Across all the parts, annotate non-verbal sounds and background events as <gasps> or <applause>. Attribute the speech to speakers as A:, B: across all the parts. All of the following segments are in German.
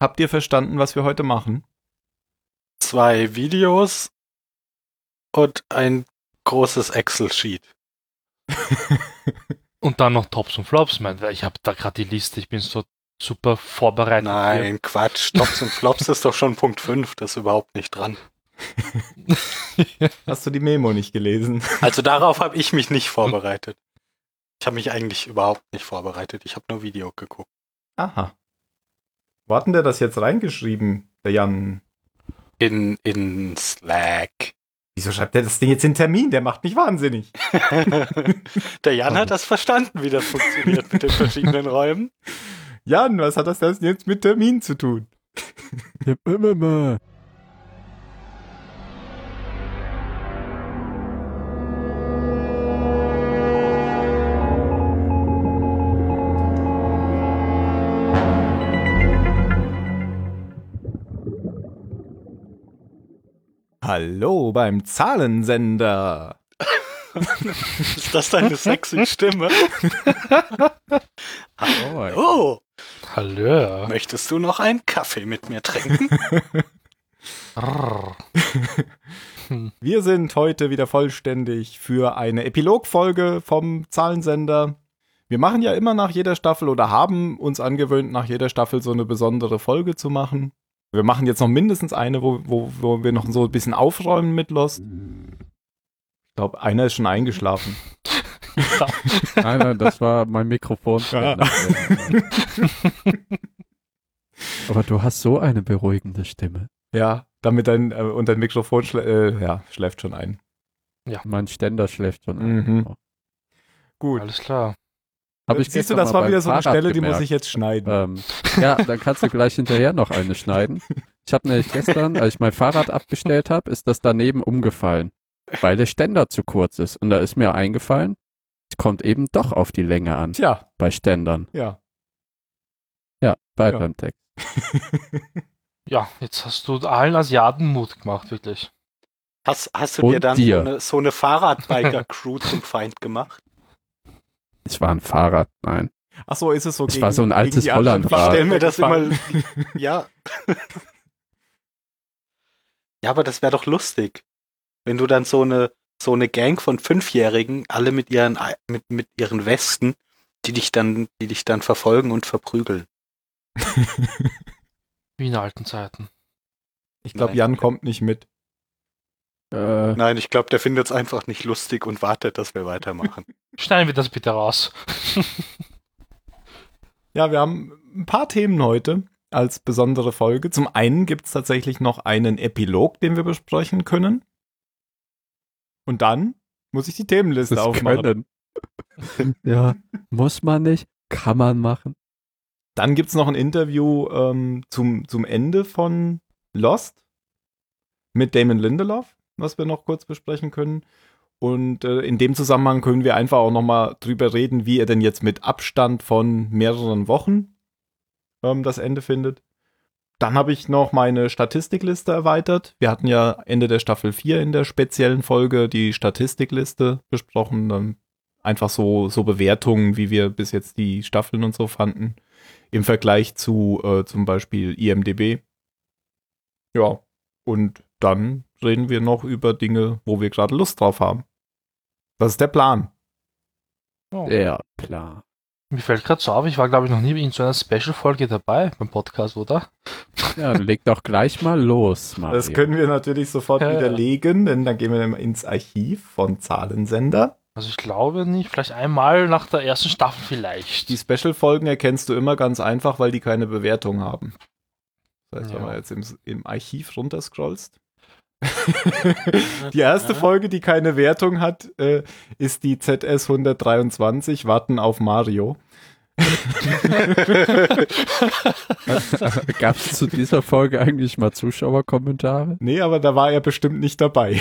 A: Habt ihr verstanden, was wir heute machen?
B: Zwei Videos und ein großes Excel-Sheet.
C: Und dann noch Tops und Flops, mein, weil ich habe da gerade die Liste, ich bin so super vorbereitet.
B: Nein, Quatsch. Tops und Flops ist doch schon Punkt 5, das ist überhaupt nicht dran.
C: <laughs>
A: Hast du die Memo nicht gelesen? <laughs>
B: Also darauf habe ich mich nicht vorbereitet. Ich habe mich eigentlich überhaupt nicht vorbereitet. Ich habe nur Video geguckt.
A: Aha. Wo hat denn der das jetzt reingeschrieben, der Jan?
B: In, in Slack. <laughs>
A: Wieso schreibt der das Ding jetzt in Termin? Der macht mich wahnsinnig.
B: Der Jan hat das verstanden, wie das funktioniert mit den verschiedenen Räumen.
A: Jan, was hat das denn jetzt mit Termin zu tun? Hallo beim Zahlensender.
B: Ist das deine sexy Stimme? Oh,
C: Hallo.
B: möchtest du noch einen Kaffee mit mir trinken?
C: Brrr.
A: Wir sind heute wieder vollständig für eine Epilogfolge vom Zahlensender. Wir machen ja immer nach jeder Staffel oder haben uns angewöhnt, nach jeder Staffel so eine besondere Folge zu machen. Wir machen jetzt noch mindestens eine, wo, wo, wo wir noch so ein bisschen aufräumen mit Lost. Ich glaube, einer ist schon eingeschlafen.
D: Nein, nein, das war
A: <laughs>
D: mein Mikrofon.
A: Ja.
D: <laughs> Aber du hast so eine beruhigende Stimme.
A: Ja, damit dein, äh, und dein Mikrofon schlä äh, ja, schläft schon ein.
D: Mein Ständer schläft schon.
A: Mhm. Gut.
C: Alles klar.
D: Hab ich
A: Siehst du,
D: gestern
A: das
D: mal
A: war
D: beim
A: wieder so eine
D: Fahrrad
A: Stelle, die muss
D: gemerkt.
A: ich jetzt schneiden.
D: Ähm, ja, dann kannst du gleich hinterher noch eine schneiden. Ich habe nämlich gestern, als ich mein Fahrrad abgestellt habe, ist das daneben umgefallen, weil der Ständer zu kurz ist. Und da ist mir eingefallen, es kommt eben doch auf die Länge an
A: Tja,
D: bei Ständern.
A: ja.
D: Ja, bei
A: Ja.
D: beim Text.
C: Ja, jetzt hast du allen Asiaten Mut gemacht, wirklich.
B: Hast, hast du
D: Und
B: dir dann
D: dir.
B: so eine, so eine
D: <laughs>
B: Fahrradbiker-Crew zum Feind gemacht?
D: Es war ein Fahrrad, nein.
A: Ach so, ist es so
D: Das
A: gegen,
D: war so ein
A: gegen
D: altes
A: die anderen
D: Hollandrad.
A: Fahrräder
B: Stell mir das
A: gefahren?
B: Ja. <laughs> ja, aber das wäre doch lustig, wenn du dann so eine so eine Gang von Fünfjährigen, alle mit ihren Ei- mit mit ihren Westen, die dich dann die dich dann verfolgen und verprügeln.
C: Wie in alten Zeiten.
A: Ich glaube,
B: Nein.
A: Jan kommt nicht mit.
D: Äh,
B: Nein, ich glaube, der findet es einfach nicht lustig und wartet, dass wir weitermachen.
C: Schneiden wir das bitte raus. <laughs>
A: Ja, wir haben ein paar Themen heute als besondere Folge. Zum einen gibt es tatsächlich noch einen Epilog, den wir besprechen können. Und dann muss ich die Themenliste aufmachen.
D: können. <laughs> ja, muss man nicht, kann man machen.
A: Dann gibt es noch ein Interview ähm, zum, zum Ende von Lost mit Damon Lindelof, was wir noch kurz besprechen können. Und äh, in dem Zusammenhang können wir einfach auch nochmal drüber reden, wie er denn jetzt mit Abstand von mehreren Wochen ähm, das Ende findet. Dann habe ich noch meine Statistikliste erweitert. Wir hatten ja Ende der Staffel 4 in der speziellen Folge die Statistikliste besprochen. Dann einfach so, so Bewertungen, wie wir bis jetzt die Staffeln und so fanden im Vergleich zu äh, zum Beispiel IMDB. Ja, und dann reden wir noch über Dinge, wo wir gerade Lust drauf haben. Das ist der Plan.
C: Oh.
D: Ja, klar.
C: Mir fällt gerade so auf, ich war glaube ich noch nie in so einer Special-Folge dabei beim Podcast, oder?
D: Ja, dann leg doch gleich mal los, Mario.
A: Das
D: <laughs>
A: können wir natürlich sofort
C: Ja, ja.
A: widerlegen, denn dann gehen wir dann ins Archiv von Zahlensender.
C: Also ich glaube nicht, vielleicht einmal nach der ersten Staffel vielleicht.
A: Die Special-Folgen erkennst du immer ganz einfach, weil die keine Bewertung haben. Das heißt, wenn
C: Ja.
A: man jetzt im, im Archiv runterscrollst. Die erste Folge, die keine Wertung hat, äh, ist die ZS 123 Warten auf Mario.
D: Gab es zu dieser Folge eigentlich mal Zuschauerkommentare?
A: Nee, aber da war er bestimmt nicht dabei.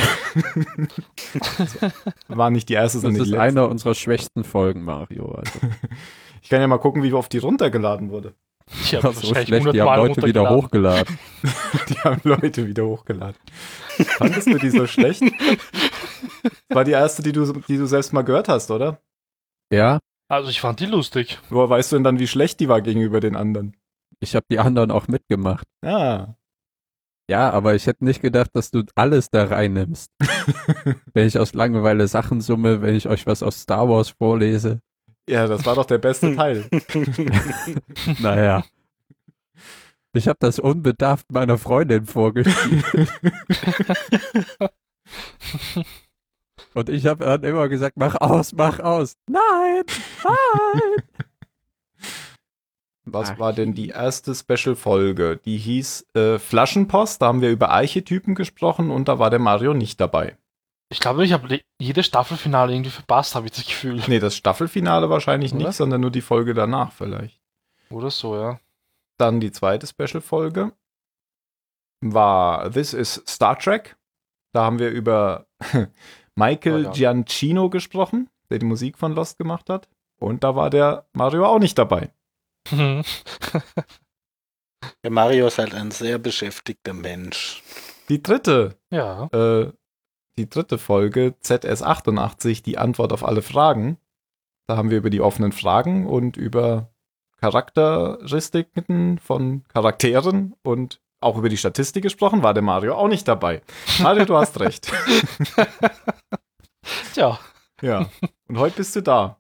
A: war Also nicht die erste,
D: Das
A: sondern die
D: ist
A: letzte.
D: einer unserer schwächsten Folgen, Mario. Also,
A: Ich kann ja mal gucken, wie oft die runtergeladen wurde.
C: Ich hab
D: so
C: wahrscheinlich
D: schlecht, die
C: 100 Mal
D: haben Leute wieder
C: runtergeladen.
A: <laughs>
D: hochgeladen.
A: Die haben Leute wieder hochgeladen. Fandest du die so schlecht? War die erste, die du, die du selbst mal gehört hast, oder?
D: Ja,
C: Also ich fand die lustig. <laughs>
A: Woher weißt du denn dann, wie schlecht die war gegenüber den anderen?
D: Ich habe die anderen auch mitgemacht.
A: Ah.
D: Ja, aber ich hätte nicht gedacht, dass du alles da reinnimmst.
A: <laughs>
D: wenn ich aus Langeweile Sachen summe, wenn ich euch was aus Star Wars vorlese.
A: Ja, das war doch der beste Teil.
D: Naja. Ich habe das unbedarft meiner Freundin vorgespielt. Und ich habe dann immer gesagt, mach aus, mach aus. Nein,
B: <laughs>
D: nein.
A: Was
D: Ach.
A: war denn die erste Special-Folge? Die hieß äh, Flaschenpost. Da haben wir über Archetypen gesprochen und da war der Mario nicht dabei.
C: Ich glaube, ich habe jedes Staffelfinale irgendwie verpasst, habe ich das Gefühl.
A: Nee, das Staffelfinale wahrscheinlich
C: Oder?
A: nicht, sondern nur die Folge danach vielleicht.
C: Oder so, ja.
A: Dann die zweite Special-Folge war This is Star Trek. Da haben wir über <laughs> Michael
C: Oh ja.
A: Giancino gesprochen, der die Musik von Lost gemacht hat. Und da war der Mario auch nicht dabei.
B: <laughs> Der Mario ist halt ein sehr beschäftigter Mensch.
A: Die dritte,
C: ja.
A: äh, die dritte Folge, ZS88, die Antwort auf alle Fragen. Da haben wir über die offenen Fragen und über Charakteristiken von Charakteren und auch über die Statistik gesprochen, war der Mario auch nicht dabei. Mario, du
C: <laughs>
A: hast recht.
C: Tja.
A: Ja. Und heute bist du da.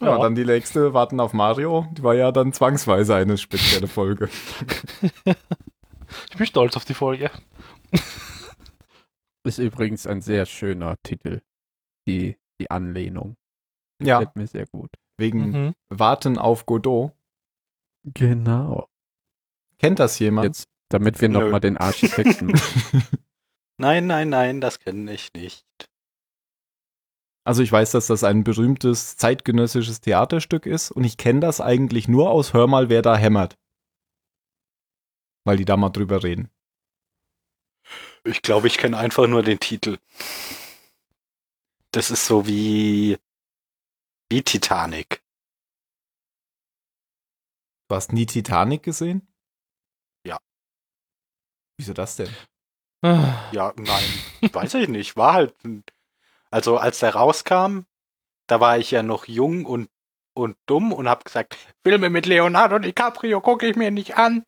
A: Ja,
C: Ja.
A: dann die nächste Warten auf Mario. Die war ja dann zwangsweise eine spezielle Folge.
C: Ich bin stolz auf die Folge.
D: Ist übrigens ein sehr schöner Titel. Die, die Anlehnung.
A: Ja, Mhm.
D: Gefällt mir sehr gut.
A: wegen
C: Mhm.
A: Warten auf Godot.
D: Genau.
A: Kennt das jemand?
D: Jetzt, damit wir
B: Nö.
D: nochmal
B: <laughs>
D: den Architekten.
B: Nein, nein, nein, das kenne ich nicht.
A: <laughs> Also ich weiß, dass das ein berühmtes zeitgenössisches Theaterstück ist und ich kenne das eigentlich nur aus Hör mal, wer da hämmert. Weil die da mal drüber reden.
B: Ich glaube, ich kenne einfach nur den Titel. Das ist so wie, wie Titanic.
A: Du hast nie Titanic gesehen?
B: Ja.
A: Wieso das denn?
C: Ah.
B: Ja, nein, weiß ich nicht. War halt. ein- Also als der rauskam, da war ich ja noch jung und, und dumm und habe gesagt, Filme mit Leonardo DiCaprio gucke ich mir nicht an.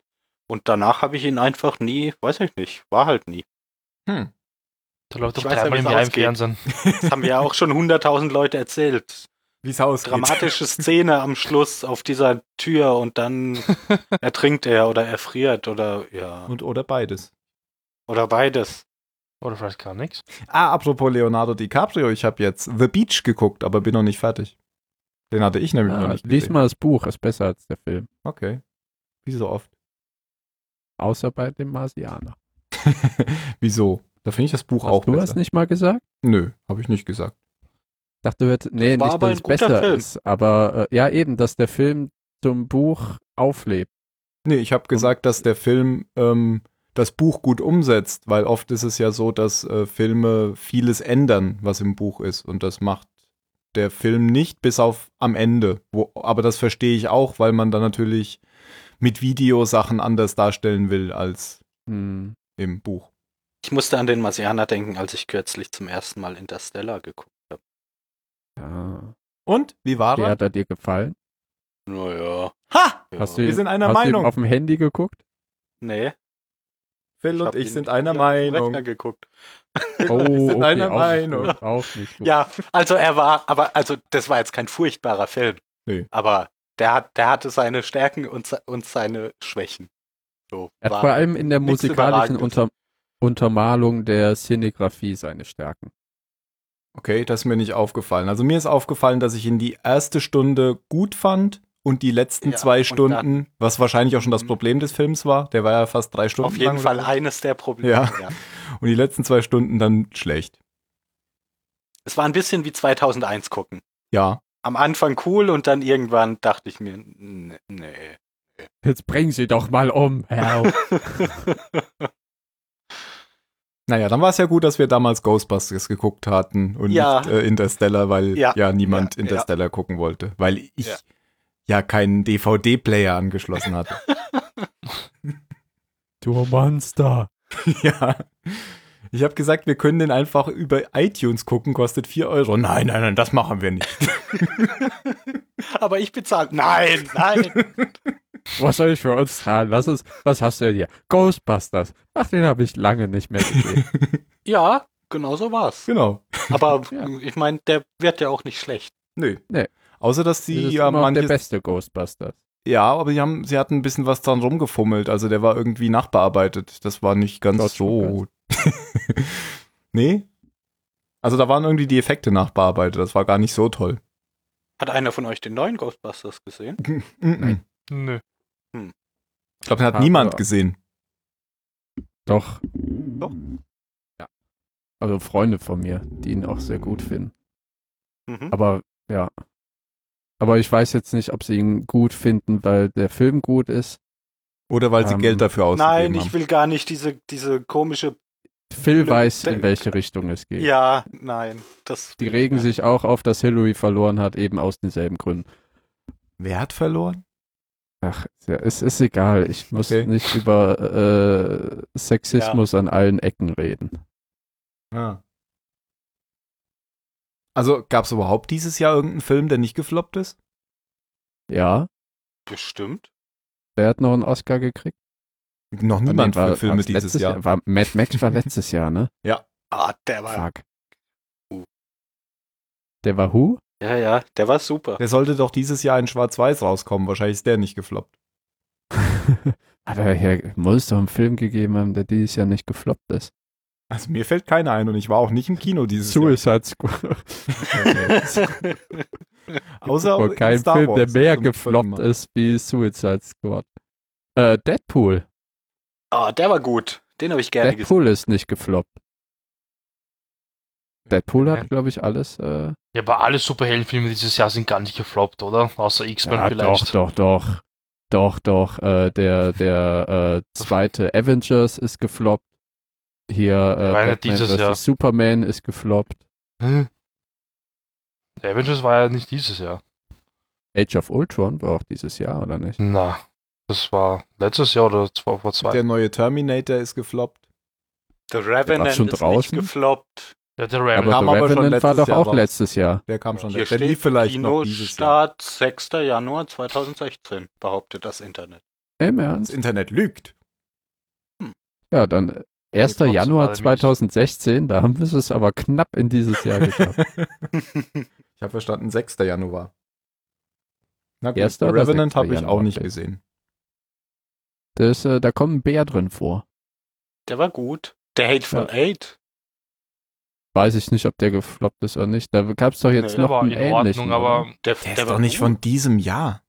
B: Und danach habe ich ihn einfach nie, weiß ich nicht, war halt nie.
A: Hm.
C: Da läuft
B: Ich
C: doch
B: weiß ja,
C: dreimal im
B: wie's
C: Jahr im
B: ausgeht.
C: Fernsehen.
B: Das haben ja auch schon hunderttausend Leute erzählt.
A: Wie es ausgeht.
B: Dramatische Szene am Schluss auf dieser Tür und
D: <laughs>
B: dann ertrinkt er oder erfriert oder ja.
A: Und oder beides.
B: Oder beides.
C: Oder vielleicht gar nichts.
A: Ah, apropos Leonardo DiCaprio, ich habe jetzt The Beach geguckt, aber bin noch nicht fertig. Den hatte ich nämlich noch
D: ah,
A: nicht.
D: lies
A: gesehen.
D: mal das Buch, ist besser als der Film.
A: Okay. Wie so oft.
D: Außer bei dem Marsianer.
A: Wieso? Da finde ich das Buch
D: Hast
A: auch
D: du
A: besser.
D: hast nicht mal gesagt?
A: Nö, habe ich nicht gesagt.
D: Ich dachte, du hättest, nee,
B: war
D: nicht,
B: aber
D: dass
B: ein
D: es
B: guter
D: besser
B: Film.
D: ist, aber äh, ja eben, dass der Film zum Buch auflebt.
A: Nee, ich habe gesagt, dass der Film ähm, das Buch gut umsetzt, weil oft ist es ja so, dass äh, Filme vieles ändern, was im Buch ist. Und das macht der Film nicht, bis auf am Ende. Wo, aber das verstehe ich auch, weil man dann natürlich mit Video Sachen anders darstellen will als
D: Hm.
A: im Buch.
B: Ich musste an den Marsianer denken, als ich kürzlich zum ersten Mal Interstellar geguckt habe.
D: Ja.
A: Und? Wie war
D: Wie
A: er?
D: hat er dir gefallen?
B: Naja.
A: Ha!
B: Ja.
D: Hast du,
A: Wir sind einer
D: hast Du
A: Meinung.
D: ihm auf dem
A: <laughs>
D: Handy geguckt?
B: Nee.
A: Phil
B: hab
A: und ich
B: ihn
A: sind einer
B: auf dem Rechner
A: Meinung.
B: geguckt.
D: Oh,
A: sind
D: okay,
A: einer
D: auch
A: Meinung.
D: Nicht gut, auch nicht gut.
B: Ja, also er war, aber also das war jetzt kein furchtbarer Film.
A: Nee.
B: Aber der hat, der hatte seine Stärken und, se- und seine Schwächen. So,
D: Er
B: war-
D: hat vor allem in der
B: nichts
D: musikalischen
B: Überragendes.
D: Unter Untermalung der Szenegrafie seine Stärken.
A: Okay, das ist mir nicht aufgefallen. Also mir ist aufgefallen, dass ich ihn die erste Stunde gut fand und die letzten
B: Ja,
A: zwei
B: und
A: Stunden,
B: dann-
A: was wahrscheinlich auch schon das
B: Mhm.
A: Problem des Films war, der war ja fast drei Stunden
B: auf jeden
A: lang
B: Fall
A: oder so.
B: eines der Probleme.
A: Ja.
B: ja.
A: Und die letzten zwei Stunden dann schlecht.
B: Es war ein bisschen wie 2001 gucken.
A: Ja.
B: Am Anfang cool und dann irgendwann dachte ich mir, nee. nee.
D: Jetzt bring sie doch mal um, Herr.
A: Naja, dann war es ja gut, dass wir damals Ghostbusters geguckt hatten und
B: Ja.
A: nicht äh, Interstellar, weil ja,
B: Ja.
A: niemand
B: Ja, ja.
A: Interstellar gucken wollte, weil ich ja,
B: Ja.
A: keinen DVD-Player angeschlossen hatte.
D: du Monster.
A: <laughs> Ja. Ich habe gesagt, wir können den einfach über iTunes gucken, kostet 4 Euro. Nein, nein, nein, das machen wir nicht.
B: aber ich bezahle. Nein, nein.
D: Was soll ich für uns zahlen? Was, ist, was hast du denn hier? Ghostbusters. Ach, den habe ich lange nicht mehr
A: <laughs>
D: gesehen.
B: <laughs> Ja, genau so war's.
A: Genau.
B: <laughs> Aber
D: Ja.
B: ich meine, der wird ja auch nicht schlecht.
A: Nö.
D: Nee.
A: Außer, dass
D: Das
A: sie
D: ist
A: ja
D: immer noch der
A: manches,
D: beste Ghostbusters.
A: Ja, aber sie, haben, sie hatten ein bisschen was dran rumgefummelt. Also der war irgendwie nachbearbeitet. Das war nicht ganz
D: George
A: so. <laughs> nee? Also da waren irgendwie die Effekte nachbearbeitet. Das war gar nicht so toll.
B: Hat einer von euch den neuen Ghostbusters gesehen?
A: Mhm.
C: Nö.
A: Ich glaube, den hat
D: Aber-
A: niemand gesehen.
D: Doch. Doch. Ja. Also Freunde von mir, die ihn auch sehr gut finden.
B: Mhm.
D: Aber ja. Aber ich weiß jetzt nicht, ob sie ihn gut finden, weil der Film gut ist.
A: Oder weil sie
D: Ähm,
A: Geld dafür ausgegeben
B: Nein,
A: haben.
B: ich will gar nicht diese, diese komische.
D: Phil
B: Nö,
D: weiß,
B: der-
D: in welche Richtung es geht.
B: Ja, nein. Das
D: Die regen sich auch auf, dass Hillary verloren hat, eben aus denselben Gründen.
A: Wer hat verloren?
D: Ach, ja, es ist egal. Ich muss
A: Okay.
D: nicht über äh, Sexismus an allen Ecken reden.
A: Ah. Also gab es überhaupt dieses Jahr irgendeinen Film, der nicht gefloppt ist?
D: Ja,
B: Bestimmt.
D: wer hat noch einen Oscar gekriegt?
A: Noch niemand
D: Nee, war-
A: für Filme
D: war's
A: dieses
D: letztes
A: Jahr.
D: War, Mad Max war letztes
A: <laughs>
D: Jahr, ne?
B: Ah, der war.
D: Fuck.
B: Who.
D: Der war Who?
B: Ja, ja, der war super.
D: <laughs>
A: Der sollte doch dieses Jahr in Schwarz-Weiß rauskommen. Wahrscheinlich ist der nicht gefloppt.
D: Hat er hier, muss doch einen Film gegeben haben, der dieses Jahr nicht gefloppt ist.
A: Also mir fällt keiner ein und ich war auch nicht im Kino dieses Jahr.
D: Suicide Squad. <laughs>
A: Außer
D: Wohl
A: in
D: kein
A: Star
D: Film,
A: Wars
D: der
A: also
D: mehr
A: zum
D: gefloppt
A: vierten Mal.
D: ist wie Suicide Squad. Äh, Deadpool.
B: Ah, der war gut. Den habe ich gerne gesehen.
D: Deadpool ist nicht gefloppt. Deadpool
C: Ja.
D: hat, glaube ich, alles. Äh,
C: Ja, aber alle Superheldenfilme dieses Jahr sind gar nicht gefloppt, oder? Außer X-Men
D: ja,
C: vielleicht.
D: doch, Ah, doch, doch. Doch, doch. Äh, der der äh, zweite Avengers ist gefloppt. Hier äh,
C: War ja
D: Batman
C: nicht dieses
D: vs.
C: Jahr.
D: Superman ist gefloppt.
C: Hm. Der Avengers war ja nicht dieses Jahr.
D: Age of Ultron war auch dieses Jahr, oder nicht?
C: Na, das war letztes Jahr oder zwei, vor zwei.
A: Der neue Terminator ist gefloppt.
B: The Revenant
D: schon
B: ist
D: draußen?
B: nicht gefloppt.
C: ja, der
D: Aber
C: Ram.
A: kam
D: The
A: aber schon
D: Revenant war
A: letztes
D: doch
A: Jahr
D: auch
A: raus.
D: letztes Jahr.
A: Der kam schon
B: Hier
A: Der lief
B: steht
A: vielleicht noch dieses Jahr.
B: Kinostart 6. Januar 2016, behauptet
A: <laughs>
B: das Internet.
D: Im
A: Das
D: Ernst?
A: Internet lügt.
D: Ja, dann 1.
C: trotzdem
D: Januar
C: alle
D: 2016, da haben wir es aber knapp in dieses Jahr <laughs> geschafft.
A: Ich habe verstanden, 6. Januar. Na gut,
D: Erster
A: The
D: oder
A: Revenant
D: 6.
A: habe ich auch
D: Januar
A: nicht
D: vielleicht?
A: gesehen.
D: Das, äh, da kommt ein Bär drin vor.
B: Der war gut. Der Hateful
D: Ja.
B: Eight.
D: Weiß ich nicht, ob der gefloppt ist oder nicht. Da gab es doch jetzt
B: Nee,
D: noch
C: Der war
D: einen
C: in
D: ähnlichen. ne?
C: Ordnung, aber
D: oder?
B: Der,
A: Der,
B: der
A: ist doch nicht
B: gut.
A: von diesem Jahr.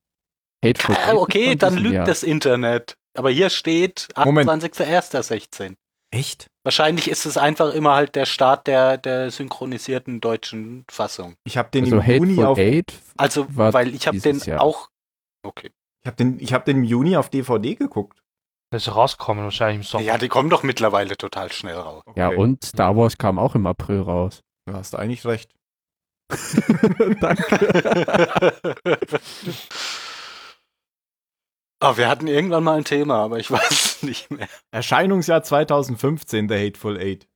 D: Hateful
B: Ah,
D: Eight
B: okay,
D: von
B: dann
D: diesem
B: lügt
D: Jahr.
B: das Internet. Aber hier steht
A: Moment.
B: 28.01.16.
A: Echt?
B: Wahrscheinlich ist es einfach immer halt der Start der, der synchronisierten deutschen Fassung.
A: Ich habe den
D: Also
A: im Juni
D: Hateful
A: auf
D: Eight,
B: Also,
D: War
B: weil ich habe den
D: dieses Jahr.
B: auch. Okay.
A: ich hab den ich habe den im Juni auf DVD geguckt.
C: Der ist rausgekommen wahrscheinlich im Sommer.
B: Ja, die kommen doch mittlerweile total schnell raus.
D: ja
A: Okay.
D: und Star Wars kam auch im April raus.
A: Du hast eigentlich
D: <laughs>
A: recht.
B: <laughs> Ah, wir hatten irgendwann mal ein Thema, aber ich weiß es nicht mehr.
A: Erscheinungsjahr 2015 der Hateful Eight.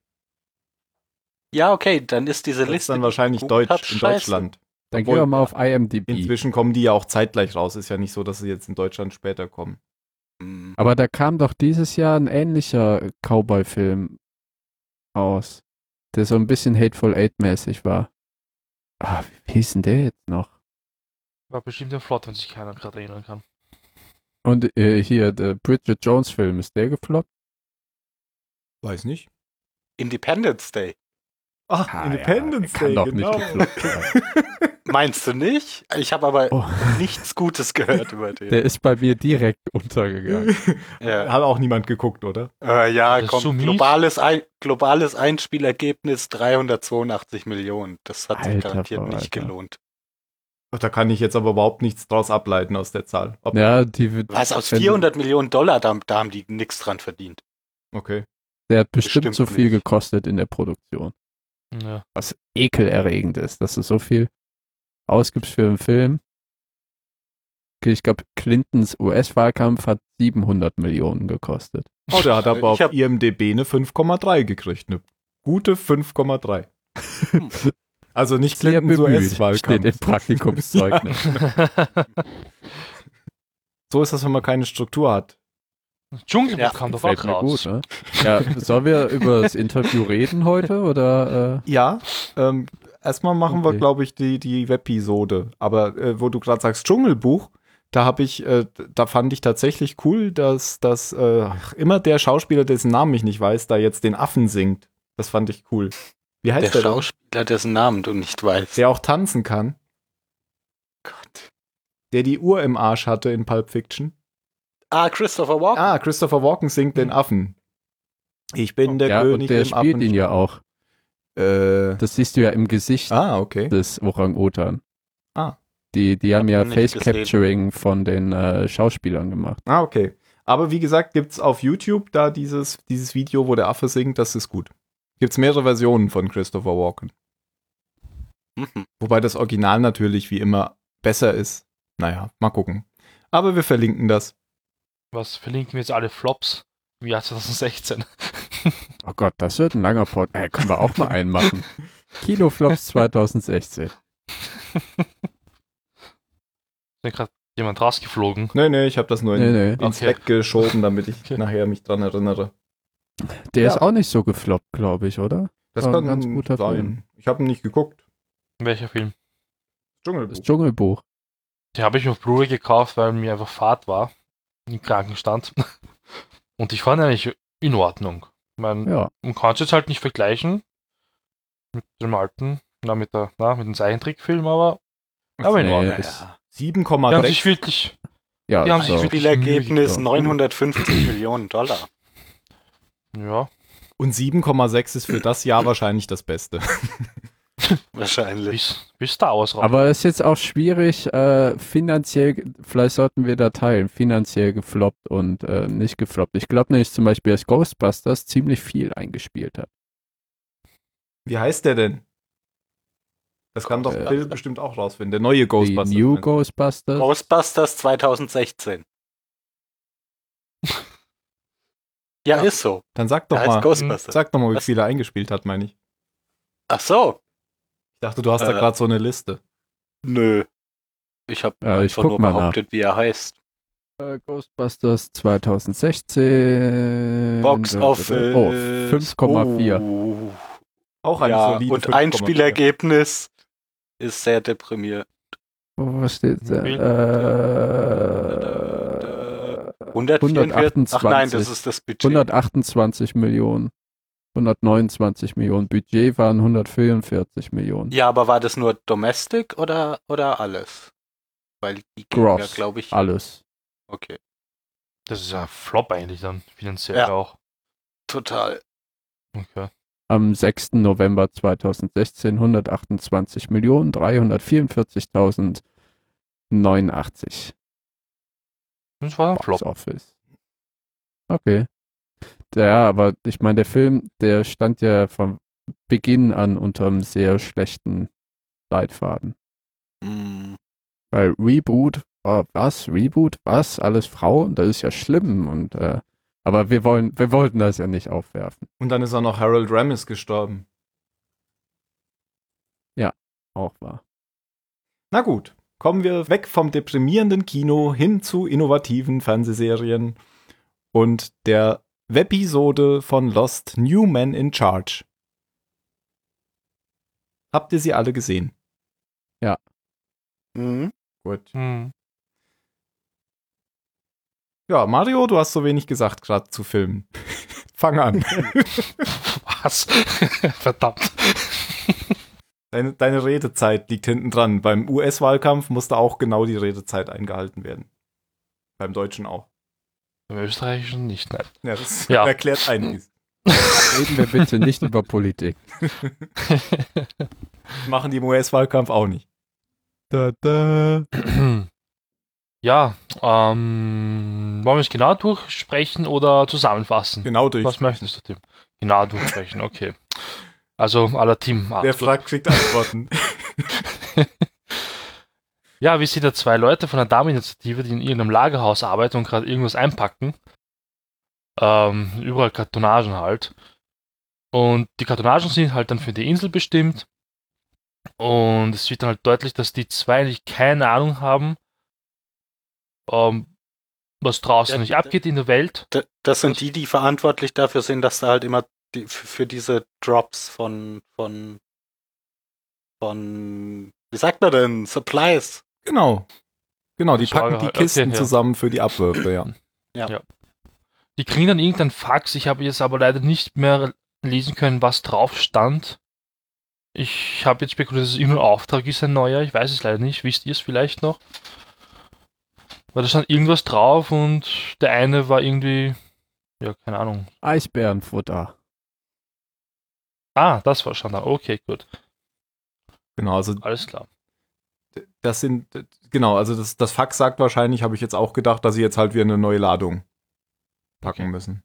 B: Ja, okay, dann ist diese
A: Das ist
B: Liste.
A: dann wahrscheinlich
B: die
A: Deutsch
B: geguckt
A: in
B: scheiße.
A: Deutschland.
D: Dann
A: Obwohl-
D: gehen wir mal auf IMDb.
A: Inzwischen kommen die ja auch zeitgleich raus. Ist ja nicht so, dass sie jetzt in Deutschland später kommen.
B: Hm.
D: Aber da kam doch dieses Jahr ein ähnlicher Cowboy-Film aus, der so ein bisschen Hateful Eight-mäßig war. Ah, wie hieß denn der jetzt noch?
C: War bestimmt ein Flot, wenn sich keiner gerade erinnern kann.
D: Und äh, hier, der Bridget Jones-Film, ist der gefloppt?
A: Weiß nicht.
B: Independence Day.
A: Ach,
D: Ah,
A: Independence
D: ja, der
A: Day,
D: kann doch
A: genau.
D: nicht gefloppt <laughs> sein.
B: Meinst du nicht? Ich habe aber
D: Oh,
B: nichts Gutes gehört über den.
D: der ist bei mir direkt untergegangen.
B: Ja,
A: Hat auch niemand geguckt, oder?
B: äh, ja
C: Das ist
B: komm,
C: so mies.
B: globales, Ein globales Einspielergebnis 382 Millionen. Das hat sich
D: Alter
B: garantiert
D: Verwalter.
B: nicht gelohnt.
A: Ach, Da kann ich jetzt aber überhaupt nichts draus ableiten aus der Zahl. Ob-
D: Ja, die, wird-
B: Was, aus
D: wenn-
B: 400 Millionen Dollar, da, da haben die nichts dran verdient.
A: Okay.
D: der hat bestimmt,
B: bestimmt
D: so viel
B: nicht.
D: gekostet in der Produktion.
C: Ja.
D: Was ekelerregend ist, dass du so viel ausgibst für einen Film. Okay, ich glaube, Clintons US-Wahlkampf hat 700 Millionen gekostet.
A: Oh, der
D: <laughs>
A: hat
B: Äh,
A: aber
B: ich
A: auf
B: hab-
A: IMDB eine 5,3 gekriegt. Eine gute 5,3. Also nicht Clinton
D: bemüht,
A: US-Wahlkampf.
D: steht im Praktikumszeugnis.
C: ja,
A: <laughs> so ist das, wenn man keine Struktur hat.
C: Dschungelbuch
B: Ja,
C: kam doch
D: Gefällt
C: auch
D: mir
C: raus.
D: gut, ne? Ja, sollen wir über das Interview reden heute oder äh,
A: Ja, ähm, erstmal machen wir,
D: Okay.
A: glaube ich, die, die Webisode. Aber äh, wo du gerade sagst, Dschungelbuch, da habe ich, äh, da fand ich tatsächlich cool, dass, dass äh, ach, immer der Schauspieler, dessen Namen ich nicht weiß, da jetzt den Affen singt. Das fand ich cool. Wie
B: Der
A: heißt der? Der,
B: Schauspieler, dessen Namen du nicht weißt.
A: der auch tanzen kann,
B: Gott.
A: der die Uhr im Arsch hatte in Pulp Fiction.
B: Ah, Christopher Walken.
A: Ah, Christopher Walken singt
C: Hm.
A: den Affen. Ich bin der
D: ja,
A: König
D: und der
A: im
D: spielt
A: Affen.
D: ihn ja auch.
A: Äh,
D: Das siehst du ja im Gesicht
A: ah, okay.
D: des Orang-Utan.
A: Ah.
D: Die, die haben ja
B: Hab ich nicht
D: Face Capturing von den äh, Schauspielern gemacht.
A: Ah, okay. Aber wie gesagt, gibt's auf YouTube da dieses, dieses Video, wo der Affe singt, das ist gut. Gibt's mehrere Versionen von Christopher Walken.
B: Mhm.
A: Wobei das Original natürlich wie immer besser ist. Naja, mal gucken. Aber wir verlinken das.
C: Was verlinken wir jetzt alle Flops im Jahr <laughs> 2016?
D: Oh Gott, das wird ein langer Pod. Äh, können wir auch mal einen machen. <laughs> Kinoflops 2016.
C: Da ist gerade jemand rausgeflogen.
A: Nee, nee, ich habe das nur in,
D: Nee, nee.
A: ins
C: Okay.
A: Eck geschoben, damit ich
C: <laughs> Okay.
A: nachher mich dran erinnere.
D: Der
A: Ja.
D: ist auch nicht so gefloppt, glaube ich, oder?
A: Das
D: War ein
A: kann
D: ganz guter
A: sein.
D: Film.
A: Ich habe nicht geguckt.
C: Welcher Film?
A: Dschungelbuch.
D: Das Dschungelbuch.
C: Den habe ich auf Blu-ray gekauft, weil mir einfach Fahrt war. Im Krankenstand. <laughs> Und ich fand ihn eigentlich in Ordnung. Ich mein,
D: Ja.
C: Man kann es jetzt halt nicht vergleichen mit dem alten, na, mit, der, na, mit dem Zeichentrickfilm, aber, aber in
D: Nee,
C: Ordnung.
D: Ja, ist-
B: Ja.
D: Ah,
A: 7,3.
C: Die haben sich wirklich,
D: Ja,
C: Die haben sich
D: so.
C: wirklich-
B: Spielergebnis
C: Ja.
B: 950 Millionen Dollar.
C: ja,
A: Und 7,6 ist für das Jahr wahrscheinlich das Beste.
B: Wahrscheinlich.
C: bis, bis Star Wars raus.
D: aber es ist jetzt auch schwierig, äh, finanziell, ge- vielleicht sollten wir da teilen, finanziell gefloppt und äh, nicht gefloppt. Ich glaube nämlich zum Beispiel, dass Ghostbusters ziemlich viel eingespielt hat.
A: <laughs> Wie heißt der denn? Das kann doch
D: Äh,
A: Bill bestimmt auch rausfinden. Der neue
D: Die
A: Ghostbusters.
D: New Ghostbusters.
B: Ghostbusters 2016. ja, ist so.
A: Dann sag doch
B: Da heißt
A: mal, Hm.
B: Ghostbusters.
A: sag doch mal, wie
B: Was?
A: viel er eingespielt hat, meine ich. Ich
B: Ach so.
A: dachte, du hast da
B: Äh.
A: gerade so eine Liste.
B: Nö. Ich habe
D: Ja, Äh, ich
B: einfach
D: guck
B: nur
D: mal nach.
B: behauptet, wie er heißt.
D: Äh, Ghostbusters 2016.
B: Box Office.
D: Oh, 5,4.
B: Oh.
A: Auch eine
B: Ja,
A: solide
B: und ein
A: 5,4.
B: Spielergebnis ist sehr deprimierend.
D: Oh, was steht da?
C: Bild-
D: Äh,
B: 144? Ach nein, das
D: 128.
B: ist das Budget.
D: 128 Millionen. 129 Millionen. Budget waren 144 Millionen.
B: Ja, aber war das nur Domestic oder, oder alles? Weil die gehen ja,
D: Gross.
B: glaube ich.
D: Alles.
B: Okay,
C: Das ist ja ein Flop eigentlich dann, finanziell
B: Ja.
C: auch.
B: total.
C: Okay.
D: Am 6. November 2016 128 Millionen 344.089
C: Das war ein
D: Box
C: Flop.
D: Office. Okay. Ja, aber ich meine, der Film, der stand ja von Beginn an unter einem sehr schlechten Leitfaden.
B: Mm.
D: Weil Reboot, oh, was? Reboot, was? Alles Frauen? Das ist ja schlimm und äh, aber wir wollen, wir wollten das ja nicht aufwerfen.
A: Und dann ist auch noch Harold Ramis gestorben.
D: Auch wahr.
A: Na gut, kommen wir weg vom deprimierenden Kino hin zu innovativen Fernsehserien und der Webisode von Lost New Man in Charge. Habt ihr sie alle gesehen?
B: Mhm.
A: Gut.
C: Hm. <laughs>
A: Ja, Mario, du hast so wenig gesagt gerade zu filmen. <laughs> Fang an.
C: Was? <laughs> Verdammt.
A: Deine, deine Redezeit liegt hinten dran. Beim US-Wahlkampf musste auch genau die Redezeit eingehalten werden. Beim Deutschen auch.
C: Im Österreichischen nicht, nein.
A: Ja, das
C: <laughs> Ja.
A: erklärt einiges.
D: Reden wir bitte nicht über Politik.
A: Machen die im US-Wahlkampf auch nicht. Da, da.
C: <clears throat> ja, ähm, wollen wir es genau durchsprechen oder zusammenfassen?
A: Genau durch.
C: Was möchtest du, Tim? Genau durchsprechen, okay. Also, aller Team.
A: Wer fragt, kriegt Antworten.
C: Ja, wir sind ja zwei Leute von der Dameninitiative, die in irgendeinem Lagerhaus arbeiten und gerade irgendwas einpacken. Ähm, überall Kartonagen halt. Und die Kartonagen sind halt dann für die Insel bestimmt. Und es wird dann halt deutlich, dass die zwei eigentlich keine Ahnung haben, ähm, was draußen
B: Ja,
C: nicht
B: da-
C: abgeht in der Welt.
B: D- Das sind die, die verantwortlich dafür sind, dass da halt immer die, f- für diese Drops von, von, von, wie sagt man denn, Supplies.
A: Genau. Genau, die
C: Ich frage
A: packen die
C: halt, okay,
A: Kisten
C: ja.
A: zusammen für die Abwürfe, ja.
C: Die kriegen dann irgendeinen Fax. Ich habe jetzt aber leider nicht mehr lesen können, was drauf stand. Ich habe jetzt spekuliert, dass es irgendein Auftrag ist, ein neuer. Ich weiß es leider nicht. Wisst ihr es vielleicht noch? Weil da stand irgendwas drauf und der eine war irgendwie, ja, keine Ahnung.
D: Eisbärenfutter.
C: Ah, das war schon da. Okay, gut.
A: Genau, also
C: Alles klar.
A: das sind, genau, also das, das Fax sagt wahrscheinlich, habe ich jetzt auch gedacht, dass sie jetzt halt wieder eine neue Ladung packen
C: Okay.
A: müssen.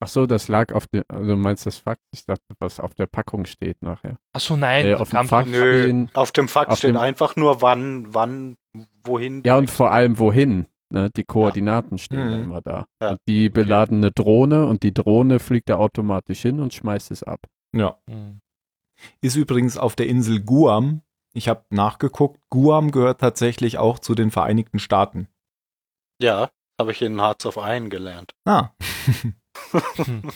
D: Ach so, das lag auf dem, also du meinst das Fakt, ich dachte, was auf der Packung steht nachher.
C: Achso, nein.
D: Äh, auf dem
C: verdammt.
D: Fax
B: Nö.
D: stehen.
B: Auf dem Fax
D: Auf
B: steht
D: dem-
B: einfach nur, wann, wann, wohin.
D: Ja, und vor allem wohin? Ne? Die Koordinaten stehen
A: Mhm.
D: immer da.
B: Ja.
D: Und die beladen eine Drohne und die Drohne fliegt da automatisch hin und schmeißt es ab.
A: Ja.
C: Hm.
A: Ist übrigens auf der Insel Guam. Ich habe nachgeguckt, Guam gehört tatsächlich auch zu den Vereinigten Staaten.
B: Ja, habe ich in Hearts of Iron gelernt.
A: Ah,
C: Hm.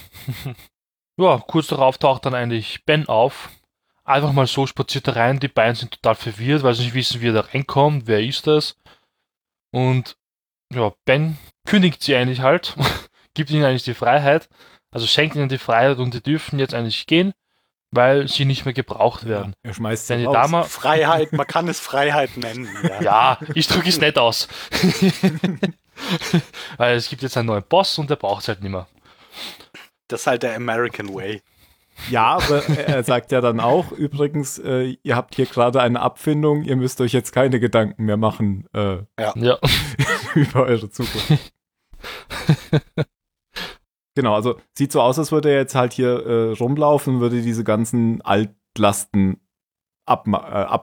C: <laughs> Ja, kurz darauf taucht dann eigentlich Ben auf. Einfach mal so spaziert er rein. Die beiden sind total verwirrt, weil sie nicht wissen, wie er da reinkommt. Wer ist das? Und ja, Ben kündigt sie eigentlich halt, <laughs> gibt ihnen eigentlich die Freiheit, also schenkt ihnen die Freiheit und die dürfen jetzt eigentlich gehen, weil sie nicht mehr gebraucht werden.
A: er schmeißt
C: Wenn
A: sie
C: die
A: raus.
C: Dame
B: Freiheit, man kann es Freiheit nennen. Ja.
C: Ja, ich drücke es nicht aus. Weil es gibt jetzt einen neuen Boss und der braucht es halt nicht mehr.
B: Das ist halt der American Way.
A: Ja, aber er sagt ja dann auch, übrigens, äh, ihr habt hier gerade eine Abfindung, ihr müsst euch jetzt keine Gedanken mehr machen äh, <laughs>
C: Ja.
A: über eure Zukunft. genau, also sieht so aus, als würde er jetzt halt hier äh, rumlaufen und würde diese ganzen Altlasten abma- äh,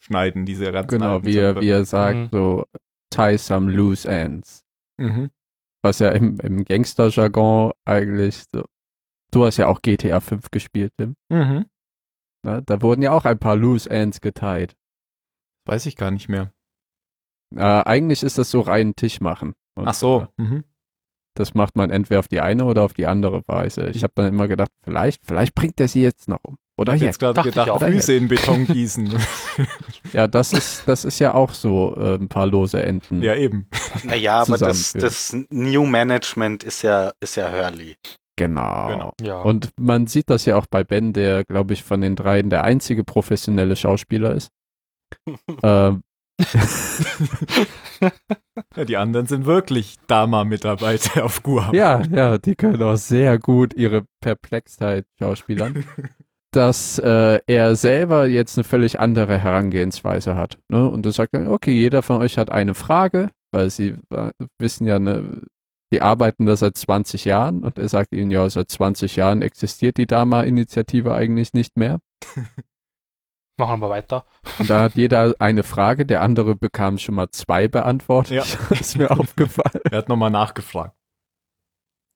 A: abschneiden, diese ganzen
D: Genau,
A: alten
D: wie er, wie er sagt,
C: Mhm.
D: so tie some loose ends.
A: Mhm.
D: Was ja im, im Gangster-Jargon eigentlich so. Du hast ja auch GTA 5 gespielt, Tim.
A: Mhm.
D: Ne? Da wurden ja auch ein paar loose ends geteilt.
A: Weiß ich gar nicht mehr.
D: Äh, eigentlich ist das so reinen Tisch machen. Und
A: Ach so. Mhm.
D: Das macht man entweder auf die eine oder auf die andere Weise. Ich habe dann immer gedacht, vielleicht, vielleicht bringt er sie jetzt noch um. Oder
A: Ich hab
D: jetzt.
A: jetzt gerade
C: dachte ich
A: gedacht,
C: auch.
A: Füße in <laughs> Beton gießen.
D: Ja, das ist, das ist ja auch so äh, ein paar lose Enden.
A: ja, <laughs> eben.
B: Naja, aber das, das
D: Zusammenführen.
B: New Management ist ja, ist ja Hurley.
D: Genau.
A: Genau.
C: Ja.
D: Und man sieht das ja auch bei Ben, der, glaube ich, von den dreien der einzige professionelle
A: <laughs>
D: Schauspieler ist. ähm,
A: Ja, die anderen sind wirklich Dama-Mitarbeiter auf Guam.
D: ja, ja, die können auch sehr gut ihre Perplexheit schauspielern. dass äh, er selber jetzt eine völlig andere Herangehensweise hat. Ne? Und das sagt dann, okay, jeder von euch hat eine Frage, weil sie äh, wissen ja, ne, die arbeiten da seit 20 Jahren und er sagt ihnen, ja, seit 20 Jahren existiert die Dama-Initiative eigentlich nicht mehr.
C: <laughs> Machen wir mal weiter.
D: Und da hat jeder eine Frage, der andere bekam schon mal zwei beantwortet.
A: Ja.
D: <laughs> Ist mir aufgefallen.
A: Er hat nochmal nachgefragt.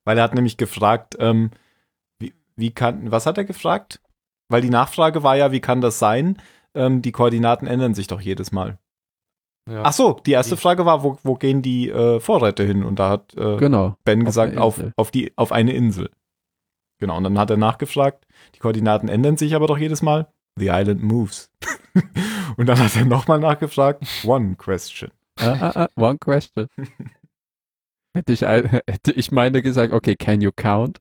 A: Weil er hat nämlich gefragt, ähm, wie, wie kann, was hat er gefragt? Weil die Nachfrage war ja, wie kann das sein? Ähm, die Koordinaten ändern sich doch jedes Mal.
C: Ja.
A: Ach so, die erste
C: Die-
A: Frage war, wo, wo gehen die äh, Vorräte hin? Und da hat äh,
D: Genau.
A: Ben
D: Auf
A: gesagt,
D: eine
A: auf,
D: Insel.
A: auf, die, auf eine Insel. Genau, und dann hat er nachgefragt, die Koordinaten ändern sich aber doch jedes Mal. The island moves. <laughs> und dann hat er nochmal nachgefragt, one question. <laughs>
D: Ah, ah, ah, one <laughs> question. Hätte ich, ein, <laughs> hätte ich meine gesagt, okay, can you count?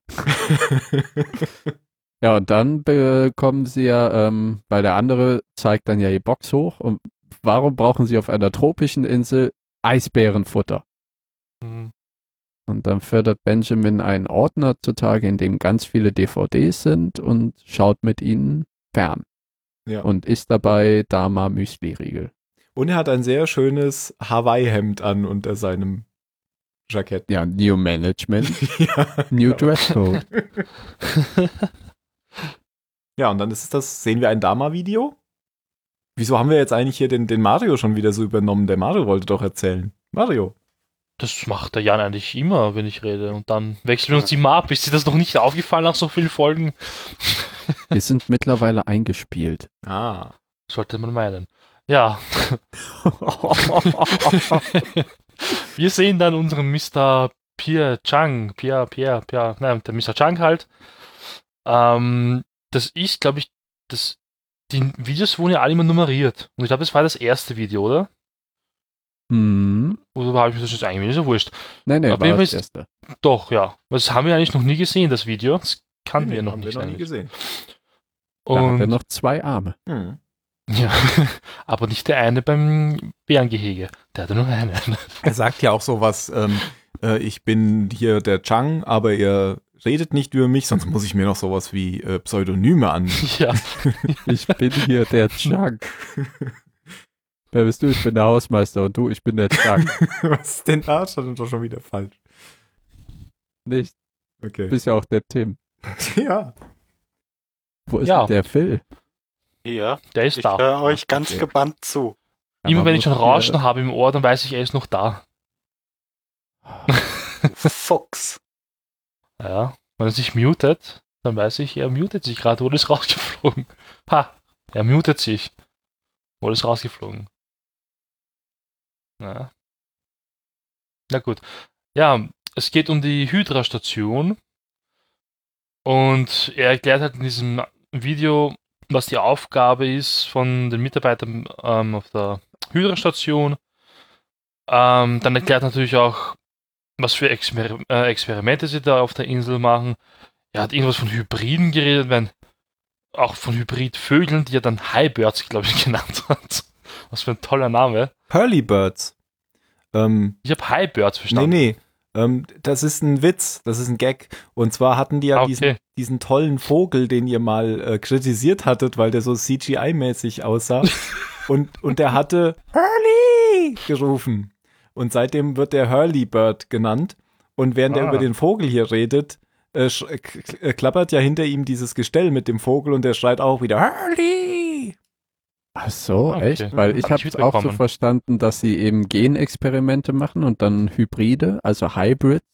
D: Ja, und dann bekommen sie ja, ähm, weil der andere zeigt dann ja die Box hoch. Und warum brauchen sie auf einer tropischen Insel Eisbärenfutter?
C: Mhm.
D: Und dann fördert Benjamin einen Ordner zutage, in dem ganz viele DVDs sind und schaut mit ihnen fern.
A: ja.
D: und isst dabei Dama Müsli-Riegel.
A: Und er hat ein sehr schönes Hawaii-Hemd an unter seinem Jackett.
D: Ja, New Management, <laughs>
A: ja.
D: New Dresscode.
A: ja, und dann ist es das, sehen wir ein Dama-Video? Wieso haben wir jetzt eigentlich hier den, den Mario schon wieder so übernommen? Der Mario wollte doch erzählen. Mario.
C: Das macht der Jan eigentlich immer, wenn ich rede. Und dann wechseln wir uns immer ab. Ist dir das noch nicht aufgefallen nach so vielen Folgen?
D: Wir sind mittlerweile eingespielt.
A: Ah.
C: Sollte man meinen. Ja. <laughs> Wir sehen dann unseren Mr. Pierre Chang, Pierre, Pierre, Pierre, nein, der Mr. Chang halt. Ähm, das ist, glaube ich, das, die Videos wurden ja alle immer nummeriert. Und ich glaube, das war das erste Video, oder?
D: <laughs> Hm.
C: Oder habe ich mir das jetzt eigentlich ist ja wurscht?
D: Nee, nee,
C: Auf
D: war
C: jeden Fall
D: das
C: ist-
D: erste.
C: Doch, ja. Das haben wir eigentlich noch nie gesehen, das Video. Das kannten wir
A: Hm,
C: noch
A: haben
C: nicht.
A: wir noch nie
C: eigentlich.
A: gesehen.
D: Da hat er
C: Und,
D: noch zwei Arme.
A: Hm.
C: ja, <laughs> aber nicht der eine beim Bärengehege. Der hatte nur einen. <laughs>
A: Er sagt ja auch sowas, ähm, äh, ich bin hier der Chang, aber ihr redet nicht über mich, sonst muss ich mir noch sowas wie äh, Pseudonyme an.
C: ja.
D: Ich bin hier <laughs> der Chunk. Wer bist du? Ich bin der Hausmeister und du, ich bin der Chunk.
A: <laughs>
D: <laughs>
A: Was ist denn da? Stand doch schon wieder falsch.
D: Nicht, du
A: Okay.
D: bist ja auch der Tim.
A: <laughs> Ja.
D: Wo ist
C: Ja.
D: denn der Phil?
B: Hier,
C: Der ist
B: ich
C: da.
B: höre euch ganz
A: Okay.
B: gebannt zu.
D: Ja,
C: Immer
D: man
C: wenn
D: muss
C: ich schon
D: hier-
C: Rauschen habe im Ohr, dann weiß ich, er ist noch
D: <laughs>
C: da.
B: Fuchs.
C: Ja. Wenn er sich mutet, dann weiß ich, er mutet sich gerade oder ist <laughs> rausgeflogen. Ha, er mutet sich. Oder ist rausgeflogen. Ja. Na gut. Ja, es geht um die Hydra-Station. Und er erklärt halt in diesem Video, was die Aufgabe ist von den Mitarbeitern ähm, auf der Hydra-Station. Ähm, dann erklärt natürlich auch, was für Exper äh, Experimente sie da auf der Insel machen. Er hat irgendwas von Hybriden geredet, wenn auch von Hybridvögeln, die er dann Highbirds, glaube ich, <laughs> genannt hat. Was für ein toller Name.
A: Pearly Birds. Ähm,
C: Ich habe Highbirds
A: nee,
C: verstanden.
A: nee. Ähm, das ist ein Witz, das ist ein Gag. Und zwar hatten die ja
C: Ah,
A: diesen,
C: okay.
A: diesen tollen Vogel, den ihr mal äh, kritisiert hattet, weil der so CGI-mäßig
C: <laughs>
A: aussah. und, und der hatte Hurley gerufen. Und seitdem wird der Hurley Bird genannt. Und während er
C: Ah.
A: über den Vogel hier redet, äh, sch- äh, k- k- äh, klappert ja hinter ihm dieses Gestell mit dem Vogel und der schreit auch wieder Hurley.
D: Ach so,
C: Okay.
D: echt? Weil ich
C: Hab
D: habe
C: ich
D: es auch so
C: mitbekommen.
D: verstanden, dass sie eben Genexperimente machen und dann Hybride, also Hybrids,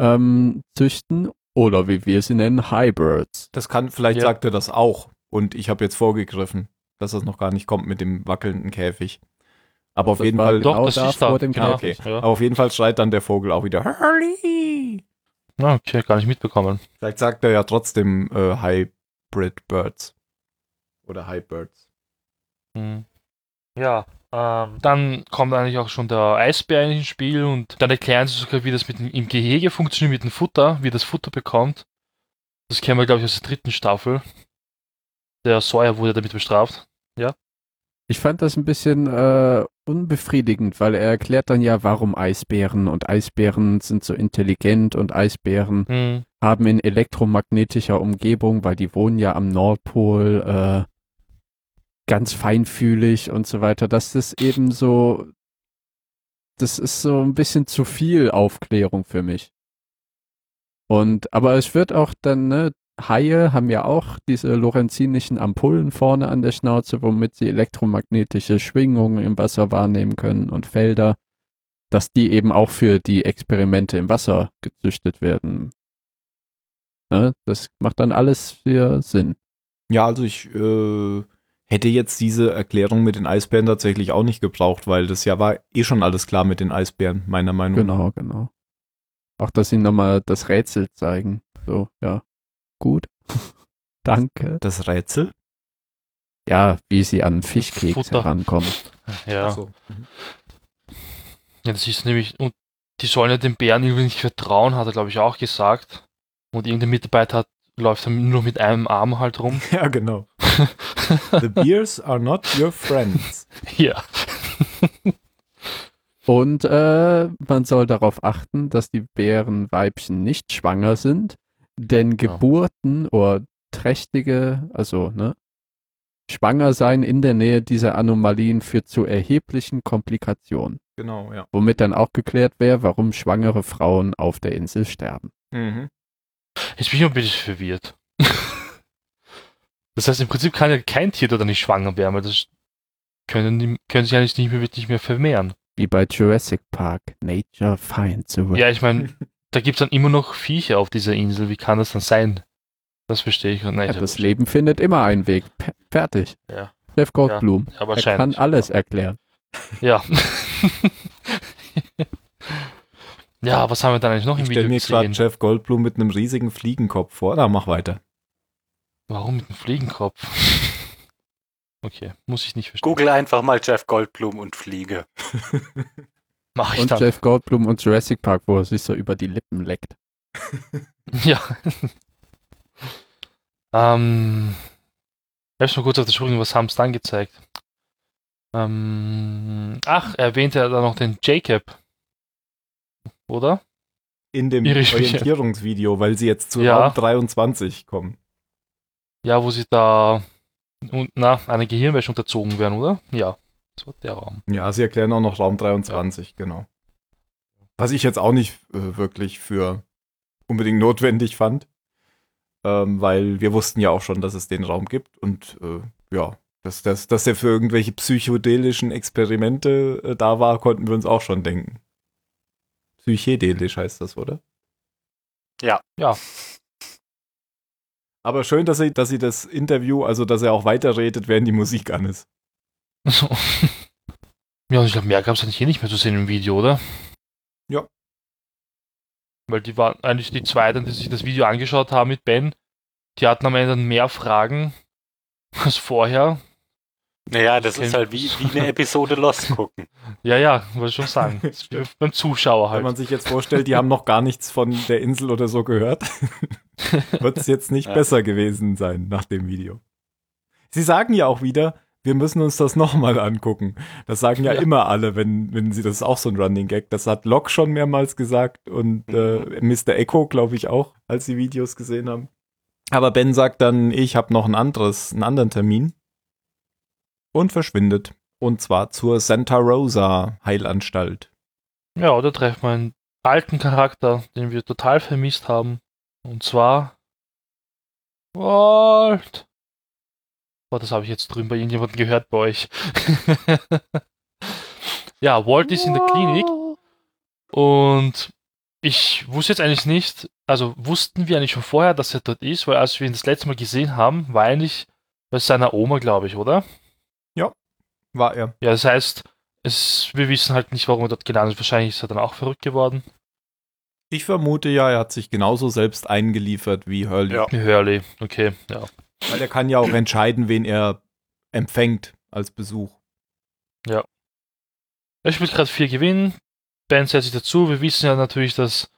D: ähm, züchten oder wie wir sie nennen, Hybrids.
A: Das kann, vielleicht
C: Ja.
A: sagt er das auch. Und ich habe jetzt vorgegriffen, dass das noch gar nicht kommt mit dem wackelnden Käfig. Aber auf
D: Das
A: jeden
D: war
A: Fall,
D: genau
C: Doch, das
D: da
C: ist da.
D: vor dem
C: Ja,
A: Ah,
D: Knopf.
A: okay.
C: Käfig, ja.
A: Aber auf jeden Fall schreit dann der Vogel auch wieder Hurley.
C: Ah, okay, gar nicht mitbekommen.
A: Vielleicht sagt er ja trotzdem äh, Hybrid Birds. Oder Hybrids.
C: Hm. Ja, ähm, dann kommt eigentlich auch schon der Eisbär eigentlich ins Spiel und dann erklären sie sogar, wie das mit dem, im Gehege funktioniert, mit dem Futter, wie das Futter bekommt. Das kennen wir, glaube ich, aus der dritten Staffel. Der Sawyer wurde damit bestraft.
D: Ich fand das ein bisschen äh, unbefriedigend, weil er erklärt dann ja, warum Eisbären und Eisbären sind so intelligent und Eisbären
C: Hm.
D: haben in elektromagnetischer Umgebung, weil die wohnen ja am Nordpol, äh, ganz feinfühlig und so weiter. Das ist eben so, das ist so ein bisschen zu viel Aufklärung für mich. Und, aber es wird auch dann, ne, Haie haben ja auch diese lorenzinischen Ampullen vorne an der Schnauze, womit sie elektromagnetische Schwingungen im Wasser wahrnehmen können und Felder, dass die eben auch für die Experimente im Wasser gezüchtet werden. Ne? Das macht dann alles für Sinn.
A: Ja, also ich äh, hätte jetzt diese Erklärung mit den Eisbären tatsächlich auch nicht gebraucht, weil das ja war eh schon alles klar mit den Eisbären, meiner Meinung nach.
D: Genau, genau. Auch, dass sie nochmal das Rätsel zeigen. So, ja. Gut. <laughs> Danke.
A: Das Rätsel?
D: Ja, wie sie an Fischkeks
C: Futter.
D: herankommen.
C: Ja.
A: Ach so. <laughs> Mhm.
C: ja, das ist nämlich, und die sollen ja den Bären irgendwie nicht vertrauen, hat er, glaube ich, auch gesagt. Und irgendein Mitarbeiter hat, läuft dann nur mit einem Arm halt
D: <laughs>
C: rum.
A: Ja, genau. The beers are not your friends.
C: ja.
D: Und äh, man soll darauf achten, dass die Bärenweibchen nicht schwanger sind, denn Geburten oder trächtige, also ne, schwanger sein in der Nähe dieser Anomalien führt zu erheblichen Komplikationen,
A: Genau, ja.
D: womit dann auch geklärt wäre, warum schwangere Frauen auf der Insel sterben.
A: Mhm.
C: Jetzt bin ich noch ein bisschen verwirrt. das heißt, im Prinzip kann ja kein Tier da nicht schwanger werden, weil das können, die- können sich ja nicht, nicht mehr wirklich mehr vermehren.
D: Wie bei Jurassic Park, Nature finds a way.
C: Ja, ich
D: <laughs>
C: meine, da gibt es dann immer noch Viecher auf dieser Insel. Wie kann das dann sein? Das verstehe ich. Nein,
D: Ja,
C: ich
D: das Leben findet immer einen Weg. P fertig.
C: Ja.
D: Jeff Goldblum,
C: ja,
D: er kann
C: wahrscheinlich.
D: alles erklären.
C: Ja. ja, was haben wir dann eigentlich noch
A: Ich
C: im Video
A: stelle mir gerade
C: gesehen?
A: Jeff Goldblum mit einem riesigen Fliegenkopf vor. Na, mach weiter.
C: Warum mit dem Fliegenkopf? Okay, muss ich nicht verstehen.
B: Google einfach mal Jeff Goldblum und Fliege.
C: Mach ich
D: Und
C: dann.
D: Jeff Goldblum und Jurassic Park, wo er sich so über die Lippen leckt.
C: Ja. ähm, bleibst mal kurz auf der Schulung, was haben sie dann gezeigt? Ähm, ach, erwähnte er da noch den Jacob. Oder?
A: In dem
C: Ihre Sprüche.
A: Orientierungsvideo, weil sie jetzt zu
C: Ja.
A: Raum 23 kommen.
C: Ja, wo sie da und, na, einer Gehirnwäsche unterzogen werden, oder? Ja, das war der Raum.
A: Ja, sie erklären auch noch Raum 23, genau. Was ich jetzt auch nicht äh, wirklich für unbedingt notwendig fand, ähm, weil wir wussten ja auch schon, dass es den Raum gibt und äh, ja, dass, dass, dass er für irgendwelche psychedelischen Experimente äh, da war, konnten wir uns auch schon denken. Psychedelisch heißt das, oder?
B: Ja.
C: Ja.
A: Aber schön, dass sie, dass sie das Interview, also dass er auch weiterredet, während die Musik an ist.
C: So. ja, und ich glaube, mehr gab es eigentlich eh nicht mehr zu sehen im Video, oder?
A: Ja.
C: Weil die waren eigentlich die zwei, dann, die sich das Video angeschaut haben mit Ben, die hatten am Ende dann mehr Fragen als vorher.
B: Naja, das
C: Okay.
B: ist halt wie, wie eine Episode Lost <laughs> gucken.
C: Ja, ja, wollte ich schon sagen. Das ist wie beim Zuschauer
A: Wenn man
C: halt.
A: sich jetzt vorstellt, die haben noch gar nichts von der Insel oder so gehört, <laughs> wird es jetzt
C: <laughs>
A: nicht
B: Ja.
A: besser gewesen sein nach dem Video. Sie sagen ja auch wieder, wir müssen uns das nochmal angucken. Das sagen ja,
C: Ja.
A: immer alle, wenn, wenn sie, das ist auch so ein Running Gag. Das hat Locke schon mehrmals gesagt und
C: Mhm.
A: äh, Mr. Echo, glaube ich, auch, als sie Videos gesehen haben. Aber Ben sagt dann, ich habe noch ein anderes, einen anderen Termin und verschwindet. Und zwar zur Santa Rosa Heilanstalt.
C: Ja, oder treffen wir einen alten Charakter, den wir total vermisst haben. Und zwar Walt. Boah, das habe ich jetzt drüben bei irgendjemandem gehört bei euch. <laughs> ja, Walt ist in der Klinik und ich wusste jetzt eigentlich nicht, also wussten wir eigentlich schon vorher, dass er dort ist, weil als wir ihn das letzte Mal gesehen haben, war er eigentlich bei seiner Oma, glaube ich, oder?
A: War er.
C: Ja, das heißt, es, wir wissen halt nicht, warum er dort gelandet ist. Wahrscheinlich ist er dann auch verrückt geworden.
A: Ich vermute ja, er hat sich genauso selbst eingeliefert wie Hurley.
B: Ja.
C: Hurley, okay, ja.
A: Weil er kann ja auch entscheiden, wen er empfängt als Besuch.
C: Er spielt gerade vier Gewinnen. Ben setzt sich dazu. Wir wissen ja natürlich, dass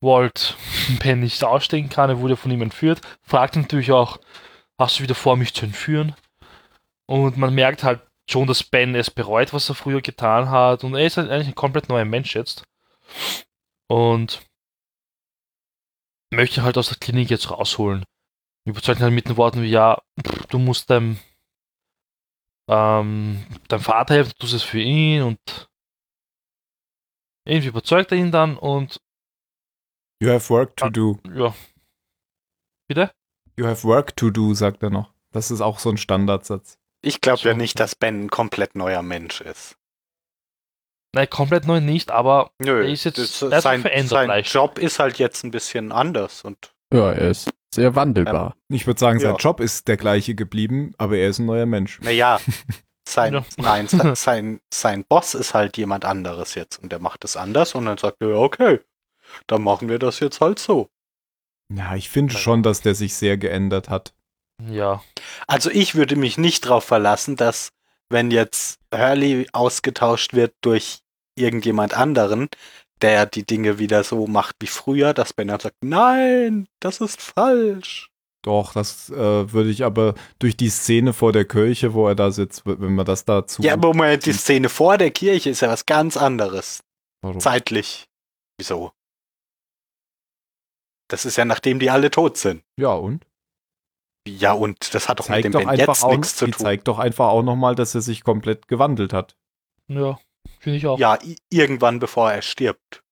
C: Walt <laughs> Ben nicht ausstehen kann. Er wurde von ihm entführt. Fragt natürlich auch, hast du wieder vor, mich zu entführen? Und man merkt halt schon, dass Ben es bereut, was er früher getan hat. Und er ist halt eigentlich ein komplett neuer Mensch jetzt. Und möchte ihn halt aus der Klinik jetzt rausholen. Überzeugt ihn halt mit den Worten wie, ja, pff, du musst deinem ähm, dein Vater hilft, du tust es für ihn und irgendwie überzeugt er ihn dann und
A: You have work to
C: Ah.
A: do.
C: ja. Bitte?
A: You have work to do, sagt er noch. Das ist auch so ein Standardsatz.
B: Ich glaube ja
C: So.
B: nicht, dass Ben ein komplett neuer Mensch ist.
C: Nein, komplett neu nicht, aber
B: Nö,
C: Er ist jetzt-
B: das,
C: er ist
B: sein,
C: verändert
B: sein
C: leicht.
B: Job ist halt jetzt ein bisschen anders und
D: Ja, er ist sehr wandelbar.
A: Ich würde sagen, sein
B: Ja.
A: Job ist der gleiche geblieben, aber er ist ein neuer Mensch.
B: naja, sein,
C: Ja.
B: nein, se- sein, sein Boss ist halt jemand anderes jetzt und der macht es anders und dann sagt er, ja, okay, dann machen wir das jetzt halt so.
A: Ja, ich finde schon, dass der sich sehr geändert hat.
C: ja.
B: Also ich würde mich nicht darauf verlassen, dass wenn jetzt Hurley ausgetauscht wird durch irgendjemand anderen, der die Dinge wieder so macht wie früher, dass Ben dann sagt, nein, das ist falsch.
A: Doch, das äh, würde ich aber durch die Szene vor der Kirche, wo er da sitzt, w- wenn man das dazu.
B: Ja, aber Moment, die Szene vor der Kirche ist ja was ganz anderes,
A: Warum?
B: zeitlich. Wieso? Das ist ja nachdem die alle tot sind.
A: ja und?
B: Ja, und das hat doch mit
A: zeigt
B: dem
A: doch
B: Ben
A: einfach
B: jetzt
A: auch,
B: nichts zu
A: die
B: tun.
A: zeigt doch einfach auch nochmal, dass er sich komplett gewandelt hat.
C: Ja, finde ich auch.
B: Ja, i- irgendwann bevor er stirbt.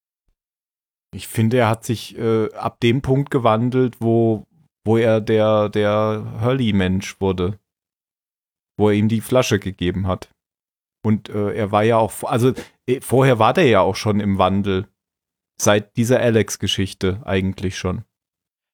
A: Ich finde, er hat sich äh, ab dem Punkt gewandelt, wo, wo er der, der Hurley-Mensch wurde. Wo er ihm die Flasche gegeben hat. Und äh, er war ja auch, also äh, vorher war der ja auch schon im Wandel. Seit dieser Alex-Geschichte eigentlich schon.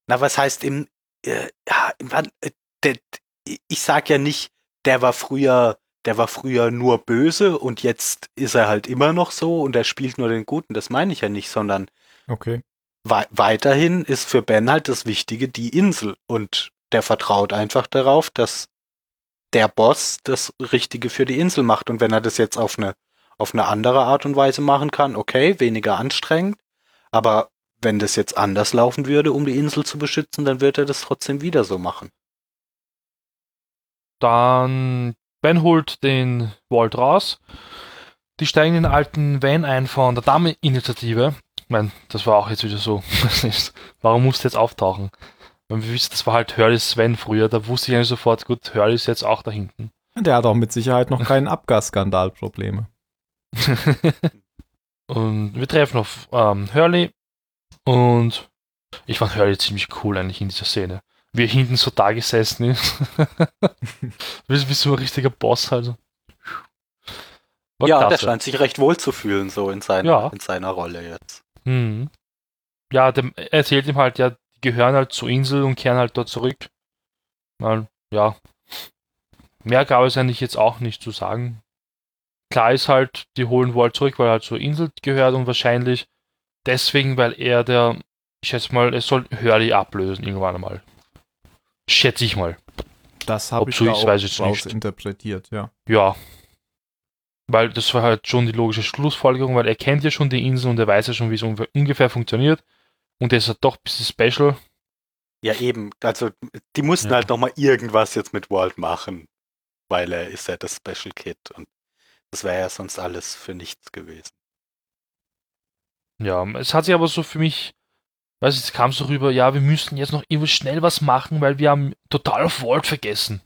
B: Na, was heißt im, äh, ja, im Wand- äh, der, ich sag ja nicht, der war früher der war früher nur böse und jetzt ist er halt immer noch so und er spielt nur den Guten. Das meine ich ja nicht, sondern
A: Okay.
B: wei weiterhin ist für Ben halt das Wichtige die Insel und der vertraut einfach darauf, dass der Boss das Richtige für die Insel macht und wenn er das jetzt auf eine auf eine andere Art und Weise machen kann, okay, weniger anstrengend, aber wenn das jetzt anders laufen würde, um die Insel zu beschützen, dann wird er das trotzdem wieder so machen.
C: Dann Ben holt den Walt raus. Die steigen in den alten Van ein von der Dame-Initiative. Ich meine, das war auch jetzt wieder so. <laughs> Das ist- Warum musste jetzt auftauchen? Weil wir wissen, das war halt Hurleys Van früher. Da wusste ich eigentlich sofort, gut, Hurley ist jetzt auch da hinten.
A: Der hat auch mit Sicherheit noch <laughs> keinen Abgasskandalprobleme.
C: <laughs> und wir treffen auf ähm, Hurley. Und ich fand Hurley ziemlich cool eigentlich in dieser Szene. Wie er hinten so da gesessen ist. <laughs> wie, wie so ein richtiger Boss halt. so. War
B: ja, der
C: klasse.
B: scheint sich recht wohl zu fühlen, so in, seiner
C: Ja.
B: in seiner Rolle jetzt.
C: Mhm. Ja, dem, er erzählt ihm halt, ja, die gehören halt zur Insel und kehren halt dort zurück. Weil, ja. Mehr gab es eigentlich jetzt auch nicht zu sagen. Klar ist halt, die holen Walt zurück, weil er halt zur Insel gehört und wahrscheinlich deswegen, weil er der, ich schätze mal, es soll Hurley ablösen irgendwann einmal. Schätze ich mal.
A: Das
C: Ob
A: habe ich
C: so
A: da
C: ist,
A: auch
C: weiß ich
A: raus
C: nicht.
A: interpretiert, ja.
C: Ja. Weil das war halt schon die logische Schlussfolgerung, weil er kennt ja schon die Insel und er weiß ja schon, wie es unge- ungefähr funktioniert. Und er ist ja doch ein bisschen special.
B: Ja, eben. Also, die mussten
C: Ja.
B: halt nochmal irgendwas jetzt mit Walt machen, weil er ist ja das Special Kid und das wäre ja sonst alles für nichts gewesen.
C: Ja, es hat sich aber so für mich, weiß ich, es kam so rüber, ja, wir müssen jetzt noch irgendwie schnell was machen, weil wir haben total auf Walt vergessen.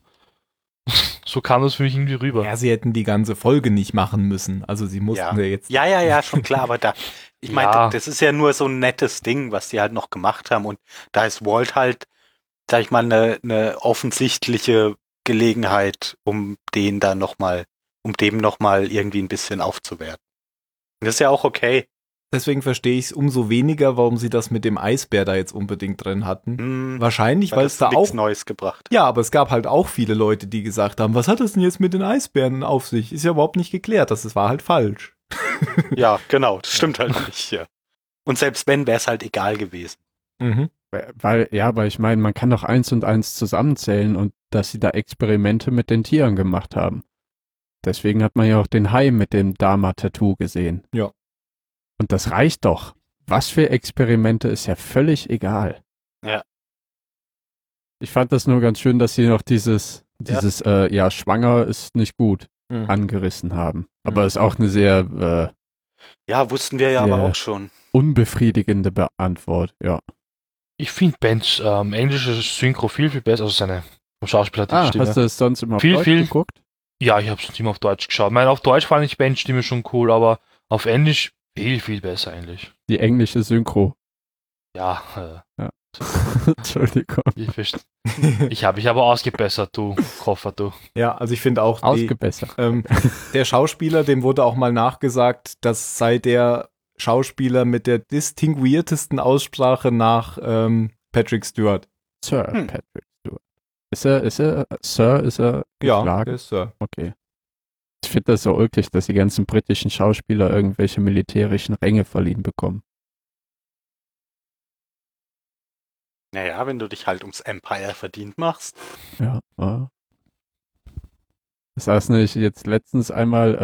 C: <laughs> so kam das für mich irgendwie rüber.
A: Ja, sie hätten die ganze Folge nicht machen müssen. Also sie mussten ja,
B: Ja.
A: jetzt.
B: Ja, ja, ja, schon klar, aber da, ich meine,
C: Ja.
B: das ist ja nur so ein nettes Ding, was die halt noch gemacht haben und da ist Walt halt, sag ich mal, eine ne offensichtliche Gelegenheit, um den dann nochmal, um dem nochmal irgendwie ein bisschen aufzuwerten. Und Das ist ja auch okay.
A: Deswegen verstehe ich es umso weniger, warum sie das mit dem Eisbär da jetzt unbedingt drin hatten.
B: Hm,
A: Wahrscheinlich, weil
B: das
A: es da
B: nix
A: auch.
B: Neues gebracht.
A: Ja, aber es gab halt auch viele Leute, die gesagt haben, was hat das denn jetzt mit den Eisbären auf sich? Ist ja überhaupt nicht geklärt. Das das war halt falsch.
B: Ja, genau, das stimmt halt nicht. Ja. Und selbst wenn, wäre es halt egal gewesen.
A: Mhm. <laughs>
D: Weil, ja, aber ich meine, man kann doch eins und eins zusammenzählen und dass sie da Experimente mit den Tieren gemacht haben. Deswegen hat man ja auch den Hai mit dem Dama-Tattoo gesehen.
A: Ja.
D: Und das reicht doch. Was für Experimente ist ja völlig egal.
B: Ja.
D: Ich fand das nur ganz schön, dass sie noch dieses,
B: Ja.
D: dieses, äh, ja, schwanger ist nicht gut angerissen haben. Aber ist auch eine sehr äh,
B: Ja, wussten wir ja aber
D: Ja.
B: auch schon.
D: unbefriedigende Beantwort, ja.
C: Ich finde Bens ähm, englische Synchro viel, viel besser, also seine vom Schauspieler die
D: Ah,
C: Stimme.
D: hast du es sonst immer auf
C: Viel,
D: Deutsch
C: viel-
D: geguckt?
C: Ja, ich habe es immer auf Deutsch geschaut. Ich meine, auf Deutsch fand ich Bens Stimme schon cool, aber auf Englisch viel, viel besser eigentlich.
D: Die englische Synchro.
A: <laughs>
C: Ja,
D: Entschuldigung.
C: äh, ich <laughs> verstehe. Ich habe mich aber ausgebessert, du Koffer, du.
A: ja, also ich finde auch die,
D: Ausgebessert.
A: Ähm, der Schauspieler, dem wurde auch mal nachgesagt, das sei der Schauspieler mit der distinguiertesten Aussprache nach ähm, Patrick Stewart.
D: Sir
B: Hm.
D: Patrick Stewart. Ist er, ist er, Sir, ist er
A: Ja,
D: geschlagen?
A: der ist Sir.
D: Okay. Ich finde das so ulkig, dass die ganzen britischen Schauspieler irgendwelche militärischen Ränge verliehen bekommen.
B: Naja, wenn du dich halt ums Empire verdient machst.
D: Ja. ah. ja. Saß nicht jetzt letztens einmal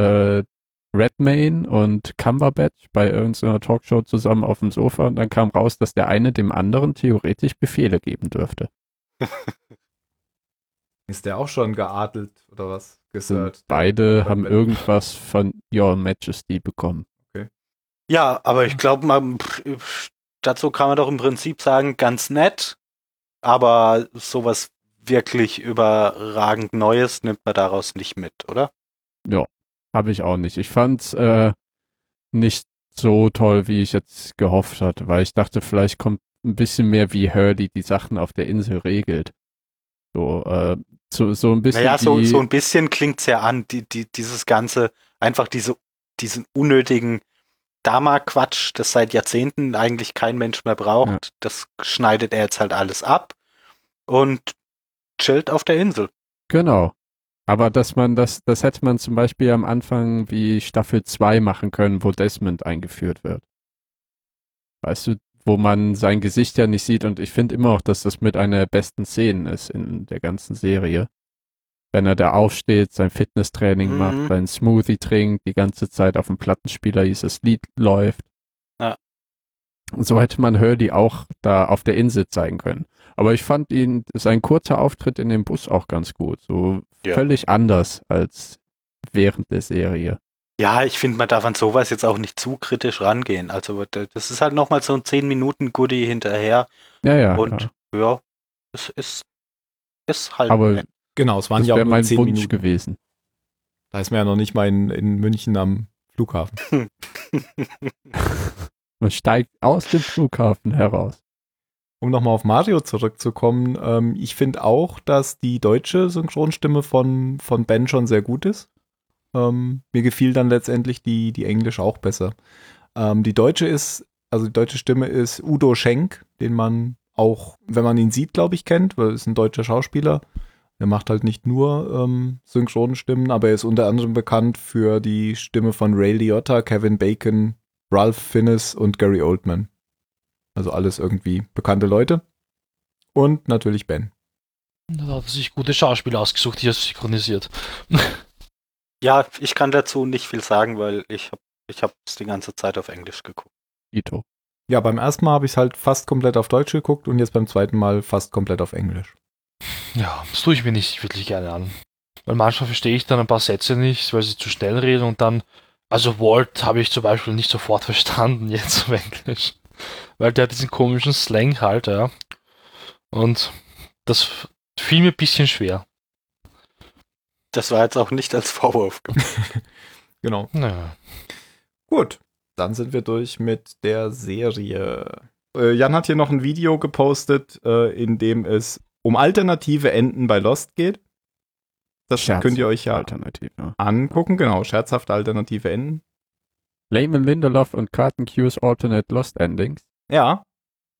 D: äh, Redmayne und Cumberbatch bei irgendeiner Talkshow zusammen auf dem Sofa und dann kam raus, dass der eine dem anderen theoretisch Befehle geben dürfte.
A: Ist der auch schon geadelt oder was?
D: Sind
A: Gesört.
D: beide haben
A: Redmayne.
D: irgendwas von Your Majesty bekommen.
B: Ja, aber ich glaube, man pff, dazu kann man doch im Prinzip sagen, ganz nett, aber sowas wirklich überragend Neues nimmt man daraus nicht mit, oder?
D: Habe ich auch nicht. Ich fand's äh, nicht so toll, wie ich jetzt gehofft hatte, weil ich dachte, vielleicht kommt ein bisschen mehr, wie Hurley die Sachen auf der Insel regelt. So, äh, so, so ein bisschen.
B: Naja, so,
D: die,
B: so ein bisschen klingt's ja an, die, die, dieses ganze, einfach diese, diesen unnötigen Dama-Quatsch, das seit Jahrzehnten eigentlich kein Mensch mehr braucht,
D: Ja.
B: das schneidet er jetzt halt alles ab und chillt auf der Insel.
D: Genau. Aber dass man das, das hätte man zum Beispiel am Anfang wie Staffel 2 machen können, wo Desmond eingeführt wird. Weißt du, wo man sein Gesicht ja nicht sieht und ich finde immer auch, dass das mit einer der besten Szenen ist in der ganzen Serie. Wenn er da aufsteht, sein Fitnesstraining
B: Mhm.
D: macht, seinen Smoothie trinkt, die ganze Zeit auf dem Plattenspieler dieses Lied läuft.
B: Ja.
D: Und so hätte man Hurley auch da auf der Insel zeigen können. Aber ich fand ihn, sein kurzer Auftritt in dem Bus auch ganz gut. So
B: Ja.
D: völlig anders als während der Serie.
B: Ja, ich finde, man darf an sowas jetzt auch nicht zu kritisch rangehen. Also d- das ist halt nochmal so ein 10 Minuten Goodie hinterher
D: Ja, ja.
B: und
D: klar.
B: ja, es ist, ist halt.
D: Aber
B: nett. <laughs>
A: Genau, es waren
D: das
A: ja auch
D: wäre
A: nur
D: mein
A: 10
D: Wunsch
A: Minuten.
D: gewesen.
A: Da ist man ja noch nicht mal in, in München am Flughafen.
D: Man steigt aus dem Flughafen heraus.
A: Um nochmal auf Mario zurückzukommen, ähm, ich finde auch, dass die deutsche Synchronstimme von, von Ben schon sehr gut ist. Ähm, mir gefiel dann letztendlich die, die englische auch besser. Ähm, die deutsche ist, also die deutsche Stimme ist Udo Schenk, den man auch, wenn man ihn sieht, glaube ich, kennt, weil er ist ein deutscher Schauspieler. Er macht halt nicht nur ähm, Synchronstimmen, aber er ist unter anderem bekannt für die Stimme von Ray Liotta, Kevin Bacon, Ralph Fiennes und Gary Oldman. Also alles irgendwie bekannte Leute. Und natürlich Ben.
C: Da hat er sich gute Schauspieler ausgesucht, die er synchronisiert. <laughs>
B: Ja, ich kann dazu nicht viel sagen, weil ich habe ich hab's die ganze Zeit auf Englisch geguckt.
D: Ito.
A: Ja, beim ersten Mal habe ich es halt fast komplett auf Deutsch geguckt und jetzt beim zweiten Mal fast komplett auf Englisch.
C: Ja, das tue ich mir nicht wirklich gerne an. Weil manchmal verstehe ich dann ein paar Sätze nicht, weil sie zu schnell reden und dann. Also Walt habe ich zum Beispiel nicht sofort <laughs> verstanden jetzt auf Englisch. Weil der hat diesen komischen Slang halt, ja. Und das f- fiel mir ein bisschen schwer.
B: Das war jetzt auch nicht als Vorwurf.
D: <laughs>
B: gemeint.
A: Genau.
C: Naja.
A: Gut. Dann sind wir durch mit der Serie. Äh, Jan hat hier noch ein Video gepostet, äh, in dem es um alternative Enden bei Lost geht. Das
D: Scherz.
A: könnt ihr euch ja halt
D: Alternativ. Ja.
A: angucken. Genau, scherzhafte alternative Enden.
D: Layman Lindelof und Carton Q's Alternate Lost Endings.
A: Ja,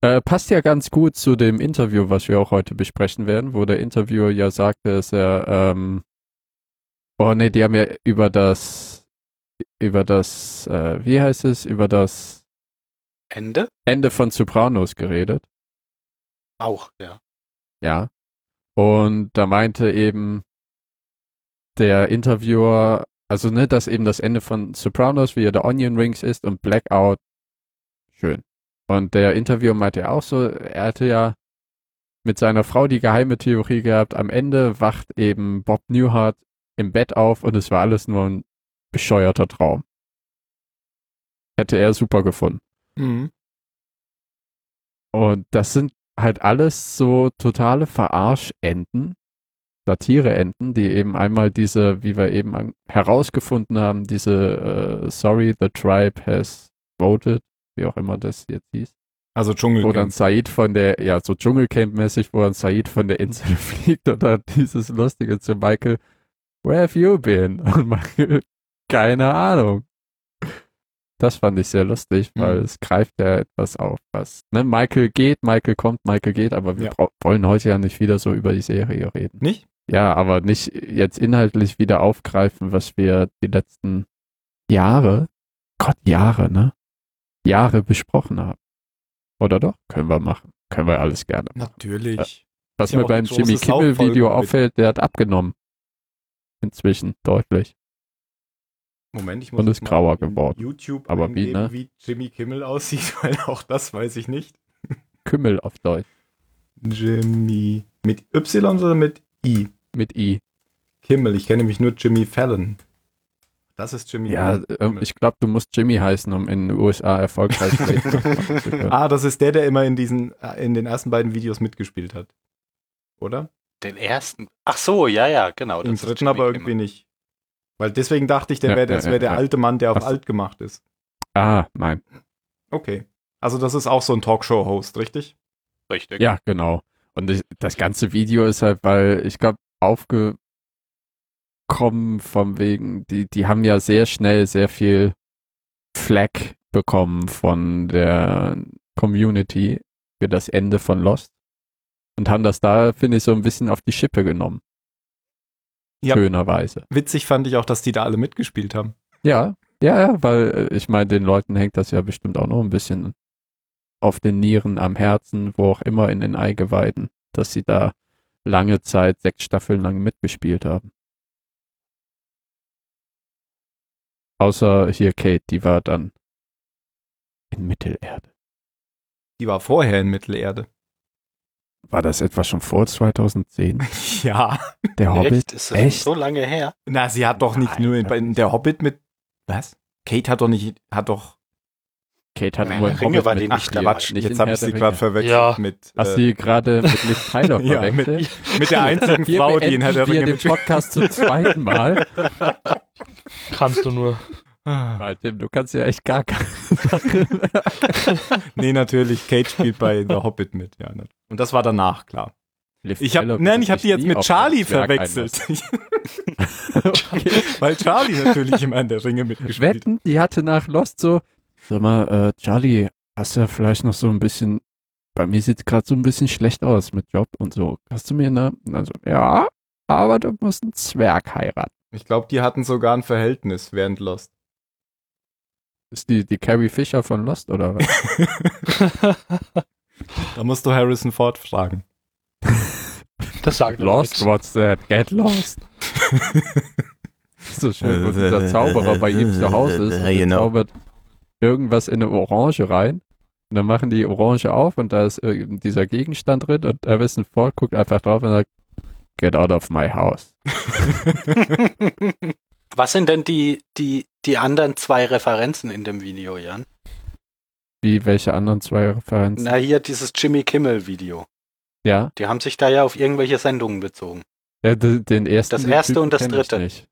D: Äh, passt ja ganz gut zu dem Interview, was wir auch heute besprechen werden, wo der Interviewer ja sagte, dass er, ähm, oh nee, die haben ja über das, über das, äh, wie heißt es, über das
B: Ende?
D: Ende von Sopranos geredet.
B: Auch, ja.
D: Ja. Und da meinte eben der Interviewer, also ne, dass eben das Ende von Sopranos wie The Onion Rings ist und Blackout schön. Und der Interviewer meinte ja auch so, er hatte ja mit seiner Frau die geheime Theorie gehabt, am Ende wacht eben Bob Newhart im Bett auf und es war alles nur ein bescheuerter Traum. Hätte er super gefunden.
A: mhm.
D: Und das sind halt alles so totale Verarschenden, Satireenden, die eben einmal diese, wie wir eben an, herausgefunden haben, diese äh, Sorry, the tribe has voted, wie auch immer das jetzt hieß,
A: also
D: wo dann
A: Dschungelcamp.
D: Said von der, ja, so Dschungelcamp-mäßig, wo dann Said von der Insel <laughs> fliegt und dann dieses Lustige zu Michael, where have you been? <laughs> Und Michael, keine Ahnung. Das fand ich sehr lustig, weil
A: Mhm.
D: es greift ja etwas auf, was, ne, Michael geht, Michael kommt, Michael geht, aber wir
A: Ja.
D: brau- wollen heute ja nicht wieder so über die Serie reden.
A: Nicht?
D: Ja, aber nicht jetzt inhaltlich wieder aufgreifen, was wir die letzten Jahre, Gott, Jahre, ne? Jahre besprochen haben. Oder doch? Können wir machen. Können wir alles gerne.
A: Natürlich.
D: Was
A: ja
D: mir
A: auch
D: beim
A: eine große
D: Jimmy Kimmel-Video
A: Saugfolge mit-
D: auffällt, der hat abgenommen. Inzwischen, deutlich.
A: Moment, ich muss
D: Und ist
A: jetzt mal
D: grauer
A: in
D: geworden.
A: YouTube
D: Aber wie,
A: eingeben,
D: ne?
A: wie Jimmy Kimmel <laughs> aussieht, weil auch das weiß ich nicht.
D: Kümmel auf Deutsch.
A: Jimmy. Mit Y oder mit I?
D: Mit I.
A: Kimmel. Ich kenne mich nur Jimmy Fallon. Das ist Jimmy
D: Ja, ähm,
A: Kimmel.
D: ich glaube, du musst Jimmy heißen, um in den USA erfolgreich reden zu
A: <laughs>
D: können.
A: ah, das ist der, der immer in diesen, äh, in den ersten beiden Videos mitgespielt hat. Oder?
B: Den ersten. Ach so, ja, ja, genau.
A: Im
B: das ist
A: dritten aber
B: Jimmy
A: irgendwie nicht. Weil deswegen dachte ich, der
D: Ja,
A: wär, das
D: ja,
A: wäre
D: ja,
A: der
D: ja.
A: alte Mann, der auf
D: Ach so.
A: alt gemacht ist.
D: Ah, nein.
A: Okay. Also das ist auch so ein Talkshow-Host, richtig?
B: Kimmel. Richtig.
D: Ja, genau. Und ich, das ganze Video ist halt, weil ich glaube, aufgekommen von wegen, die, die haben ja sehr schnell sehr viel Flack bekommen von der Community für das Ende von Lost und haben das da, finde ich, so ein bisschen auf die Schippe genommen.
A: Ja.
D: schönerweise.
A: Witzig fand ich auch, dass die da alle mitgespielt haben.
D: Ja, ja, ja, weil äh, ich meine, den Leuten hängt das ja bestimmt auch noch ein bisschen auf den Nieren, am Herzen, wo auch immer in den Eigeweiden, dass sie da lange Zeit, sechs Staffeln lang mitgespielt haben. Außer hier Kate, die war dann in Mittelerde.
A: Die war vorher in Mittelerde.
D: War das etwa schon
B: <laughs>
D: vor 2010?
A: <laughs> Ja.
D: Der Hobbit?
B: Echt? Ist das
D: Echt?
B: so lange her? <laughs>
A: Na, sie hat doch nicht
D: Nein,
A: nur in,
D: das
A: in der Hobbit mit. Was? Kate hat doch nicht, hat doch.
D: Kate hat
B: Nein,
D: nur
B: der
D: im
B: Ringe
D: Hobbit
B: war die
D: mit-
B: nicht
D: Ach,
B: dabei.
D: Quatsch, in
A: Jetzt habe
D: Herr
A: ich
D: der
A: sie gerade
D: Ringe.
A: verwechselt
C: Ja.
A: mit,
D: Hast du
A: äh,
D: sie gerade mit Liv <laughs> Tyler
A: Ja, mit- <laughs>
D: verwechselt?
A: mit der einzigen
D: Hier
A: Frau, die in Herr
D: beenden
A: der
D: wir
A: Ringe
D: den
A: mitspielt.
D: Podcast zum zweiten
A: <laughs>
D: Mal.
C: Kannst du nur.
A: Ah.
D: Weil, Halt, Tim, du kannst ja echt gar keine
A: Nee, natürlich. Kate spielt bei The Hobbit mit. Ja, ne. Und das war danach, klar.
D: Liv
A: Ich hab,
D: Tyler
A: nein,
D: würde
A: ich habe
D: sich
A: die jetzt
D: nie
A: mit
D: auf
A: Charlie
D: das Werk
A: verwechselt. <laughs>
D: einlassen. <laughs> okay.
A: Weil Charlie natürlich im Herrn der Ringe mitgespielt hat.
D: <laughs> Wetten, die hatte nach Lost so, sag mal, äh, Charlie, hast du ja vielleicht noch so ein bisschen, bei mir sieht's gerade so ein bisschen schlecht aus mit Job und so. Hast du mir eine, und dann so, ja, aber du musst einen Zwerg heiraten.
A: Ich glaube, die hatten sogar ein Verhältnis während Lost.
D: Ist die, die Carrie Fisher von Lost
A: <laughs>
D: oder was?
A: Da musst du Harrison Ford fragen. <laughs>
C: Das sagt mir nix.
D: what's that? Get lost. <laughs> so schön, wo dieser Zauberer bei ihm zu Hause ist und der
A: Genau.
D: zaubert irgendwas in eine Orange rein. Und dann machen die Orange auf und da ist irgend- dieser Gegenstand drin und Harrison Ford guckt einfach drauf und sagt, get out of my house.
B: Was sind denn die, die, die anderen zwei Referenzen in dem Video, Jan?
D: Wie welche anderen zwei Referenzen?
B: Na, hier dieses Jimmy Kimmel-Video.
D: Ja,
B: Die haben sich da ja auf irgendwelche Sendungen bezogen.
D: der, der, den ersten.
B: Das erste
D: Typen
B: und das
D: kenn ich
B: dritte.
D: Nicht.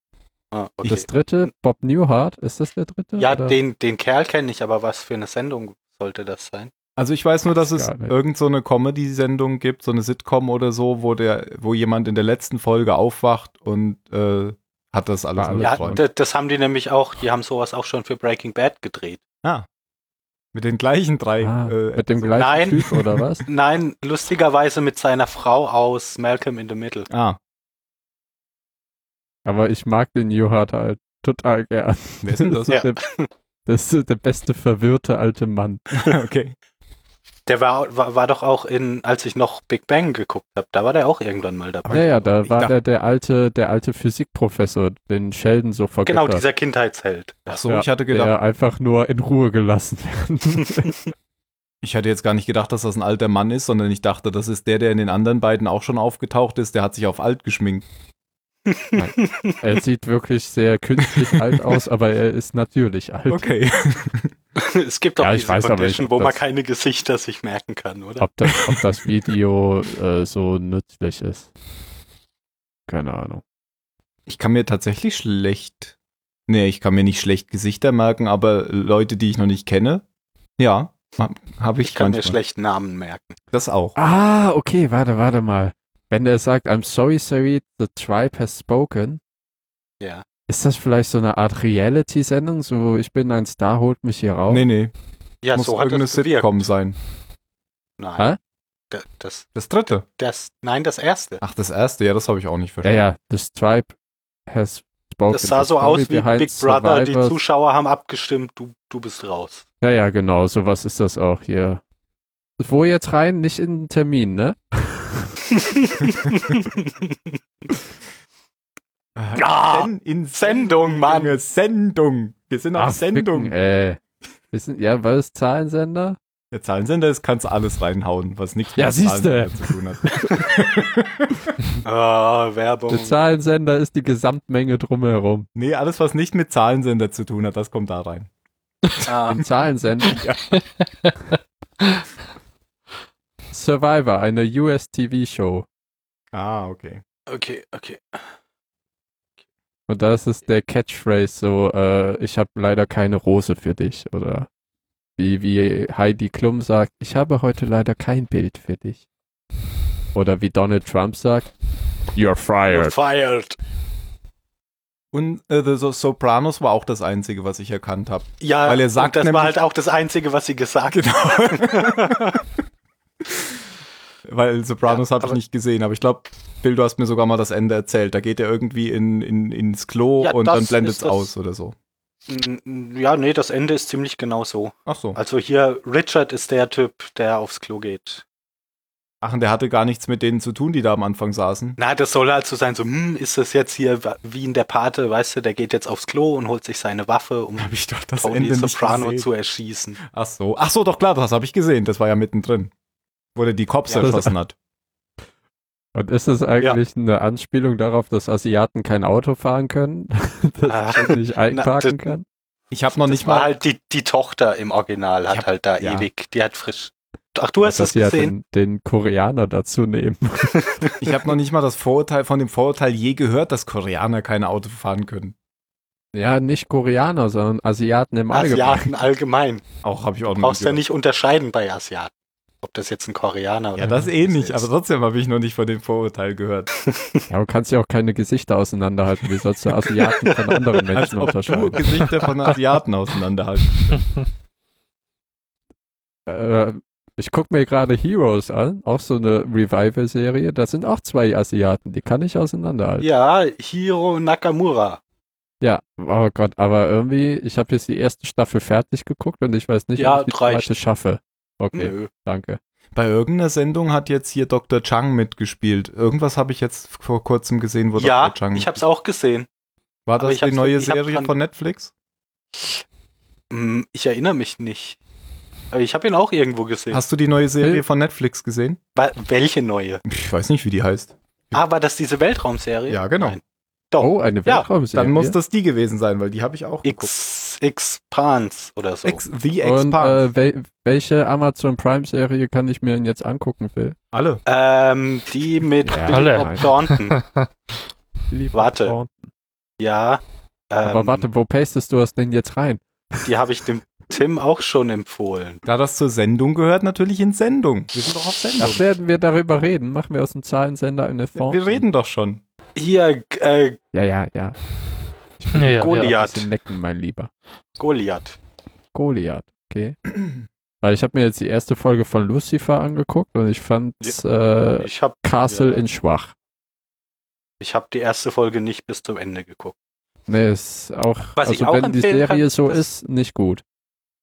B: Ah,
D: Und Das äh, dritte, Bob Newhart, ist das der dritte?
B: ja,
D: oder?
B: den, den Kerl kenne ich, aber was für eine Sendung sollte das sein?
A: Also ich weiß nur, dass es
D: Gar nicht.
A: irgend so eine Comedy-Sendung gibt, so eine Sitcom oder so, wo der, wo jemand in der letzten Folge aufwacht und äh, hat das alles
D: Ja,
A: nur
B: Ja,
A: geträumt.
B: das, das haben die nämlich auch, die haben sowas auch schon für Breaking Bad gedreht.
A: Mit den gleichen drei.
D: Ah,
A: äh,
D: mit dem gleichen
B: Nein.
D: Typ oder was?
B: <laughs> Nein, lustigerweise mit seiner Frau aus Malcolm in the Middle.
A: ah,
D: Aber ich mag den Newhart halt total gern.
A: wer ist denn das?
B: <laughs> Ja.
D: der, das ist der beste verwirrte alte Mann.
A: okay.
B: Der war, war, war doch auch in, als ich noch Big Bang geguckt habe, da war der auch irgendwann mal dabei.
D: Ja, ja, da
A: ich
D: war
A: dachte-
D: der, der alte, der alte Physikprofessor, den Sheldon so
B: Genau,
D: vergöttert.
B: dieser Kindheitsheld.
A: Ach so,
D: Ja,
A: ich hatte gedacht,
D: der einfach nur in Ruhe gelassen
A: <laughs>
D: werden.
A: ich hatte jetzt gar nicht gedacht, dass das ein alter Mann ist, sondern ich dachte, das ist der, der in den anderen beiden auch schon aufgetaucht ist. Der hat sich auf alt geschminkt.
D: er sieht wirklich sehr künstlich alt aus, aber er ist natürlich alt.
A: Okay.
B: <laughs> es gibt auch
D: Ja, ich
B: diese
D: weiß aber nicht,
B: Condition,
D: ob
B: wo man
D: das-
B: keine Gesichter sich merken kann, oder?
D: ob das, ob das Video äh, so nützlich ist. Keine Ahnung.
A: <laughs> Ich kann mir tatsächlich schlecht. Nee, ich kann mir nicht schlecht Gesichter merken, aber Leute, die ich noch nicht kenne, ja, habe ich,
B: Ich kann mir
A: manchmal.
B: schlecht Namen merken.
A: Das auch.
D: Ah, okay, warte, warte mal. Wenn er sagt, I'm sorry, sorry, the tribe has spoken,
B: Ja.
D: ist das vielleicht so eine Art Reality-Sendung, so ich bin ein Star, holt mich hier raus?
A: Nee, nee.
B: Ja,
A: muss
B: so hat
A: irgendeine
B: das gewirkt.
A: Sitcom sein.
B: Nein.
D: Hä?
B: Da- Das,
A: Das dritte.
B: das, nein, das erste.
D: Ah,
A: Ach, das erste, ja, das habe ich auch nicht
D: Ja,
A: verstanden.
D: ja, the tribe has spoken.
B: Das sah
D: The
B: so
D: story
B: aus wie
D: behind
B: Big Brother. Die
D: Survivors-
B: Zuschauer haben abgestimmt, du, du bist
D: <laughs>
B: raus. <laughs>
D: Ja, ja, genau, sowas ist das auch hier. Wo jetzt rein? Nicht in den Termin, ne?
A: Ja,
B: Ja,
A: in
B: Äh, Sendung, Mann.
A: Junge, Sendung. Wir sind auf
D: Ach,
A: Sendung.
D: Ficken, ey. Wissen, ja, was ist Zahlensender?
A: Der Zahlensender ist, kannst alles reinhauen, was nichts
D: Ja,
A: mit
D: siehste.
A: Zahlensender zu tun hat.
B: Ah, Werbung.
D: Der Zahlensender ist die Gesamtmenge drumherum.
A: Nee, alles, was nicht mit Zahlensender zu tun hat, das kommt da rein.
B: Ah,
D: Ein Zahlensender.
B: <laughs>
D: Survivor, eine US-TV-Show.
A: Ah, okay.
B: okay, okay.
D: Und da ist es der Catchphrase so, äh, ich habe leider keine Rose für dich. Oder wie, wie Heidi Klum sagt, ich habe heute leider kein Bild für dich. Oder wie Donald Trump sagt, you're
B: You're
D: fired.
B: fired.
A: Und äh, The So- Sopranos war auch das Einzige, was ich erkannt habe.
B: Ja,
A: Weil er
B: und
A: sagt Genau.
B: das war
A: nämlich-
B: halt auch das Einzige, was sie gesagt hat.
A: weil Sopranos
B: Ja,
A: habe ich
B: aber-
A: nicht gesehen. Aber ich glaube, Bill, du hast mir sogar mal das Ende erzählt. Da geht er irgendwie in, in, ins Klo
B: Ja,
A: und
B: das
A: dann blendet
B: ist
A: es
B: das-
A: aus oder so.
B: Mm, Ja, nee, das Ende ist ziemlich genau so.
A: Ach so.
B: Also hier, Richard ist der Typ, der aufs Klo geht.
A: Ach, und der hatte gar nichts mit denen zu tun, die da am Anfang <laughs> saßen.
B: Na, das soll halt so sein, so, hm, ist das jetzt hier wa- wie in der Pate, weißt du, der geht jetzt aufs Klo und holt sich seine Waffe, um
A: Habe ich doch das
B: Tony
A: Ende
B: Soprano
A: nicht
B: zu
A: gesehen.
B: erschießen.
A: Ach so. Ach so, doch klar, das habe ich gesehen. Das war ja mittendrin. Wo der die Cops
B: Ja.
A: erschossen hat.
D: Und ist das eigentlich eine Anspielung darauf, dass Asiaten kein Auto fahren können? <laughs> dass
B: Ah,
D: sie nicht einparken
B: das-
D: können?
A: Ich habe noch nicht
B: War
A: mal.
B: halt die, die Tochter im Original, hat
A: Ja,
B: halt da
A: ja.
B: ewig, die hat frisch. Ach, du hast
D: dass
B: das
D: sie ja
B: gesehen?
D: den, den Koreaner dazu nehmen.
A: Ich habe noch nicht mal das Vorurteil von dem Vorurteil je gehört, dass Koreaner keine Auto fahren können.
D: Ja, nicht Koreaner, sondern Asiaten im Allgemeinen.
B: Asiaten allgemein.
A: Auch habe ich auch noch
B: Brauchst ja
A: gehört.
B: nicht unterscheiden bei Asiaten. Ob das jetzt ein Koreaner oder
A: Ja, das eh nicht,
B: ist.
A: aber trotzdem habe ich noch nicht von dem Vorurteil gehört.
D: Ja, du kannst ja auch keine Gesichter auseinanderhalten. Wie sollst du Asiaten von
B: <laughs>
D: anderen
A: Als
D: Menschen
B: Also,
A: ob du
D: unterscheiden?
A: Gesichter von Asiaten auseinanderhalten.
D: Äh, ich guck mir gerade Heroes an, auch so eine Revival-Serie. Da sind auch zwei Asiaten, die kann ich
A: halt
D: auseinanderhalten.
B: Ja, Hiro Nakamura.
D: Ja, oh Gott, aber irgendwie, ich habe jetzt die erste Staffel fertig geguckt und ich weiß nicht,
B: Ja,
D: ob ich die
B: reicht.
D: zweite schaffe. Okay,
B: Nö.
D: danke.
A: Bei irgendeiner Sendung hat jetzt hier Dr. Chang mitgespielt. Irgendwas habe ich jetzt vor kurzem gesehen, wo
B: Ja,
A: Dr. Chang.
B: ich hab's auch gesehen.
A: War
B: aber
A: das
B: ich
A: die
B: hab's-
A: neue
B: ich hab
A: Serie
B: dran-
A: von Netflix?
B: Hm, Ich erinnere mich nicht. Aber ich habe ihn auch irgendwo gesehen.
A: Hast du die neue Serie
D: Bill?
A: von Netflix gesehen?
B: Wa- Welche neue?
A: Ich weiß nicht, wie die heißt.
B: Ah, war das diese Weltraumserie?
A: Ja, genau.
B: Nein. Doch.
D: Oh, eine
B: Ja,
D: Weltraumserie.
A: Dann muss das die gewesen sein, weil die habe ich auch geguckt.
B: X Expanse oder so.
A: Ex, the
D: und
A: Expanse.
D: äh, wel welche Amazon Prime-Serie kann ich mir denn jetzt angucken, Phil?
A: Alle.
B: ähm, die mit
D: Ja,
B: Billy
C: alle.
B: Bob
A: <laughs>
B: Thornton.
D: Liebe
B: Warte.
D: Frauen.
B: Ja. Ähm,
D: Aber warte, wo pastest du das denn jetzt rein?
B: Die habe ich dem Tim auch schon empfohlen.
A: Da das zur Sendung gehört, natürlich in Sendung. Wir sind doch auf Sendung.
D: Ach, werden wir darüber reden? Machen wir aus dem Zahlensender eine Form?
A: wir reden doch schon.
B: Hier, äh,
D: Ja, ja, ja.
C: Ja, ja,
B: Goliath.
C: ja.
D: Ein bisschen necken, mein Lieber.
B: Goliath.
D: Goliath, okay. <clears throat> Weil ich habe mir jetzt die erste Folge von Lucifer angeguckt und ich fand äh,
B: Ich habe
D: Castle
B: Ja.
D: in schwach.
B: ich hab die erste Folge nicht bis zum Ende geguckt.
D: Nee, ist auch,
B: Was ich
D: also
B: auch
D: wenn die
B: empfehlen
D: Serie
B: kann,
D: so
B: das-
D: ist, nicht gut.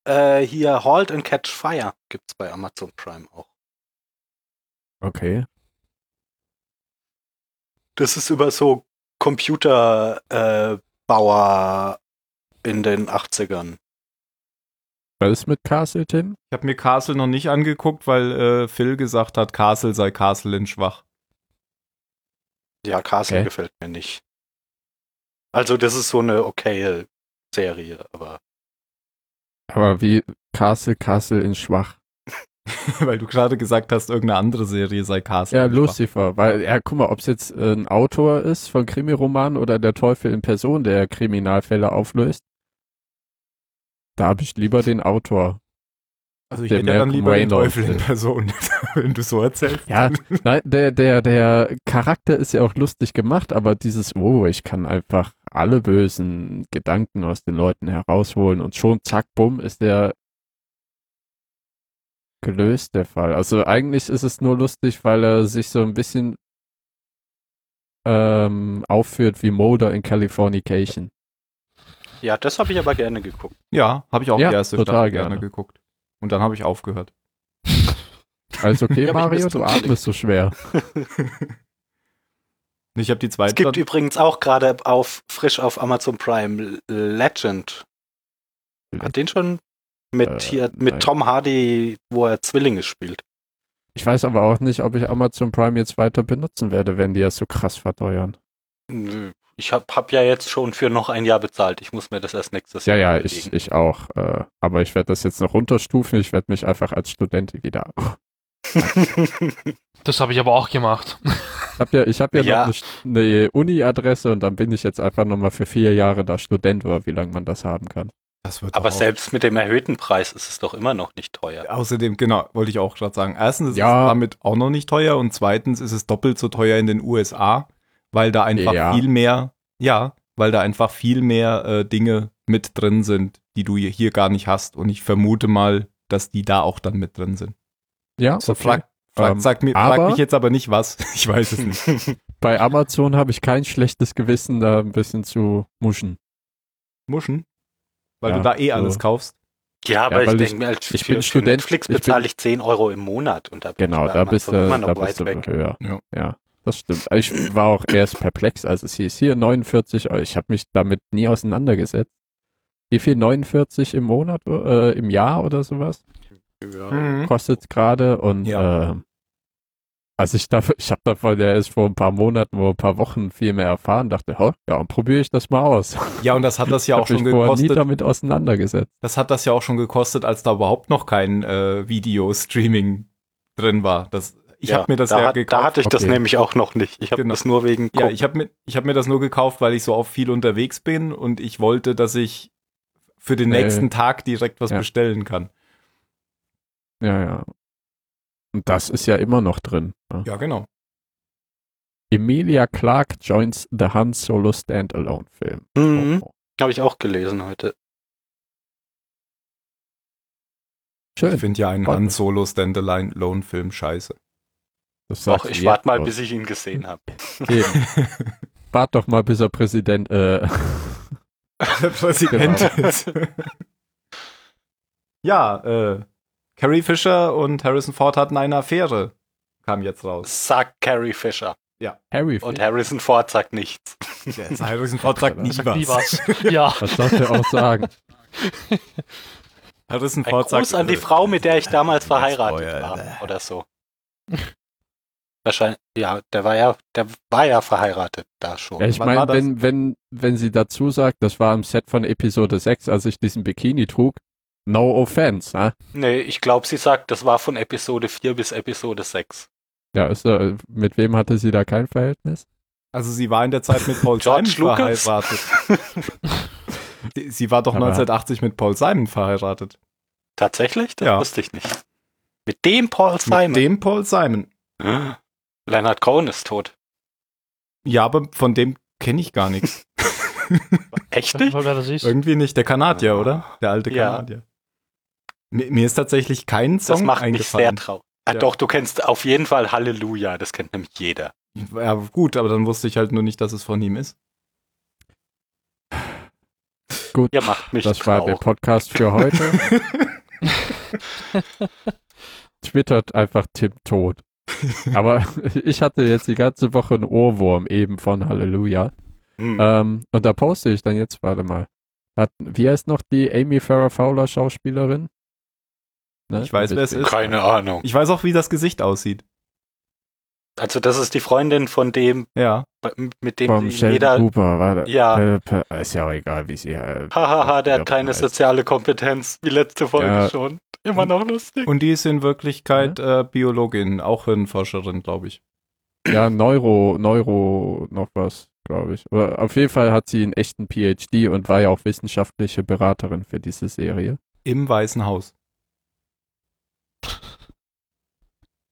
B: Äh, hier Halt and Catch Fire gibt's bei Amazon Prime auch.
D: Okay.
B: Das ist über so Computerbauer äh, Bauer in den 80ern.
D: Was ist mit Castle, Tim?
A: Ich habe mir Castle noch nicht angeguckt, weil äh, Phil gesagt hat, Castle sei Castle in schwach. <laughs>
B: Ja, Castle
D: Okay.
B: gefällt mir nicht. Also das ist so eine okaye Serie, aber
D: Aber wie Castle, Castle in schwach.
A: weil du gerade gesagt hast, irgendeine andere Serie sei Castle.
D: Ja,
A: in schwach.
D: Lucifer, weil, ja, guck mal, ob es jetzt äh, ein Autor ist von Krimiroman oder der Teufel in Person, der Kriminalfälle auflöst. Da habe ich lieber den Autor.
A: Also ich
D: Der
A: hätte ja dann
D: Malcolm
A: lieber den
D: Reynolds.
A: Teufel in Person, <laughs> wenn du so erzählst.
D: Ja, <laughs> Nein, der, der, der Charakter ist ja auch lustig gemacht, aber dieses, oh, ich kann einfach alle bösen Gedanken aus den Leuten herausholen und schon zack, bumm, ist der gelöst, der Fall. Also eigentlich ist es nur lustig, weil er sich so ein bisschen ähm, aufführt wie Mulder in Californication.
B: ja, das habe ich aber gerne geguckt.
A: Ja, habe ich auch
D: Ja,
A: die erste
D: total
A: Staffel gerne
D: gerne.
A: geguckt. Und dann habe ich aufgehört.
D: Also
B: <laughs>
D: okay,
B: Ja, aber ich
D: Mario,
B: muss
D: du
B: zum Klick.
D: atmest so schwer.
A: Ich habe die
B: Es gibt
A: zweite.
B: übrigens auch gerade auf frisch auf Amazon Prime Legend. Hat den schon mit
D: Äh,
B: hier mit
D: nein.
B: Tom Hardy, wo er Zwillinge spielt.
D: Ich weiß aber auch nicht, ob ich Amazon Prime jetzt weiter benutzen werde, wenn die das so krass verteuern.
B: Nö, Ich hab, hab ja jetzt schon für noch ein Jahr bezahlt. Ich muss mir das erst nächstes
D: Ja,
B: Jahr
D: ja,
B: überlegen.
D: ich, ich auch. Äh, aber ich werde das jetzt noch runterstufen. Ich werde mich einfach als Student wieder. <laughs>
C: Das habe ich aber auch gemacht. <laughs>
D: Ich habe ja, ich hab ja,
B: Ja.
D: noch eine, St- eine Uni-Adresse und dann bin ich jetzt einfach nochmal für vier Jahre da Student oder wie lange man das haben kann.
A: Das wird
B: aber
A: doch auch-
B: selbst mit dem erhöhten Preis ist es doch immer noch nicht teuer.
A: Außerdem, genau, wollte ich auch gerade sagen. Erstens ist
D: Ja.
A: es damit auch noch nicht teuer und zweitens ist es doppelt so teuer in den USA, weil da einfach
D: Ja.
A: viel mehr, ja, weil da einfach viel mehr äh, Dinge mit drin sind, die du hier- hier gar nicht hast. Und ich vermute mal, dass die da auch dann mit drin sind.
D: Ja,
A: So
D: okay.
A: frag, Frag,
D: Ähm,
A: sag mir, frag
D: aber-
A: mich jetzt aber nicht
D: <laughs>
A: was. Ich weiß es nicht.
D: Bei Amazon habe ich kein schlechtes Gewissen, da ein bisschen zu muschen.
A: Muschen. Weil
D: Ja,
A: du da eh
D: so.
A: alles kaufst.
B: Ja, aber ich
D: weil ich-
B: denke mir, als
D: ich
B: für,
D: bin
B: für
D: Student,
B: Netflix
D: ich bin-
B: bezahle ich 10 Euro im Monat und da bin
D: Genau,
B: ich bei
D: da bist du,
B: Amazon immer
D: da
B: noch
D: bist
B: weit
D: du
B: weg.
D: höher.
A: Ja.
D: Ja. das stimmt. Ich war auch erst perplex, als es hieß, hier 49 Euro. Ich habe mich damit nie auseinandergesetzt. Wie viel 49 im Monat, äh, im Jahr oder sowas
B: Ja.
D: Mhm. kostet gerade und
A: Ja.
D: ähm, als ich da, ich habe davon ja erst vor ein paar Monaten, vor ein paar Wochen viel mehr erfahren, dachte, "Hä? ja, und probiere ich das mal aus.
A: Ja, und das hat das ja
D: ich
A: auch
D: hab mich
A: schon
D: vorher nie
A: gekostet.
D: damit auseinandergesetzt.
A: Das hat das ja auch schon gekostet, als da überhaupt noch kein äh, Video-Streaming drin war. Das, ich
B: Ja,
A: habe mir das
B: da,
A: ja
B: hat-
A: gekauft.
B: Da hatte ich das
D: Okay.
B: nämlich auch noch nicht. Ich habe
A: Genau.
B: das nur wegen
A: Ja,
B: Guck.
A: ich habe mir, ich hab mir das nur gekauft, weil ich so oft viel unterwegs bin und ich wollte, dass ich für den
D: Äh,
A: nächsten Tag direkt was
D: ja.
A: bestellen kann.
D: Ja, ja. Und das ist ja immer noch drin. Ne?
A: Ja, genau.
D: Emilia Clarke joins the Han Solo Oh, Standalone-Film.
A: Oh.
B: Mhm. Habe ich auch gelesen heute.
A: Ich
D: Schön.
A: finde ja einen
D: Freut
A: Han
D: mich.
A: Solo Standalone Lone Film
D: <laughs>
A: scheiße.
D: Das
B: Doch,
D: sagst
B: ich
D: du
B: warte mal,
A: Oh.
D: jetzt
B: bis ich ihn gesehen habe.
D: schon. Eben. Wart doch mal, bis er Präsident, äh, <laughs>
A: Der Präsident ist.
D: Genau.
A: <laughs> ja, äh, Carrie Fisher und Harrison Ford hatten eine Affäre. Kam jetzt
D: <laughs>
A: raus.
B: Sagt Carrie Fisher.
D: Harry
B: Und
D: Fisher.
B: Harrison Ford
A: <laughs>
B: sagt nichts.
A: Harrison Ford sagt nie
D: Sag
C: Wie
A: was.
C: was? Ja.
D: Was soll er auch sagen?
A: Harrison
B: Ein
A: Ford
B: Gruß
A: sagt
B: an die Frau, mit der ich damals verheiratet
A: Spoiler.
B: war.
A: <laughs>
B: Oder so. Wahrscheinlich, ja, der war ja, der war ja verheiratet da schon.
D: Ja, ich
A: Wann war
D: meine,
A: das?
D: wenn, wenn, wenn sie dazu sagt, das war im Set von Episode 6, als ich diesen Bikini trug, no offense, ne?
B: Nee, ich glaube, sie sagt, das war von Episode 4 bis Episode 6.
D: Ja, ist, äh, mit wem hatte sie da kein Verhältnis?
A: Also sie war in der Zeit mit
B: <laughs>
A: Paul Simon
B: George Lucas? <laughs>
A: verheiratet. Sie- Sie war doch
D: Aber-
A: 1980 mit Paul Simon verheiratet.
B: Tatsächlich? Das
A: Ja.
B: wusste ich nicht. Mit dem Paul Simon.
A: Mit dem Paul Simon.
B: <gasps> Leonard Cohen ist tot.
A: Ja, aber von dem kenne ich gar
B: <laughs>
A: nichts.
B: Echt
C: Weil
B: nicht?
C: wer das ist.
A: Irgendwie nicht. Der Kanadier,
B: Ah.
A: oder? Der alte
B: Ja.
A: Kanadier. Mir, mir ist tatsächlich kein Song
B: Das macht mich sehr
A: eingefallen.
B: traurig. Ah,
A: Ja.
B: Doch, du kennst auf jeden Fall Halleluja. Das kennt nämlich jeder.
A: Ja, gut, aber dann wusste ich halt nur nicht, dass es von ihm ist.
D: Gut,
B: Ihr macht mich
D: das war der
B: traurig.
D: Podcast
A: <laughs>
D: für heute. twittert einfach Tim tot. Aber <laughs> ich hatte jetzt die ganze Woche einen Ohrwurm eben von Halleluja.
B: Hm.
D: Ähm, und da poste ich dann jetzt, warte mal. Hat, wie heißt noch die Amy Farrah Fowler Schauspielerin? Ne?
A: Ich weiß, wer es ist.
B: Keine Ahnung.
A: Ich weiß auch, wie das Gesicht aussieht.
B: Also, das ist die Freundin von dem,
A: Ja.
B: mit dem
D: Vom
B: die
D: Sheldon
B: jeder.
D: Cooper, warte.
B: Ja.
D: Äh, p- Ist ja auch egal, wie sie. Äh,
B: Hahaha, der
D: Ja,
B: hat keine
D: weiß.
B: soziale Kompetenz, wie letzte Folge
D: Ja.
B: schon. Immer noch lustig.
A: Und die ist in
B: Mhm.
A: Wirklichkeit äh, Biologin, auch Hirnforscherin, glaube ich.
D: ja, Neuro, Neuro, noch was, glaube ich. Oder auf jeden Fall hat sie einen echten PhD und war ja auch wissenschaftliche Beraterin für diese Serie.
A: Im Weißen Haus.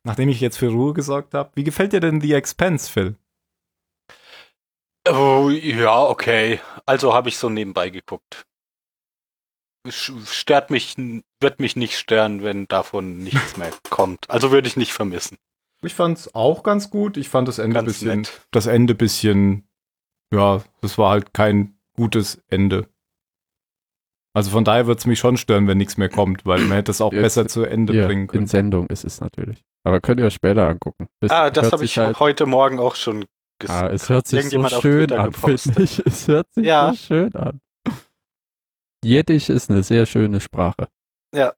A: Nachdem ich jetzt für Ruhe gesorgt habe, wie gefällt dir denn The Expense, Phil?
B: Oh, ja, okay. Also habe ich so nebenbei geguckt. Sch- Stört mich, n- wird mich nicht stören, wenn davon nichts
D: <laughs>
B: mehr kommt. Also würde ich nicht vermissen.
A: Ich fand's auch ganz gut. Ich fand das Ende
B: Ganz nett.
A: das Ende bisschen, ja, das war halt kein gutes Ende. Also von daher wird's mich schon stören, wenn nichts mehr kommt, weil man hätte es auch
D: Jetzt-
A: besser zu Ende
D: Ja,
A: bringen
D: in
A: können.
D: Sendung ist es natürlich. Aber könnt ihr euch später angucken. Es
B: Ah, das
D: hört
B: habe
D: sich
B: ich
D: halt,
B: heute Morgen auch schon gesehen.
D: ah, Es hört sich so
B: irgendjemand auf
D: schön
B: Twitter
D: an, finde
B: gepostet.
D: ich. Es hört sich
B: Ja.
D: so schön an. Jiddisch ist eine sehr schöne Sprache.
B: Ja.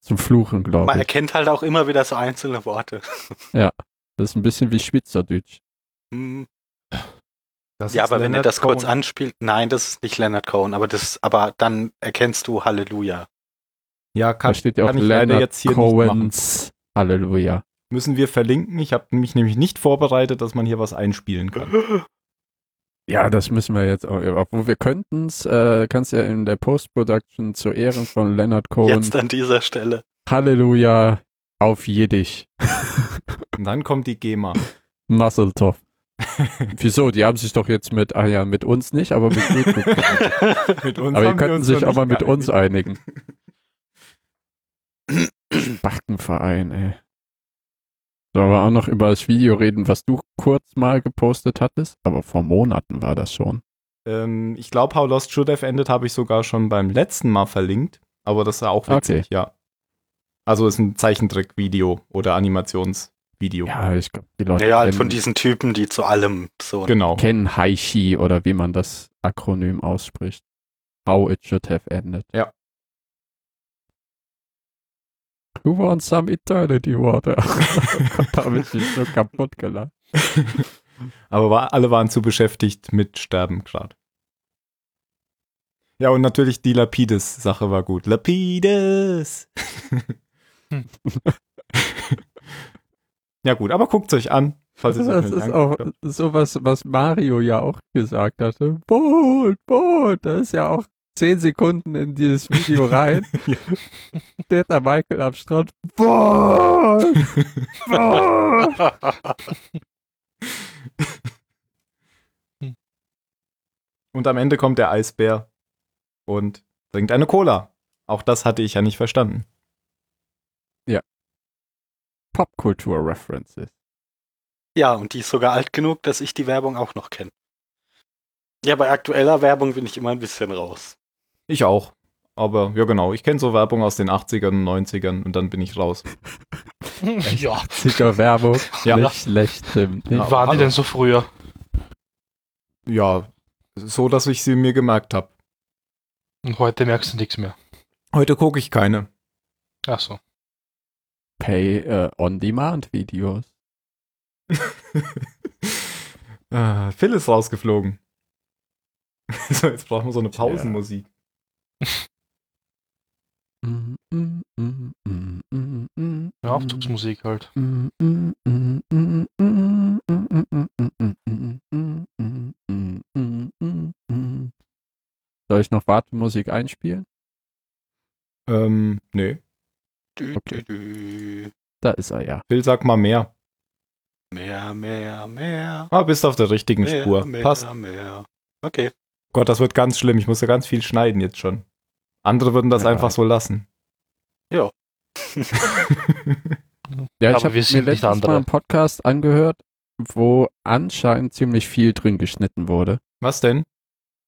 D: Zum Fluchen, glaube
B: Man
D: ich.
B: erkennt halt auch immer wieder so einzelne Worte.
D: Das ist ein bisschen wie Schweizerdeutsch.
B: Hm.
D: genau.
A: Das
B: Ja,
A: ist
B: aber wenn ihr
A: Leonard
B: das kurz
A: Cohen.
B: anspielt, nein, das ist nicht Leonard Cohen, aber das, aber dann erkennst du Halleluja.
A: Ja,
D: Da
A: kann,
D: steht ja auch
A: kann ich leider
D: Leonard
A: jetzt hier nicht machen.
D: Cohens. Halleluja.
A: Müssen wir verlinken. Ich habe mich nämlich nicht vorbereitet, dass man hier was einspielen kann.
D: <laughs> Ja, das müssen wir jetzt auch. Obwohl wir könnten es, äh, kannst ja in der Post-Production zu Ehren von Leonard Cohen
B: Jetzt an dieser Stelle.
D: Halleluja auf Jiddisch.
A: Und dann kommt die GEMA.
D: <laughs> Masseltoff. Wieso? Die haben sich doch jetzt mit, ah ja, mit uns nicht, aber mit <laughs> Ludwig.
A: Mit uns
D: aber die
A: haben wir
D: könnten
A: uns
D: sich
A: noch
D: aber
A: nicht
D: mit uns
A: geeinigt.
D: einigen. <clears throat> Spachtenverein, ey. Sollen wir auch noch über das Video reden, was du kurz mal gepostet hattest? Aber vor Monaten war das schon.
A: Ähm, ich glaube, How Lost Should Have Ended habe ich sogar schon beim letzten Mal verlinkt, aber das war auch witzig, ja. Also ist ein Zeichentrickvideo oder Animationsvideo.
D: Ja, ich glaube, die Leute
B: Ja, halt
D: kennen,
B: von diesen Typen, die zu allem so.
A: Genau.
D: kennen Haishi oder wie man das Akronym ausspricht. How it should have ended.
A: Ja.
D: Who wants some eternity water? da habe ich mich so kaputt gelacht.
A: <laughs> Aber war, alle waren zu beschäftigt mit Sterben gerade. Ja, und natürlich die Lapides-Sache war gut.
D: <laughs>
A: Lapides!
C: Hm.
A: <laughs> ja, gut, aber guckt euch an. Falls
D: Das,
A: ihr's euch noch nicht
D: ist auch
A: angeguckt habt.
D: sowas, was Mario ja auch gesagt hatte. Boot, Boot, da ist ja auch zehn Sekunden in dieses Video rein.
A: Ja.
D: Steht da Michael am Strand. Boot, Boot.
A: Und am Ende kommt der Eisbär und trinkt eine Cola. Auch das hatte ich ja nicht verstanden.
D: Popkultur-References.
B: Ja, und die ist sogar alt genug, dass ich die Werbung auch noch kenne. Ja, bei aktueller Werbung bin ich immer ein bisschen raus.
A: Ich auch. Aber ja, genau. Ich kenne so Werbung aus den 80ern und 90ern und dann bin ich raus.
C: <laughs> ja,
D: Sicher Werbung.
A: Ja.
D: Nicht schlecht, Tim. Nicht
A: Ja.
C: wie waren die
A: hallo.
C: denn so früher?
A: Ja, so, dass ich sie mir gemerkt habe.
C: Und heute merkst du nichts mehr.
A: Heute gucke ich keine. <laughs>
C: Ach so.
D: Pay äh, On-Demand-Videos.
A: Ah, Phil ist rausgeflogen. <laughs> so, jetzt brauchen wir so eine Pausenmusik.
D: Mm, mm, mm, mm, mm, mm,
A: Mhm.
C: Ja, Aufzugsmusik halt.
D: mm, mm, mm, mm, mm, mm, mm, mm, mm, mm, mm, mm, mm, mm, mm. Soll ich noch Wartemusik einspielen?
A: Ähm, nee.
B: Dü,
D: Okay.
B: dü, dü.
D: Da ist er ja.
A: Phil, sag mal mehr.
B: Mehr, mehr, mehr.
A: Ah, bist auf der richtigen
B: mehr,
A: Spur.
B: Mehr,
A: Passt.
B: Mehr. Okay.
A: Gott, das wird ganz schlimm. Ich muss ja ganz viel schneiden jetzt schon. Andere würden das
D: Ja.
A: einfach so lassen.
B: Ja.
C: Aber
D: Ja, ich habe
C: wir
D: mir
C: sind nicht
D: letztens
C: andere.
D: mal einen Podcast angehört, wo anscheinend ziemlich viel drin geschnitten wurde.
A: <laughs> Was denn?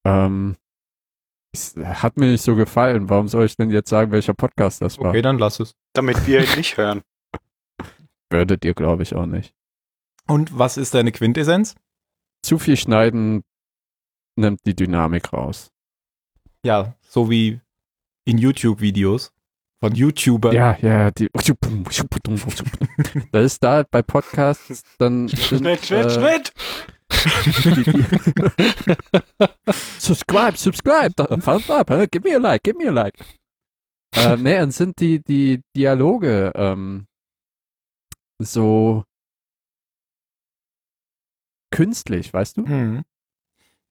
D: Ähm, es hat mir nicht so gefallen. Warum soll ich denn jetzt sagen, welcher Podcast das war?
A: Okay, dann lass es.
B: Damit wir ihn nicht <laughs> hören.
D: Würdet ihr, glaube ich, auch nicht.
A: Und was ist deine Quintessenz?
D: Zu viel schneiden nimmt die Dynamik raus.
A: Ja, so wie in YouTube-Videos von YouTubern.
D: Ja, ja, die. <laughs> Das ist da bei Podcasts dann. sind,
B: Schnitt, Schnitt,
D: äh,
B: Schnitt.
D: subscribe, subscribe, da- thumbs up, äh, give me a like, give me a like. äh, nee, dann sind die, die Dialoge ähm, so künstlich, weißt du?
A: Mhm.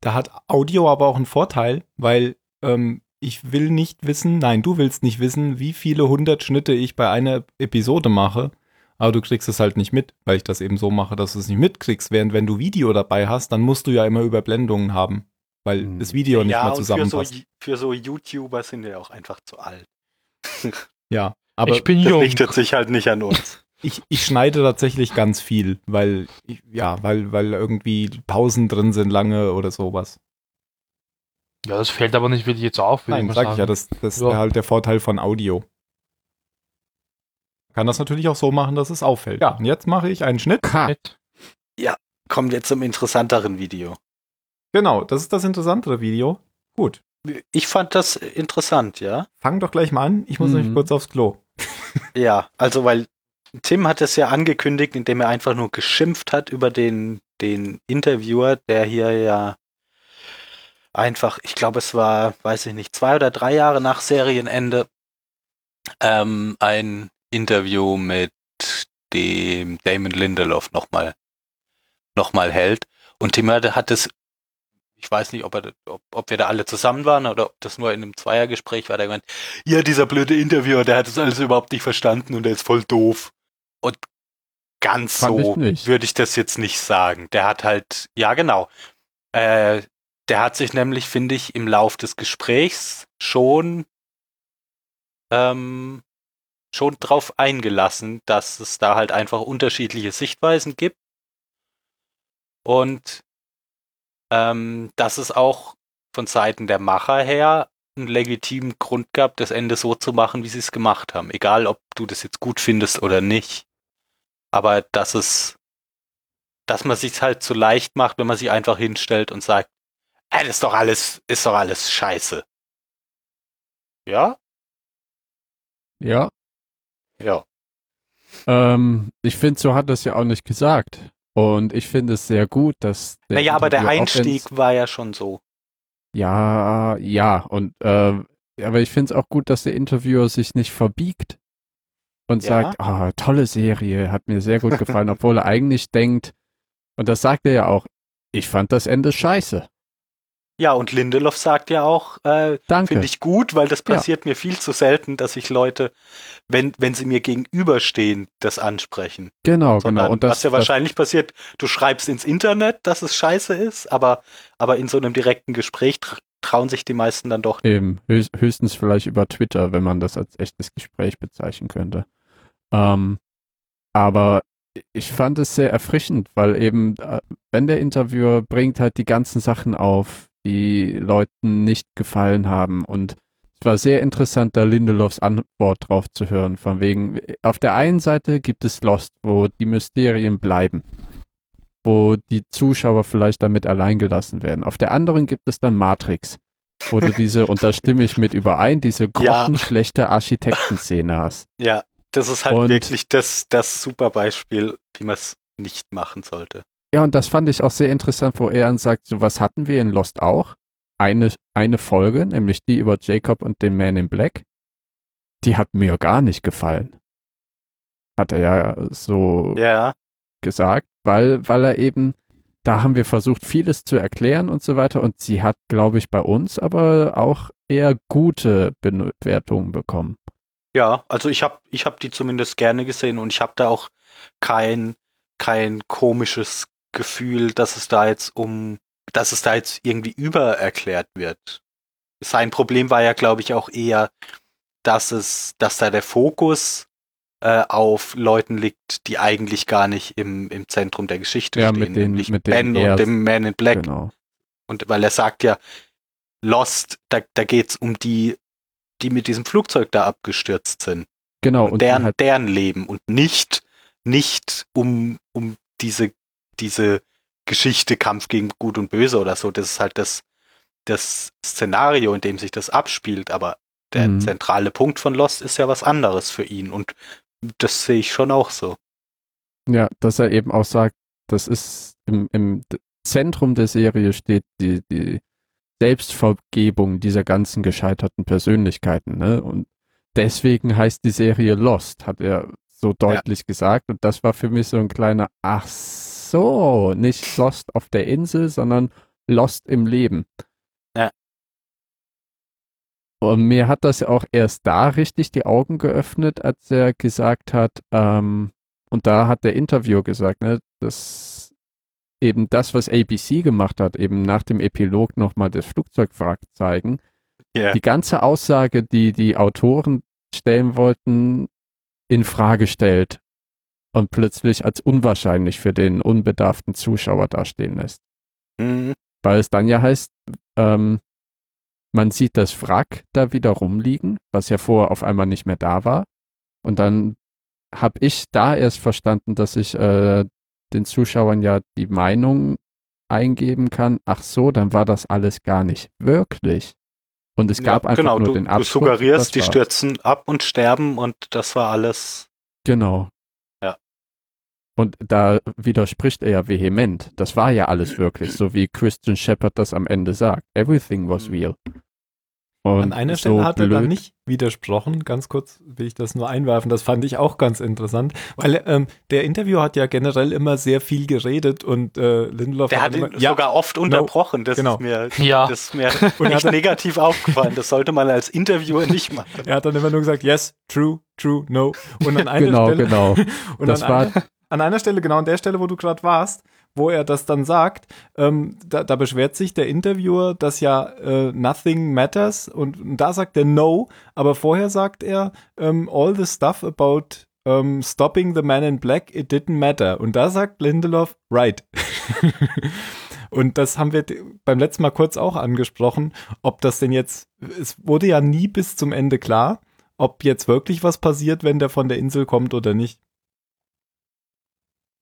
A: Da hat Audio aber auch einen Vorteil, weil ähm, ich will nicht wissen, nein, du willst nicht wissen, wie viele hundert Schnitte ich bei einer Episode mache, aber du kriegst es halt nicht mit, weil ich das eben so mache, dass du es nicht mitkriegst. Während wenn du Video dabei hast, dann musst du ja immer Überblendungen haben, weil
D: Mhm.
A: das Video nicht mal
B: und für so,
A: zusammenpasst.
B: für so YouTuber sind wir auch einfach zu alt.
A: ja, aber
C: ich bin
B: Das
C: jung.
B: richtet sich halt nicht an uns.
A: Ich, ich schneide tatsächlich ganz viel, weil ich- ja, weil weil irgendwie Pausen drin sind lange oder sowas.
C: Ja, das fällt aber nicht wirklich jetzt auf, würde
A: Nein,
C: ich mal
A: sag
C: sagen.
A: ich ja, das, das
C: Ja.
A: ist halt der Vorteil von Audio. Kann das natürlich auch so machen, dass es auffällt. Ja, und jetzt mache ich einen Schnitt.
D: Ka.
C: Nett.
B: <laughs> Kommen wir zum interessanteren Video.
A: Genau, das ist das interessantere Video. Gut,
B: Ich fand das interessant, ja.
A: fang doch gleich mal an. Ich muss
D: Mhm.
A: nämlich kurz aufs Klo.
B: Ja, also weil Tim hat es ja angekündigt, indem er einfach nur geschimpft hat über den, den Interviewer, der hier ja einfach, ich glaube, es war, weiß ich nicht, zwei oder drei Jahre nach Serienende, ähm, ein Interview mit dem Damon Lindelof nochmal noch mal hält. Und Tim hat, hat es, ich weiß nicht, ob, er, ob, ob wir da alle zusammen waren oder ob das nur in einem Zweiergespräch war, der gemeint, ja, dieser blöde Interviewer, der hat das alles überhaupt nicht verstanden und der ist voll doof. Und ganz
D: Fand
B: so
D: ich nicht.
B: würde ich das jetzt nicht sagen. Der hat halt, ja genau, äh, der hat sich nämlich, finde ich, im Lauf des Gesprächs schon ähm, schon drauf eingelassen, dass es da halt einfach unterschiedliche Sichtweisen gibt. Und ähm, dass es auch von Seiten der Macher her einen legitimen Grund gab, das Ende so zu machen, wie sie es gemacht haben. Egal, ob du das jetzt gut findest oder nicht. Aber dass es, dass man sich halt so leicht macht, wenn man sich einfach hinstellt und sagt, "Ey, das ist doch alles, ist doch alles scheiße. Ja?
D: Ja.
B: Ja.
D: Ähm, ich finde, so hat das ja auch nicht gesagt. Und ich finde es sehr gut, dass. der
B: Naja, aber der
D: Interview- auch
B: Einstieg
D: wenn's-
B: war ja schon so.
D: Ja, ja. Und ähm, aber ich finde es auch gut, dass der Interviewer sich nicht verbiegt und
B: Ja.
D: sagt, ah, tolle Serie, hat mir sehr gut
B: <laughs>
D: gefallen, obwohl er eigentlich denkt, und das sagt er ja auch, ich fand das Ende scheiße.
B: Ja, und Lindelof sagt ja auch, äh,
D: Danke.
B: finde ich gut, weil das
D: Ja.
B: passiert mir viel zu selten, dass ich Leute, wenn, wenn sie mir gegenüberstehen, das ansprechen.
D: Genau,
B: Sondern
D: genau. Und das,
B: was ja
D: das,
B: wahrscheinlich passiert, du schreibst ins Internet, dass es scheiße ist, aber, aber in so einem direkten Gespräch tr- trauen sich die meisten dann doch.
D: Eben, höchst, höchstens vielleicht über Twitter, wenn man das als echtes Gespräch bezeichnen könnte. Ähm, aber ich fand es sehr erfrischend, weil eben, äh, wenn der Interviewer bringt halt die ganzen Sachen auf, die Leuten nicht gefallen haben. Und es war sehr interessant, da Lindelofs Antwort drauf zu hören. Von wegen, auf der einen Seite gibt es Lost, wo die Mysterien bleiben wo die Zuschauer vielleicht damit allein gelassen werden. Auf der anderen gibt es dann Matrix, wo du diese, und da stimme ich mit überein, diese
B: Ja.
D: grottenschlechte Architektenszene hast.
B: Ja, das ist halt
D: Und-
B: wirklich das, das super Beispiel, wie man es nicht machen sollte.
D: Ja, und das fand ich auch sehr interessant, wo er dann sagt, so was hatten wir in Lost auch? Eine, eine Folge, nämlich die über Jacob und den Man in Black. Die hat mir gar nicht gefallen. Hat er ja so
B: Ja,
D: gesagt, weil, weil er eben, da haben wir versucht, vieles zu erklären und so weiter. Und sie hat, glaube ich, bei uns aber auch eher gute Bewertungen bekommen.
B: ja, also ich habe ich hab die zumindest gerne gesehen und ich habe da auch kein, kein komisches Gefühl, dass es da jetzt um, dass es da jetzt irgendwie übererklärt wird. Sein Problem war ja, glaube ich, auch eher, dass es, dass da der Fokus äh, auf Leuten liegt, die eigentlich gar nicht im, im Zentrum der Geschichte
D: Ja,
B: stehen,
D: mit den-
B: nämlich
D: mit den
B: Ben
D: eher-
B: und dem Man in Black.
D: Genau.
B: Und weil er sagt ja, Lost, da, da geht's um die, die mit diesem Flugzeug da abgestürzt sind.
D: Genau.
B: und
D: die
B: deren,
D: halt-
B: deren Leben und nicht, nicht um, um diese, diese Geschichte Kampf gegen Gut und Böse oder so. Das ist halt das, das Szenario, in dem sich das abspielt. Aber der
D: Mhm.
B: zentrale Punkt von Lost ist ja was anderes für ihn. Und das sehe ich schon auch so.
D: Ja, dass er eben auch sagt, das ist im, im D- Zentrum der Serie steht die, die Selbstvergebung dieser ganzen gescheiterten Persönlichkeiten. Ne? Und deswegen heißt die Serie Lost, hat er so deutlich gesagt. Und das war für mich so ein kleiner, ach so, nicht Lost auf der Insel, sondern Lost im Leben.
B: Ja.
D: Und mir hat das auch erst da richtig die Augen geöffnet, als er gesagt hat, ähm, und da hat der Interviewer gesagt, ne, dass eben das, was ABC gemacht hat, eben nach dem Epilog nochmal das Flugzeugwrack zeigen,
B: Ja.
D: die ganze Aussage, die die Autoren stellen wollten, in Frage stellt und plötzlich als unwahrscheinlich für den unbedarften Zuschauer dastehen lässt.
B: Mhm.
D: Weil es dann ja heißt, ähm, man sieht das Wrack da wieder rumliegen, was ja vorher auf einmal nicht mehr da war. Und dann habe ich da erst verstanden, dass ich äh, den Zuschauern ja die Meinung eingeben kann, ach so, dann war das alles gar nicht wirklich. Und es gab
B: Ja,
D: einfach
B: genau,
D: nur
B: du,
D: den Absturz.
B: Du
D: das
B: suggerierst, die
D: war's.
B: stürzen ab und sterben und das war alles.
D: Genau.
B: Ja.
D: Und da widerspricht er ja vehement. Das war ja
A: <clears throat>
D: alles wirklich, so wie Christian Shepard das am Ende sagt. Everything was real. Und
A: Mhm. An einer
D: so
A: Stelle hat er
D: blöd,
A: dann nicht widersprochen. Ganz kurz will ich das nur einwerfen. Das fand ich auch ganz interessant, weil ähm, der Interviewer hat ja generell immer sehr viel geredet und äh, Lindelof
B: Der hat ihn
A: immer, ja,
B: sogar oft unterbrochen. Das
A: genau.
B: ist mir,
C: Ja.
B: das
A: <laughs>
B: ist mir
A: Und
B: nicht
A: hat-
B: negativ aufgefallen. Das sollte man als Interviewer nicht machen.
A: er hat dann immer nur gesagt, yes, true, true, no. Und an einer
D: Genau,
A: Stelle,
D: genau.
A: <laughs> Und
D: das
A: an,
D: war
A: einer, an einer Stelle, genau an der Stelle, wo du gerade warst, wo er das dann sagt, ähm, da, da beschwert sich der Interviewer, dass ja äh, nothing matters und, und da sagt er no, aber vorher sagt er ähm, all the stuff about ähm, stopping the man in black, it didn't matter. Und da sagt Lindelof right. <laughs> und das haben wir d- beim letzten Mal kurz auch angesprochen, ob das denn jetzt, es wurde ja nie bis zum Ende klar, ob jetzt wirklich was passiert, wenn der von der Insel kommt oder nicht.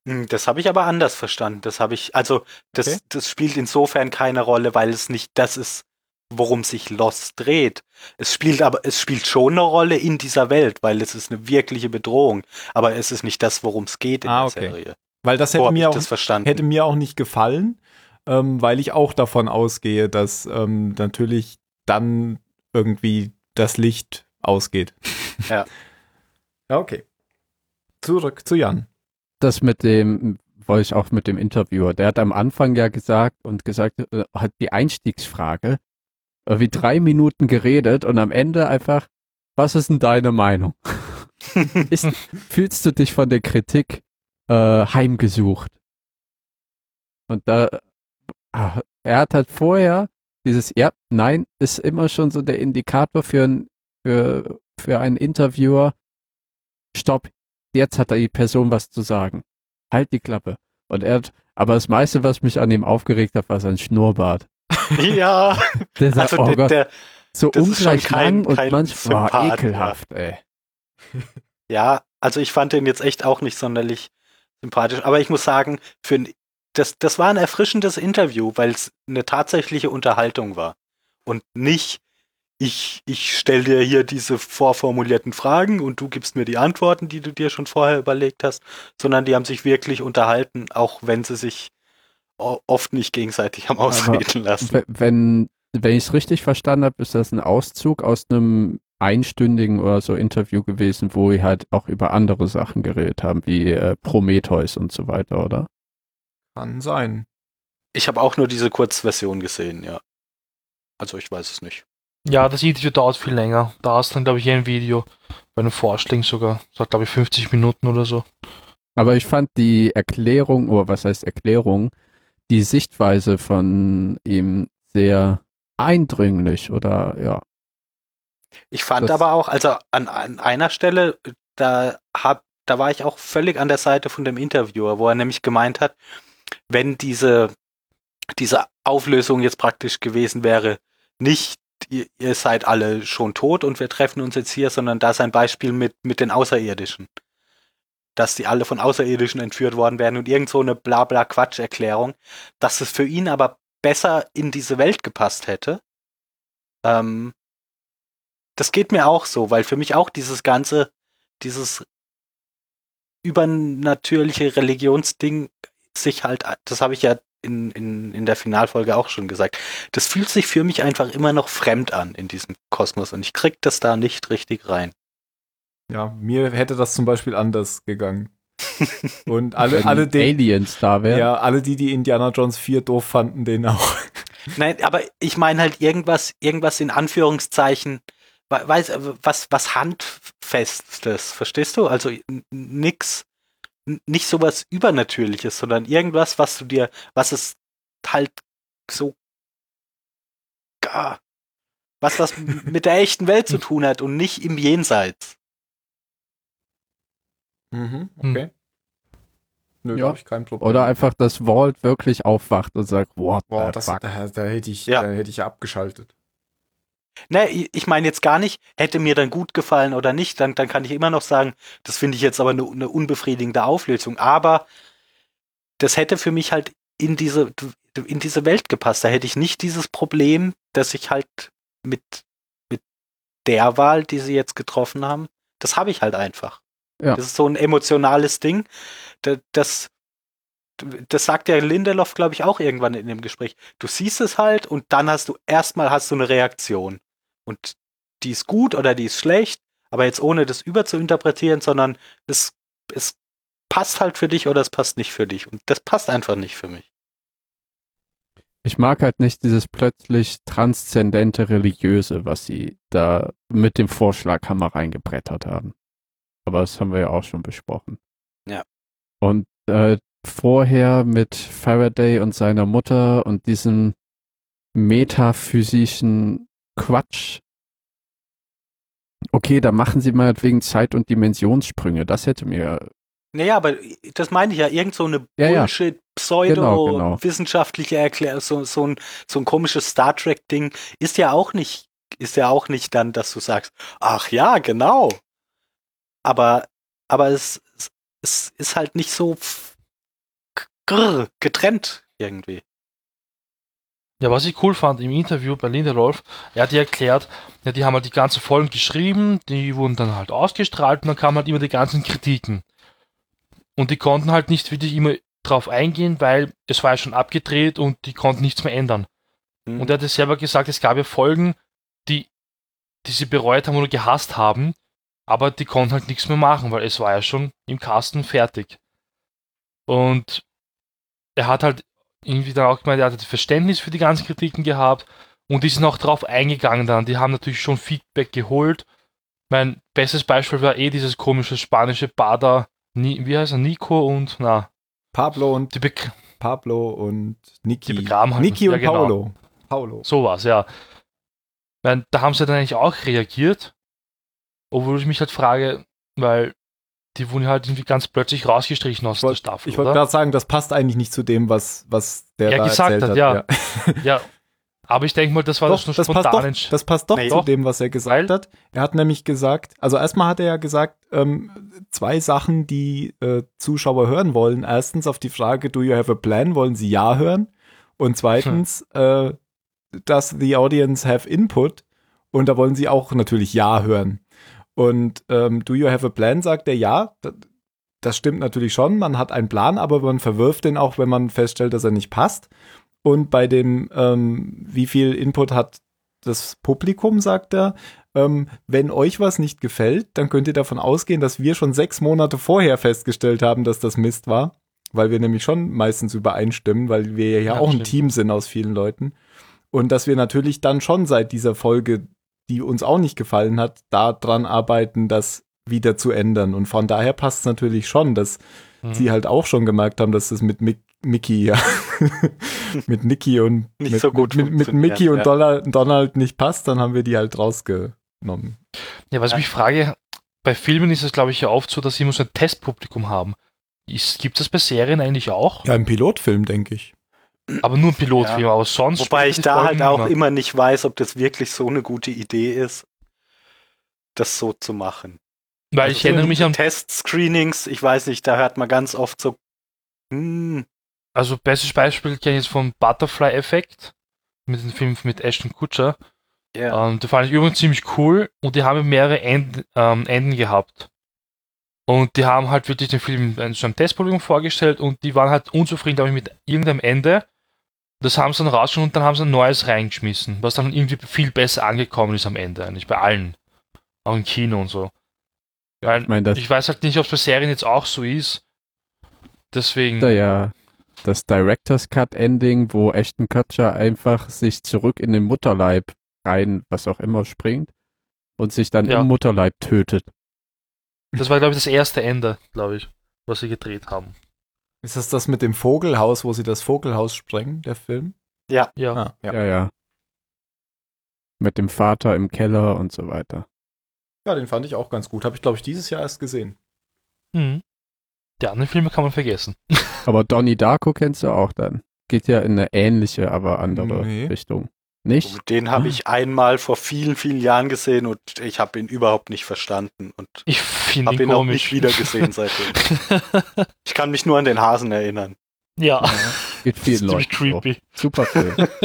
B: Hm, Das habe ich aber anders verstanden. Das habe ich, also das,
A: Okay.
B: das spielt insofern keine Rolle, weil es nicht das ist, worum sich Lost dreht. Es spielt aber, es spielt schon eine Rolle in dieser Welt, weil es ist eine wirkliche Bedrohung. Aber es ist nicht das, worum es geht in
A: Ah,
B: der
A: okay.
B: Serie.
A: Weil das
B: So
A: hätte,
B: habe ich
A: mir auch,
B: das verstanden. <laughs>
A: hätte mir auch nicht gefallen, ähm, weil ich auch davon ausgehe, dass ähm, natürlich dann irgendwie das Licht <laughs> ausgeht.
B: Ja.
A: Ja, okay. Zurück zu Jan.
D: das mit dem, wollte ich auch mit dem Interviewer, der hat am Anfang ja gesagt und gesagt, äh, hat die Einstiegsfrage, äh, wie drei Minuten geredet und am Ende einfach, was ist denn deine Meinung? ist, fühlst du dich von der Kritik äh, heimgesucht? Und da, ah, er hat halt vorher dieses, ja, nein, ist immer schon so der Indikator für, ein, für, für einen Interviewer, stopp, jetzt hat die Person was zu sagen. Halt die Klappe. Und er hat, aber das meiste, was mich an ihm aufgeregt hat, war sein Schnurrbart.
A: <laughs>
B: ja,
D: Der sah,
B: also
D: oh
B: der,
D: Gott,
B: der,
D: so
B: das ist schon
D: ungleich
B: kein-
D: lang und
B: kein
D: manchmal
B: Sympath, ja.
D: ekelhaft, ey.
B: ja, also ich fand den jetzt echt auch nicht sonderlich sympathisch. Aber ich muss sagen, für ein, das, das war ein erfrischendes Interview, weil es eine tatsächliche Unterhaltung war. Und nicht, ich, ich stelle dir hier diese vorformulierten Fragen und du gibst mir die Antworten, die du dir schon vorher überlegt hast, sondern die haben sich wirklich unterhalten, auch wenn sie sich o- oft nicht gegenseitig haben ausreden lassen.
D: W- Wenn, wenn ich es richtig verstanden habe, ist das ein Auszug aus einem einstündigen oder so Interview gewesen, wo wir halt auch über andere Sachen geredet haben, wie äh, Prometheus und so weiter, oder?
A: Kann sein.
B: Ich habe auch nur diese Kurzversion gesehen, ja. Also ich weiß es nicht.
C: Ja, das Interview dauert viel länger. Da ist dann, glaube ich, eh ein Video. Bei einem Vorschling sogar. Das hat, glaube ich, 50 Minuten oder so.
D: Aber ich fand die Erklärung, oder was heißt Erklärung, die Sichtweise von ihm sehr eindringlich oder ja.
B: Ich fand
D: Das-
B: aber auch, also an, an einer Stelle, äh, da hab, da war ich auch völlig an der Seite von dem Interviewer, wo er nämlich gemeint hat, wenn diese, diese Auflösung jetzt praktisch gewesen wäre, nicht ihr, ihr seid alle schon tot und wir treffen uns jetzt hier, sondern da ist ein Beispiel mit, mit den Außerirdischen. Dass die alle von Außerirdischen entführt worden wären und irgend so eine blabla Quatscherklärung, dass es für ihn aber besser in diese Welt gepasst hätte. Ähm, das geht mir auch so, weil für mich auch dieses ganze, dieses übernatürliche Religionsding sich halt, das habe ich ja in, in, in der Finalfolge auch schon gesagt, das fühlt sich für mich einfach immer noch fremd an in diesem Kosmos und ich krieg das da nicht richtig rein.
A: Ja, mir hätte das zum Beispiel anders <laughs> gegangen. Und alle,
D: wenn
A: alle, die,
D: Aliens da wären.
A: ja, alle die, die Indiana Jones 4 doof fanden, den auch.
B: Nein, aber ich meine halt irgendwas, irgendwas in Anführungszeichen, we- weiß, was, was Handfestes, verstehst du? Also n- nix, n- nicht sowas Übernatürliches, sondern irgendwas, was du dir, was es halt so, gar, was das m- mit der echten Welt zu tun hat und nicht im Jenseits.
A: Mhm,
C: okay.
A: Nö,
D: Hm. Ja.
A: hab ich kein Problem.
D: Oder einfach, dass Walt wirklich aufwacht und sagt, what
A: Boah,
D: the
A: das, da,
D: fuck.
A: da hätte ich,
B: Ja.
A: da hätte ich ja abgeschaltet.
B: Ne, ich- ich meine jetzt gar nicht, hätte mir dann gut gefallen oder nicht, dann, dann kann ich immer noch sagen, das finde ich jetzt aber eine eine unbefriedigende Auflösung. Aber das hätte für mich halt in diese, in diese Welt gepasst. Da hätte ich nicht dieses Problem, dass ich halt mit, mit der Wahl, die sie jetzt getroffen haben, das habe ich halt einfach.
D: Ja.
B: Das ist so ein emotionales Ding. da- Das, das sagt ja Lindelof, glaube ich, auch irgendwann in dem Gespräch. Du siehst es halt und dann hast du erstmal hast du eine Reaktion. Und die ist gut oder die ist schlecht, aber jetzt ohne das überzuinterpretieren, sondern es, es passt halt für dich oder es passt nicht für dich. Und das passt einfach nicht für mich.
D: Ich mag halt nicht dieses plötzlich transzendente Religiöse, was sie da mit dem Vorschlaghammer reingebrettert haben. Aber das haben wir ja auch schon besprochen.
B: Ja.
D: Und äh, vorher mit Faraday und seiner Mutter und diesem metaphysischen Quatsch. Okay, da machen sie meinetwegen Zeit- und Dimensionssprünge. Das hätte mir.
B: Naja, aber das meine ich ja, irgend so eine
D: Ja, ja. Genau, genau.
B: Bullshit-pseudo-wissenschaftliche Erklärung, so, so, ein, so ein komisches Star Trek-Ding ist ja auch nicht, ist ja auch nicht dann, dass du sagst, ach ja, genau. Aber, aber es, es, es ist halt nicht so f- grr, getrennt irgendwie.
C: Ja, was ich cool fand im Interview bei Lindelof, er hat ja erklärt, ja, die haben halt die ganzen Folgen geschrieben, die wurden dann halt ausgestrahlt und dann kamen halt immer die ganzen Kritiken. Und die konnten halt nicht wirklich immer drauf eingehen, weil es war ja schon abgedreht und die konnten nichts mehr ändern.
B: Hm.
C: Und er hat ja selber gesagt, es gab ja Folgen, die, die sie bereut haben oder gehasst haben, aber die konnten halt nichts mehr machen, weil es war ja schon im Kasten fertig. Und er hat halt irgendwie dann auch gemeint, er hat Verständnis für die ganzen Kritiken gehabt und die sind auch drauf eingegangen dann. Die haben natürlich schon Feedback geholt. Mein bestes Beispiel war eh dieses komische spanische Paar da, Ni, wie heißt er, Nico und, na,
A: Pablo und
C: die Bek
A: Pablo und Niki.
C: Die begraben halt-
A: Niki
C: ja,
A: und
C: genau.
A: Paolo. Paolo.
C: Sowas, ja. Ich Mein, da haben sie dann eigentlich auch reagiert, obwohl ich mich halt frage, weil die wurden halt irgendwie ganz plötzlich rausgestrichen aus
A: Ich wollt-
C: der Staffel,
A: Ich wollte
C: oder?
A: gerade sagen, das passt eigentlich nicht zu dem, was, was der
C: Ja,
A: da
C: gesagt
A: erzählt
C: hat,
A: hat.
C: ja. Ja, aber ich denke mal, das war
A: Doch,
C: das nur
A: das, passt doch,
C: spontane Entsch-
A: das passt doch
B: Nee.
A: zu dem, was er gesagt
C: Weil-
A: hat. Er hat nämlich gesagt, also erstmal hat er ja gesagt, ähm, zwei Sachen, die äh, Zuschauer hören wollen. Erstens auf die Frage, do you have a plan, wollen sie ja hören? Und zweitens,
C: Hm.
A: äh, does the audience have input? Und da wollen sie auch natürlich ja hören. Und ähm, do you have a plan, sagt er ja. D- Das stimmt natürlich schon, man hat einen Plan, aber man verwirft den auch, wenn man feststellt, dass er nicht passt. Und bei dem, ähm, wie viel Input hat das Publikum, sagt er, ähm, wenn euch was nicht gefällt, dann könnt ihr davon ausgehen, dass wir schon sechs Monate vorher festgestellt haben, dass das Mist war, weil wir nämlich schon meistens übereinstimmen, weil wir ja,
C: Ja,
A: auch ein
C: stimmt.
A: Team sind aus vielen Leuten. Und dass wir natürlich dann schon seit dieser Folge, die uns auch nicht gefallen hat, daran arbeiten, das wieder zu ändern. Und von daher passt es natürlich schon, dass
C: Mhm.
A: sie halt auch schon gemerkt haben, dass das mit Mick, Mickey, <laughs> ja, mit Nicky und
B: Nicht
A: mit,
B: so gut
A: mit, mit
B: funktioniert,
A: Mickey und
B: ja.
A: Donald, Donald nicht passt, dann haben wir die halt rausgenommen.
C: Ja, was ich mich frage, bei Filmen ist es, glaube ich, ja oft so, dass sie immer so ein Testpublikum haben. Gibt es bei Serien eigentlich auch?
A: Ja, im Pilotfilm, denke ich.
C: Aber nur ein Pilotfilm, aber <laughs> sonst.
B: Wobei ich
C: spielt
B: da
C: die
B: halt
C: Folgen
B: auch
C: immer-
B: immer nicht weiß, ob das wirklich so eine gute Idee ist, das so zu machen.
C: Weil
B: Also
C: ich erinnere mich an
B: Test-Screenings, ich weiß nicht, da hört man ganz oft so, hm,
C: Also bestes Beispiel kenne ich jetzt vom Butterfly-Effekt mit dem Film mit Ashton Kutcher.
B: ja.
C: Ähm, die fand ich übrigens ziemlich cool und die haben mehrere End, ähm, Enden gehabt. Und die haben halt wirklich den Film in so einem Testpublikum vorgestellt und die waren halt unzufrieden, glaube ich, mit irgendeinem Ende. Das haben sie dann rausgenommen und dann haben sie ein neues reingeschmissen, was dann irgendwie viel besser angekommen ist am Ende, eigentlich bei allen. Auch im Kino und so. Weil
D: Ich meine, das
C: ich weiß halt nicht, ob es bei Serien jetzt auch so ist. Deswegen.
D: Da ja das Director's Cut Ending, wo Ashton Kutcher einfach sich zurück in den Mutterleib rein, was auch immer, springt und sich dann
C: Ja.
D: im Mutterleib tötet.
C: Das war, glaube ich, das erste Ende, glaube ich, was sie gedreht haben.
A: Ist das das mit dem Vogelhaus, wo sie das Vogelhaus sprengen, der Film?
C: Ja.
A: Ah, ja.
D: Ja, ja. Mit dem Vater im Keller und so weiter.
A: ja, den fand ich auch ganz gut. Habe ich, glaube ich, dieses Jahr erst gesehen.
C: Mhm. Die anderen Filme kann man vergessen.
D: Aber Donnie Darko kennst du auch dann. Geht ja in eine ähnliche, aber andere
A: Nee.
D: Richtung. Nicht?
B: oh, den habe
C: hm.
B: ich einmal vor vielen, vielen Jahren gesehen und ich habe ihn überhaupt nicht verstanden und
C: Ich finde
B: habe
C: ihn
B: ihn auch nicht
C: komisch.
B: wieder gesehen seitdem. ich kann mich nur an den Hasen erinnern.
C: <laughs> ja,
D: Geht
C: das ist
D: vielen
C: ziemlich
D: Leuten. so.
C: creepy. <laughs>
D: Super Film.
B: <laughs>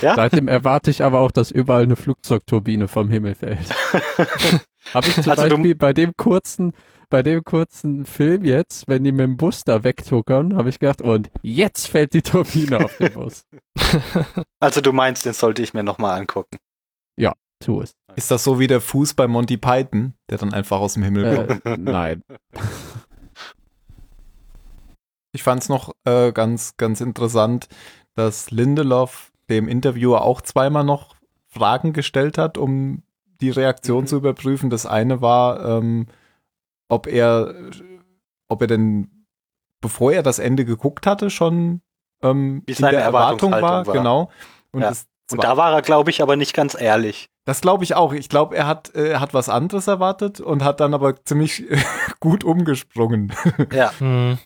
B: Ja?
D: Seitdem erwarte ich aber auch, dass überall eine Flugzeugturbine vom
B: <laughs>
D: Himmel fällt. Habe ich zum
B: Also du-
D: Beispiel bei dem kurzen, bei dem kurzen Film jetzt, wenn die mit dem Bus da wegtuckern, habe ich gedacht, und jetzt fällt die Turbine auf den Bus.
B: Also du meinst, den sollte ich mir nochmal angucken.
D: Tu es.
A: Ist das so wie der Fuß bei Monty Python, der dann einfach aus dem Himmel kommt?
D: Äh, nein.
A: Ich fand es noch äh, ganz, ganz interessant, dass Lindelof dem Interviewer auch zweimal noch Fragen gestellt hat, um die Reaktion
B: Mhm.
A: zu überprüfen. Das eine war, ähm, ob er, ob er denn bevor er das Ende geguckt hatte, schon ähm,
B: Wie seine Erwartungshaltung war.
A: Genau. Und
B: Ja.
A: das,
B: Und da war er, glaube ich, aber nicht ganz ehrlich.
A: das glaube ich auch. Ich glaube, er hat, äh, hat was anderes erwartet und hat dann aber ziemlich <laughs> gut umgesprungen.
B: Ja.
C: Hm.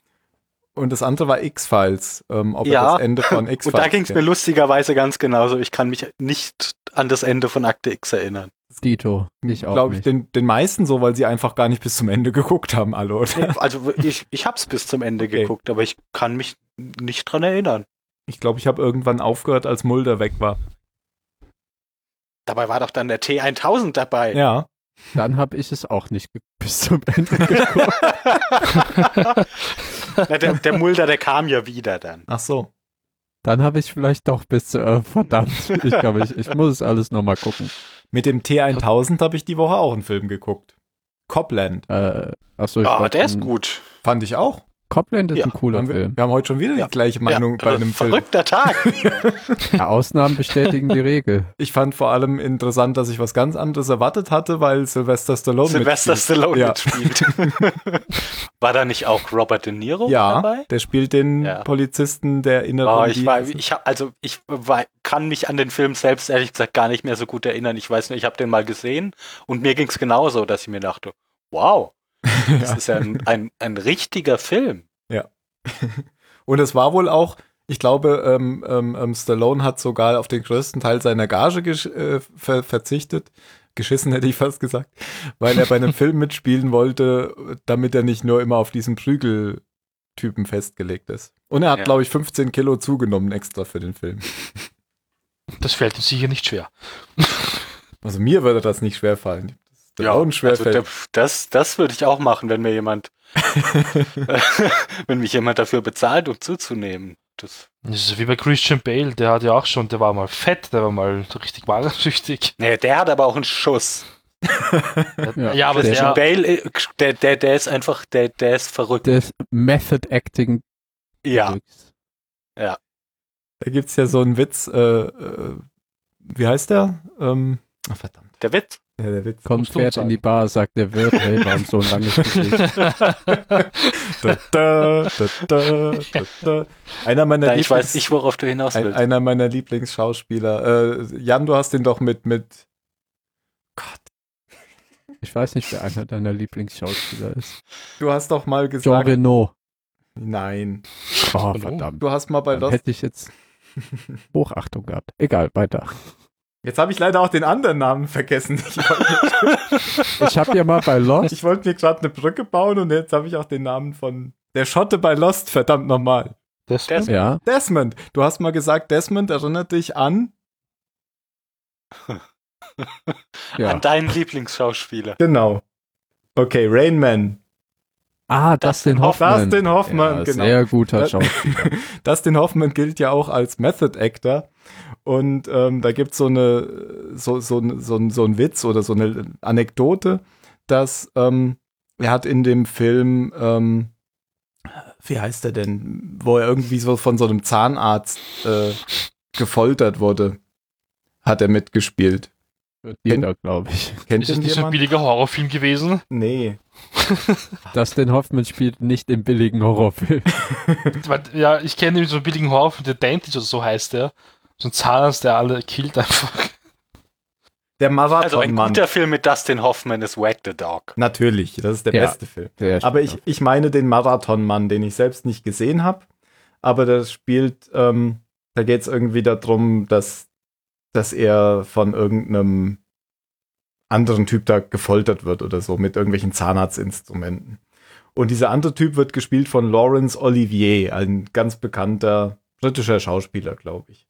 A: Und das andere war X-Files, ähm, ob
B: Ja.
A: er das Ende von X-Files
B: <laughs> Und da ging es mir
A: kennt.
B: lustigerweise ganz genauso. Ich kann mich nicht an das Ende von Akte X erinnern.
D: Dito, ich auch
A: Glaube ich,
D: nicht.
A: den, den meisten so, weil sie einfach gar nicht bis zum Ende <laughs> geguckt haben, alle, oder?
B: Also ich, ich habe es bis zum Ende
A: Okay.
B: geguckt, aber ich kann mich nicht dran erinnern.
A: Ich glaube, ich habe irgendwann aufgehört, als Mulder weg war.
B: Dabei war doch dann der T1000 dabei.
A: Ja.
D: Dann habe ich es auch nicht ge- <laughs> bis zum Ende geguckt.
B: Na, der, der Mulder, der kam ja wieder dann.
A: Ach so.
D: Dann habe ich vielleicht doch bis zu, äh, verdammt, ich glaube, ich, ich muss es alles nochmal gucken.
A: Mit dem T1000 habe ich die Woche auch einen Film geguckt. Copland.
D: Äh, achso, ich
B: Ah,
D: wollte-
B: der ist gut.
A: Fand ich auch.
D: Copland ist
B: Ja,
D: ein cooler
A: Haben wir,
D: Film.
A: wir haben heute schon wieder
B: Ja. Also
A: die gleiche Meinung
B: ja,
A: bei einem Film. <laughs>
B: verrückter Tag.
D: Ja, Ausnahmen bestätigen die Regel.
A: Ich fand vor allem interessant, dass ich was ganz anderes erwartet hatte, weil Sylvester Stallone
B: Sylvester
A: mitspielt.
B: Stallone
A: Ja. <laughs>
B: mitspielt. War da nicht auch Robert De Niro
A: Ja,
B: dabei?
A: der spielt den
B: Ja.
A: Polizisten der inneren
B: Oh, ich war,
A: Dienste.
B: ich hab, also ich war, kann mich an den Film selbst ehrlich gesagt gar nicht mehr so gut erinnern. Ich weiß nur, ich habe den mal gesehen und mir ging's genauso, dass ich mir dachte, <laughs> wow, das ist ja ein, ein, ein richtiger Film.
A: Und es war wohl auch, ich glaube, ähm, ähm, ähm, Stallone hat sogar auf den größten Teil seiner Gage gesch- äh, ver verzichtet. Geschissen hätte ich fast gesagt, weil er bei
B: <laughs>
A: einem Film mitspielen wollte, damit er nicht nur immer auf diesen Prügeltypen festgelegt ist. Und er hat,
B: Ja.
A: glaube ich, 15 Kilo zugenommen extra für den Film.
C: Das fällt uns sicher nicht schwer. <laughs>
A: Also mir würde das nicht schwerfallen. Stallone
B: also
A: schwerfällt.
B: der, das, das würde ich auch machen, wenn mir <laughs> jemand, wenn mich jemand dafür bezahlt, um zuzunehmen. Das,
C: Das ist wie bei Christian Bale, der hat ja auch schon, der war mal fett, der war mal richtig magersüchtig.
B: nee, der hat aber auch einen Schuss.
D: Ja.
C: Ja, aber
D: Der
B: Christian
C: der,
D: ist
B: Bale, äh, der, der, der ist einfach, der, der ist verrückt.
D: Des Method Acting.
B: ja,
D: Deluxe.
A: da gibt es ja so einen Witz, äh, äh, wie heißt der? Ähm, ach, verdammt.
B: der Witz.
A: Ja, der Witz.
D: Komm,
C: Musst du
D: fährt
C: sagen.
D: in die Bar, sagt der Wirt, hey, warum so ein langes Gesicht?
A: da, da, da, da, da, da. Einer meiner
B: Nein, ich weiß
A: Lieblings-
B: nicht, worauf du hinaus
A: Ein,
B: willst.
A: einer meiner Lieblingsschauspieler. Äh, Jan, du hast den doch mit, mit
D: Ich weiß nicht, wer einer deiner Lieblingsschauspieler ist.
A: du hast doch mal
D: Jean
A: gesagt.
D: Reno.
A: Nein.
D: Oh,
C: Reno.
D: verdammt.
A: Du hast mal bei
D: Dann
A: Lost.
D: hätte ich jetzt Hochachtung gehabt. Egal, weiter.
A: Jetzt habe ich leider auch den anderen Namen vergessen. Ich wollte
D: Ich habe ja mal bei
A: <laughs>
D: Lost,
A: ich wollte mir gerade eine Brücke bauen und jetzt habe ich auch den Namen von der Schotte bei Lost, verdammt nochmal.
C: <laughs> das,
B: Der ist-
D: ja,
A: Desmond. Du hast mal gesagt, Desmond erinnert dich an.
D: ja.
B: An deinen Lieblingsschauspieler.
A: Genau. Okay, Rain Man.
D: Ah, Dustin Hoffmann.
A: Dustin Hoffmann,
D: ja,
A: genau.
D: Sehr guter
A: Das-
D: Schauspieler.
A: Dustin Hoffman gilt ja auch als Method Actor. Und ähm, da gibt so eine, so, so, ein- so, ein- so ein Witz oder so eine Anekdote, dass ähm, er hat in dem Film, ähm, wie heißt er denn, wo er irgendwie so von so einem Zahnarzt äh, gefoltert wurde, hat er mitgespielt.
D: Wird
A: <laughs>
D: Jeder, glaube ich.
A: Kennt
C: ist das
A: ihn
C: nicht so ein
A: jemand?
C: billiger Horrorfilm gewesen?
A: nee.
D: Dustin Hoffmann spielt nicht im billigen Horrorfilm.
C: Weil, ja, ich kenne nämlich so einen billigen Horrorfilm, der Dentist oder so heißt der. So ein Zahnarzt, der alle killt einfach. <laughs>
A: Der Marathon
B: Also ein guter Film mit Dustin Hoffman ist Wag the Dog.
A: Natürlich, das ist der
D: Ja.
A: beste Film.
D: Sehr
A: Aber ich, ich meine den Marathonmann, den ich selbst nicht gesehen habe. Aber das spielt, ähm, da geht es irgendwie darum, dass, dass er von irgendeinem anderen Typ da gefoltert wird oder so mit irgendwelchen Zahnarztinstrumenten. Und dieser andere Typ wird gespielt von Laurence Olivier, ein ganz bekannter britischer Schauspieler, glaube ich.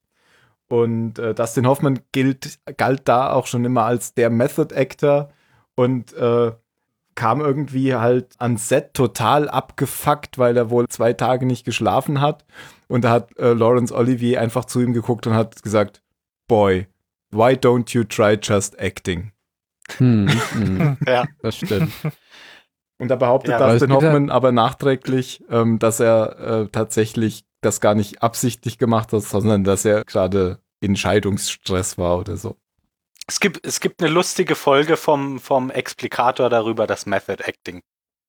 A: Und äh, Dustin Hoffman gilt, galt da auch schon immer als der Method Actor und äh, kam irgendwie halt ans Set total abgefuckt, weil er wohl zwei Tage nicht geschlafen hat. Und da hat äh, Laurence Olivier einfach zu ihm geguckt und hat gesagt, Boy, why don't you try just acting?
D: Hm, hm,
B: Ja.
D: das stimmt.
A: Und da behauptet
B: Ja,
A: Dustin
D: aber es-
A: Hoffman aber nachträglich, ähm, dass er äh, tatsächlich das gar nicht absichtlich gemacht hat, sondern dass er gerade in Scheidungsstress war oder so.
B: Es gibt, es gibt eine lustige Folge vom, vom Explikator darüber, dass Method Acting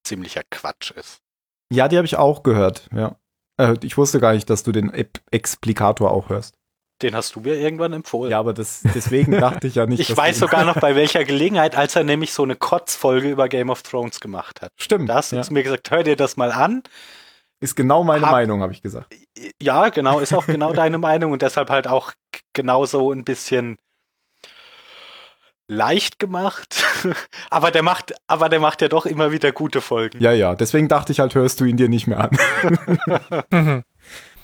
B: ziemlicher Quatsch ist.
A: Ja, die habe ich auch gehört, ja. Äh, ich wusste gar nicht, dass du den Ep- Explikator auch hörst.
B: Den hast du mir irgendwann empfohlen.
A: Ja, aber das, deswegen dachte ich ja nicht.
B: ich
A: dass
B: weiß
A: du-
B: sogar <laughs> noch bei welcher Gelegenheit, als er nämlich so eine Kotzfolge über Game of Thrones gemacht hat.
A: Stimmt.
B: Da hast du
A: ja.
B: zu mir gesagt, hör dir das mal an.
A: Ist genau meine
B: Hab-
A: Meinung, habe ich gesagt.
B: Ja, genau, ist auch <laughs> genau deine Meinung und deshalb halt auch k- genauso ein bisschen leicht gemacht. <laughs> aber der macht, aber der macht ja doch immer wieder gute Folgen.
A: Ja, ja. Deswegen dachte ich halt, hörst du ihn dir nicht mehr an. <laughs>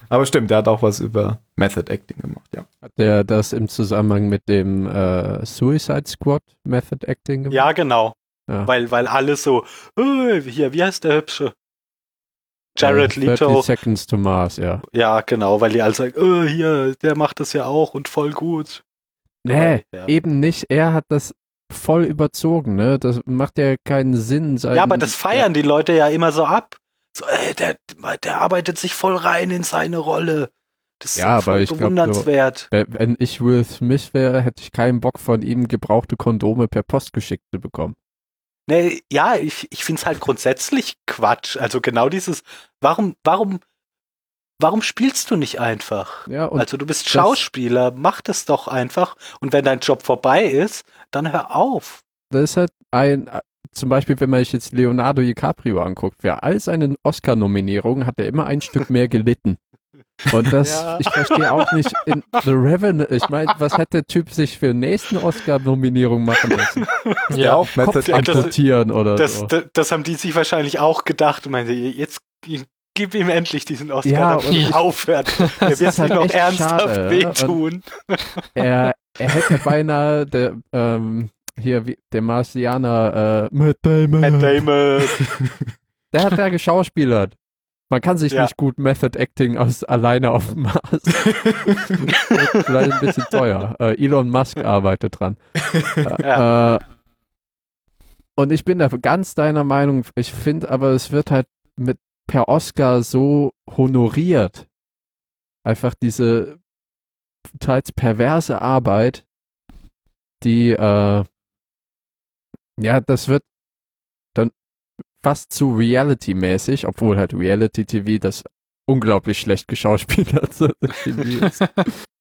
A: Aber stimmt, der hat auch was über Method Acting gemacht, ja.
D: Hat der das im Zusammenhang mit dem äh, Suicide Squad Method Acting gemacht?
B: Ja, genau.
D: Ja.
B: Weil, weil alle so, "Äh, hier, wie heißt der Hübsche? Jared
D: Äh,
B: Leto.
D: Seconds to Mars, ja.
B: Ja, genau, weil die alle sagen, "Äh, hier, der macht das ja auch und voll gut.
D: Nee,
B: Ja.
D: eben nicht. Er hat das voll überzogen, ne? Das macht ja keinen Sinn. Sein,
B: Ja, aber das feiern die Leute ja immer so ab. So, ey, der, der arbeitet sich voll rein in seine Rolle. Das ist
D: Ja,
B: voll
D: aber ich glaub,
B: bewundernswert.
D: Wenn- Wenn ich Will Smith wäre, hätte ich keinen Bock von ihm gebrauchte Kondome per Post geschickt zu bekommen.
B: nee, ja, ich, ich find's halt grundsätzlich Quatsch. Also genau dieses, warum, warum, warum spielst du nicht einfach?
D: Ja, und
B: also du bist Schauspieler, mach das doch einfach. Und wenn dein Job vorbei ist, dann hör auf.
D: das ist halt ein, äh, zum Beispiel, wenn man sich jetzt Leonardo DiCaprio anguckt, für all seine Oscar-Nominierungen hat er immer ein Stück mehr gelitten.
B: <laughs>
D: Und das,
B: Ja.
D: ich verstehe auch nicht, in The Revenant, ich meine, was hätte der Typ sich für den nächsten Oscar-Nominierung machen müssen?
A: Der
C: ja.
D: <laughs>
A: auch Method
B: Ja, <laughs> das-
A: Acting.
D: Amputieren oder
B: Das,
D: so.
B: das, das haben die sich wahrscheinlich auch gedacht und meinte, jetzt gib ihm endlich diesen Oscar,
D: Ja,
B: damit
C: und-
B: er <laughs> aufhört. Der
D: ist
B: wird
D: halt
B: ihm noch
D: echt
B: ernsthaft
D: schade, ja.
B: wehtun.
D: er, er hätte beinahe der, ähm, hier, wie, der Marcianer, äh, Matt Damon.
B: Matt
D: <laughs>
B: Damon.
D: Der hat ja geschauspielert. Man kann sich
B: Ja.
D: nicht gut Method Acting aus alleine auf dem Mars. Wird Vielleicht ein bisschen teuer. Äh, Elon Musk arbeitet dran. Äh, äh, und ich bin da ganz deiner Meinung. Ich finde aber, es wird halt mit per Oscar so honoriert. Einfach diese teils perverse Arbeit, die, äh, ja, das wird dann fast zu Reality-mäßig, obwohl halt Reality-TV das unglaublich schlecht geschauspielerte TV ist.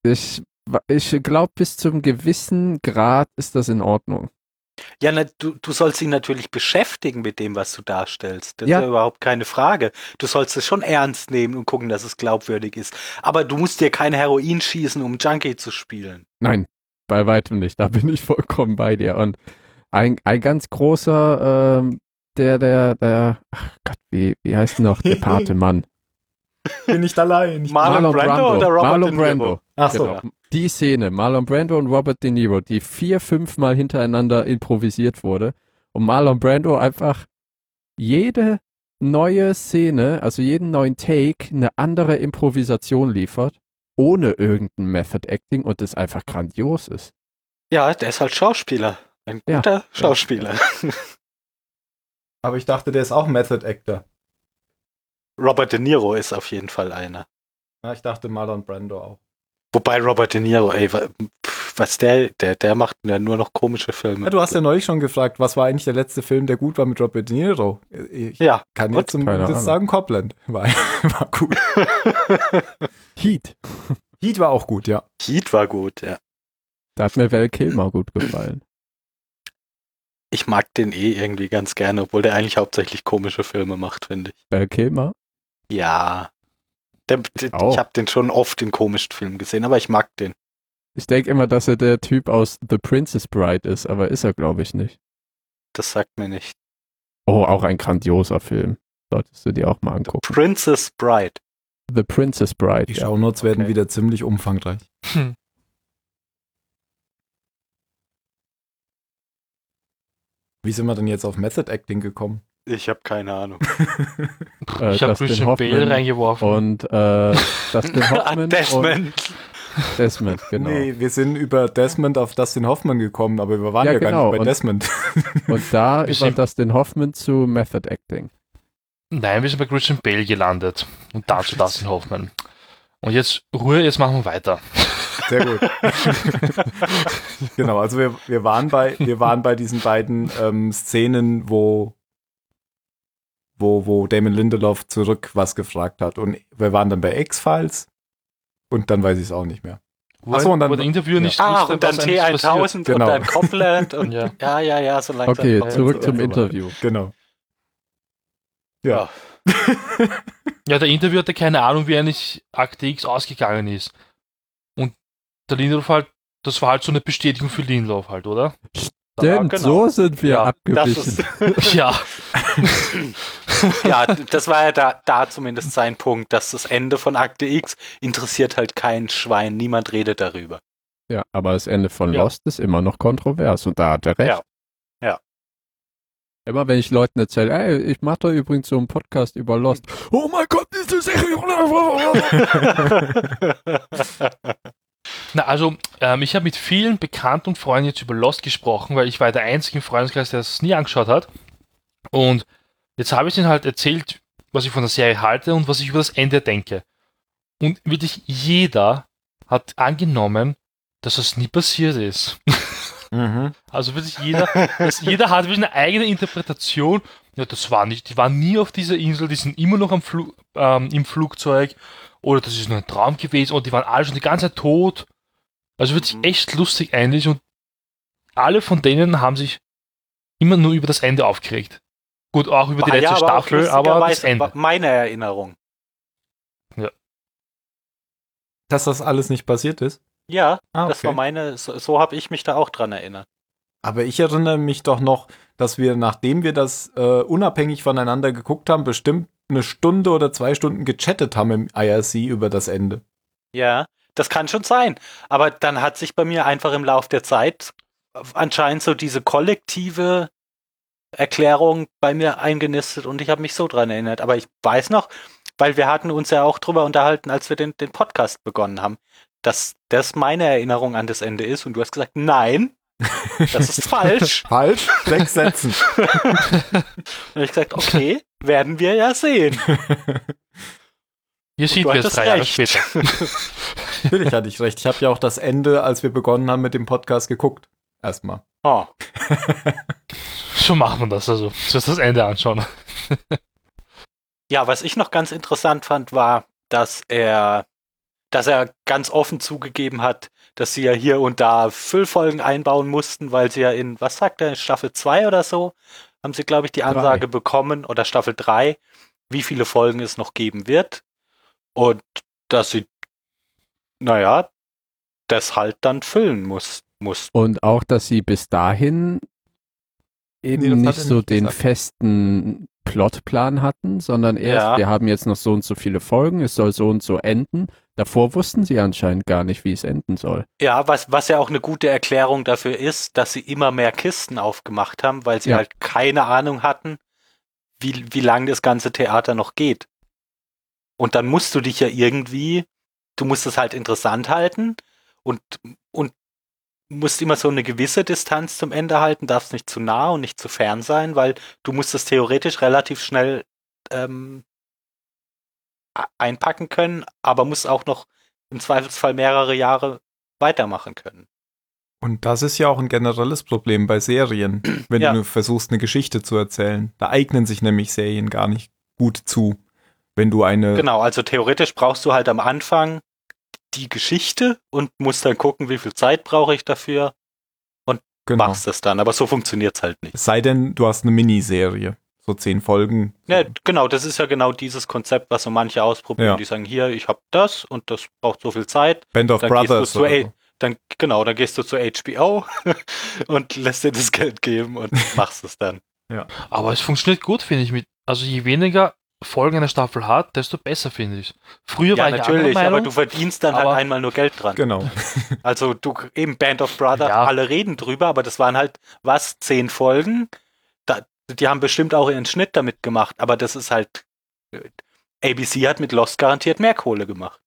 D: Ich, ich glaube, bis zum gewissen Grad ist das in Ordnung.
B: Ja, na, du, du sollst ihn natürlich beschäftigen mit dem, was du darstellst. Das
D: Ja.
B: ist ja überhaupt keine Frage. Du sollst es schon ernst nehmen und gucken, dass es glaubwürdig ist. Aber du musst dir kein Heroin schießen, um Junkie zu spielen.
D: Nein, bei weitem nicht. Da bin ich vollkommen bei dir. Und ein, ein ganz großer, ähm, der, der, der, ach Gott, wie, wie heißt denn noch der Pate Mann?
A: Bin nicht allein.
B: Marlon, Brando, oder Robert
D: Marlon
B: De Niro?
D: Brando.
A: Ach so.
D: Genau. Die Szene, Marlon Brando und Robert De Niro, die vier, fünfmal hintereinander improvisiert wurde. Und Marlon Brando einfach jede neue Szene, also jeden neuen Take, eine andere Improvisation liefert, ohne irgendein Method Acting und es einfach grandios ist.
B: Ja, der ist halt Schauspieler. Ein
D: Ja.
B: guter Schauspieler.
A: Aber ich dachte, der ist auch Method Actor.
B: Robert De Niro ist auf jeden Fall einer.
A: Ja, ich dachte Marlon Brando auch.
B: Wobei Robert De Niro, ey, wa- pf, was der, der, der macht ja nur noch komische Filme.
A: Ja, du hast ja neulich schon gefragt, was war eigentlich der letzte Film, der gut war mit Robert De Niro? Ich
B: Ja,
A: kann
B: und?
A: jetzt zum
D: Keine
A: das
D: Ahnung.
A: sagen, Copland <laughs> war, war gut.
D: Heat.
A: Heat war auch gut, ja.
B: Heat war gut, ja.
D: Da hat mir Val Kilmer gut gefallen.
B: Ich mag den eh irgendwie ganz gerne, obwohl der eigentlich hauptsächlich komische Filme macht, finde ich.
D: Val Kilmer?
B: Ja. Der, der,
D: auch.
B: ich habe den schon oft in komischen Filmen gesehen, aber ich mag den.
D: Ich denke immer, dass er der Typ aus The Princess Bride ist, aber ist er, glaube ich, nicht.
B: Das sagt mir nicht.
D: Oh, auch ein grandioser Film. Solltest du dir auch mal angucken.
B: Princess Bride.
D: The Princess Bride.
A: Die
D: Ja.
A: Shownotes werden
B: Okay.
A: wieder ziemlich umfangreich. Wie sind wir denn jetzt auf Method Acting gekommen?
B: Ich habe
A: <laughs>
B: keine Ahnung.
D: Äh,
C: ich habe
D: Dustin
C: Christian Bale
D: Hoffman.
C: reingeworfen.
D: Und äh,
B: <laughs>
D: Dustin Hoffman und
B: Ah, Desmond.
D: Desmond, genau.
A: Nee, wir sind über Desmond auf Dustin Hoffman gekommen, aber wir waren ja,
D: Ja,
A: gar
D: genau.
A: nicht bei
D: Und-
A: Desmond.
D: Und da
C: Wir
D: über
C: sind-
D: Dustin Hoffman zu Method Acting.
C: Nein, wir sind bei Christian Bale gelandet. Und dann zu Dustin Hoffman. Und jetzt Ruhe, jetzt machen wir weiter.
A: Sehr gut. <laughs> genau, also wir, wir, waren bei, wir waren bei diesen beiden ähm, Szenen, wo, wo, wo Damon Lindelof zurück was gefragt hat. Und wir waren dann bei X-Files und dann weiß ich es auch nicht mehr.
C: Wo,
A: Ach so, und dann-
C: wo der Interviewer nicht
B: Ah,
C: wusste,
B: und dann
C: was eigentlich passiert.
B: T1000
A: Genau.
B: und dann Copland
A: <laughs>
B: und
C: Ja.
B: ja. ja, ja, so langsam.
D: Okay,
B: kommt
D: zurück
B: so
D: zum
B: langsam.
D: Interview.
A: Genau. Ja.
C: Ja, der Interviewer hatte keine Ahnung, wie eigentlich Akte X ausgegangen ist. Und der Lindelof halt, das war halt so eine Bestätigung für Lindelof halt, oder?
D: Stimmt,
B: genau.
D: so sind wir
C: Ja,
B: Das
D: abgewichen.
B: ist, <laughs>
C: ja,
B: ja, das war ja da, da zumindest sein Punkt, dass das Ende von Akte X interessiert halt kein Schwein, niemand redet darüber.
D: Ja, aber das Ende von
C: Ja.
D: Lost ist immer noch kontrovers und da hat er recht.
B: Ja. Ja.
D: Immer wenn ich Leuten erzähle, ey, ich mache da übrigens so einen Podcast über Lost. Oh mein Gott, diese Serie. <laughs>
C: na also, ähm, ich habe mit vielen Bekannten und Freunden jetzt über Lost gesprochen, weil ich war der einzige im Freundeskreis, der es nie angeschaut hat. Und jetzt habe ich ihnen halt erzählt, was ich von der Serie halte und was ich über das Ende denke. Und wirklich jeder hat angenommen, dass das nie passiert ist.
A: Mhm.
C: Also wirklich jeder, das, jeder hat wirklich eine eigene Interpretation. Ja, das war nicht, die waren nie auf dieser Insel, die sind immer noch am Flu ähm, im Flugzeug oder das ist nur ein Traum gewesen oder die waren alle schon die ganze Zeit tot. Also wirklich
B: Mhm.
C: echt lustig eigentlich und alle von denen haben sich immer nur über das Ende aufgeregt. Gut, auch über die
B: War
C: letzte
B: Ah, ja aber auch
C: Staffel, aber das
B: lustigerweise
C: Ende.
B: Meine Erinnerung.
A: Dass das alles nicht passiert ist.
B: Ja,
A: Ah,
B: das war meine, so, so habe ich mich da auch dran erinnert.
A: Aber ich erinnere mich doch noch, dass wir, nachdem wir das äh, unabhängig voneinander geguckt haben, bestimmt eine Stunde oder zwei Stunden gechattet haben im IRC über das Ende.
B: Ja, das kann schon sein. Aber dann hat sich bei mir einfach im Lauf der Zeit anscheinend so diese kollektive Erklärung bei mir eingenistet und ich habe mich so dran erinnert. Aber ich weiß noch, weil wir hatten uns ja auch drüber unterhalten, als wir den, den Podcast begonnen haben, dass das meine Erinnerung an das Ende ist und du hast gesagt, nein, das ist falsch.
A: Falsch? Sechs <laughs> Sätzen.
B: Und ich gesagt, okay, werden wir ja sehen.
C: Hier sind
B: Du
C: wir jetzt
B: hattest
C: drei Jahre
B: recht.
C: später. <laughs>
A: Natürlich hatte ich recht. Ich habe ja auch das Ende, als wir begonnen haben mit dem Podcast, geguckt. Erstmal.
B: Oh.
C: So macht man das also. So ist das Ende anschauen.
B: Ja, was ich noch ganz interessant fand, war, dass er, dass er ganz offen zugegeben hat, dass sie ja hier und da Füllfolgen einbauen mussten, weil sie ja in, was sagt er, in Staffel 2 oder so, haben sie, glaube ich, die Ansage
D: Drei.
B: bekommen, oder Staffel 3, wie viele Folgen es noch geben wird. Und dass sie, naja, das halt dann füllen muss, muss.
D: Und auch, dass sie bis dahin eben
A: Nee, das hat
D: nicht
A: er
D: so
A: nicht
D: den
A: gesagt.
D: festen Plotplan hatten, sondern erst,
B: Ja.
D: wir haben jetzt noch so und so viele Folgen, es soll so und so enden. Davor wussten sie anscheinend gar nicht, wie es enden soll.
B: Ja, was, was ja auch eine gute Erklärung dafür ist, dass sie immer mehr Kisten aufgemacht haben, weil sie
D: Ja.
B: halt keine Ahnung hatten, wie, wie lang das ganze Theater noch geht. Und dann musst du dich ja irgendwie, du musst es halt interessant halten und, und musst immer so eine gewisse Distanz zum Ende halten, darfst nicht zu nah und nicht zu fern sein, weil du musst es theoretisch relativ schnell ähm, a- einpacken können, aber musst auch noch im Zweifelsfall mehrere Jahre weitermachen können.
A: Und das ist ja auch ein generelles Problem bei Serien, wenn
B: Ja.
A: du versuchst, eine Geschichte zu erzählen. Da eignen sich nämlich Serien gar nicht gut zu, wenn du eine
B: Genau, also theoretisch brauchst du halt am Anfang die Geschichte und musst dann gucken, wie viel Zeit brauche ich dafür,
A: Genau.
B: machst es dann. Aber so funktioniert's halt nicht.
A: Es sei denn, du hast eine Miniserie. So zehn Folgen.
B: Ja, genau, das ist ja genau dieses Konzept, was so manche ausprobieren.
A: Ja.
B: Die sagen, hier, ich habe das und das braucht so viel Zeit.
A: Band of
B: Dann
A: Brothers.
B: gehst du zu
A: oder
B: A- Dann, genau, dann gehst du zu HBO <laughs> und lässt dir das Geld geben und machst es dann.
C: Aber es funktioniert gut, finde ich. Mit, also je weniger Folgen eine Staffel hat, desto besser, finde ich. Früher
B: Ja,
C: war ich
B: natürlich,
C: der anderen
B: aber
C: Meinung,
B: du verdienst dann
C: aber-
B: halt einmal nur Geld dran.
A: so. Genau.
B: Also du eben Band of Brothers,
C: Ja.
B: alle reden drüber, aber das waren halt was zehn Folgen. Da, die haben bestimmt auch ihren Schnitt damit gemacht, aber das ist halt äh, ABC hat mit Lost garantiert mehr Kohle gemacht.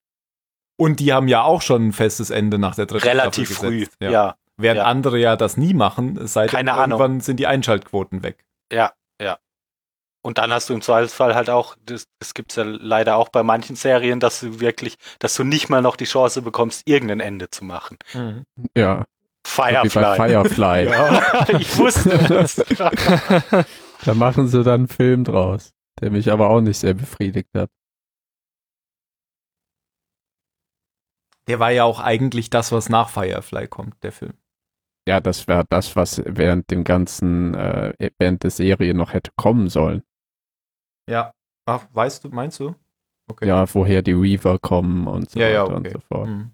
A: Und die haben ja auch schon ein festes Ende nach der dritten
B: Relativ
A: Staffel
B: früh.
A: gesetzt.
B: Ja.
A: Ja.
B: ja,
A: Während
B: Ja.
A: andere ja das nie machen, es sei denn,
B: Keine
A: irgendwann
B: Ahnung.
A: sind die Einschaltquoten weg.
B: Und dann hast du im Zweifelsfall halt auch, das, das gibt's ja leider auch bei manchen Serien, dass du wirklich, dass du nicht mal noch die Chance bekommst, irgendein Ende zu machen.
D: Ja, wie bei
B: Firefly.
A: <laughs>
B: <laughs>
D: Firefly.
B: ich wusste das.
D: Da machen sie dann einen Film draus. der mich aber auch nicht sehr befriedigt hat.
A: Der war ja auch eigentlich das, was nach Firefly kommt, der Film.
D: Ja, das wäre das, was während dem ganzen, äh, während der Serie noch hätte kommen sollen.
A: Ja. Ach, weißt du, meinst du? Okay.
D: Ja, woher die Weaver kommen und so
A: Ja, ja,
D: weiter und
A: okay.
D: so fort.
A: Hm.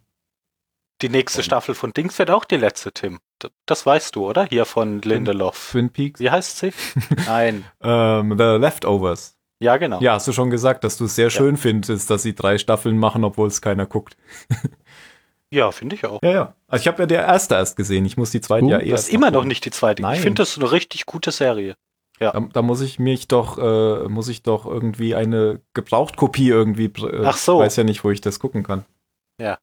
B: Die nächste Staffel von Dings wird auch die letzte, Tim. D- Das weißt du, oder? Hier von Lindelof.
A: Twin Peaks. <laughs>
B: Wie heißt sie? <laughs> Nein.
A: Ähm, The Leftovers.
B: Ja, genau.
A: Ja, hast du schon gesagt, dass du es sehr schön findest, dass sie drei Staffeln machen, obwohl es keiner guckt.
B: Ja, finde ich auch.
A: Ja, ja. Also ich habe ja der erste erst gesehen. Ich muss die zweite
D: Du?
A: ja
B: Das
A: erst.
B: ist immer noch nicht die zweite.
A: Nein.
B: Ich finde das eine richtig gute <clears throat> Serie.
A: Da, da muss ich mich doch, äh, muss ich doch irgendwie eine Gebrauchtkopie irgendwie. pr- Äh,
B: Ach so.
A: Weiß ja nicht, wo ich das gucken kann.
B: Ja.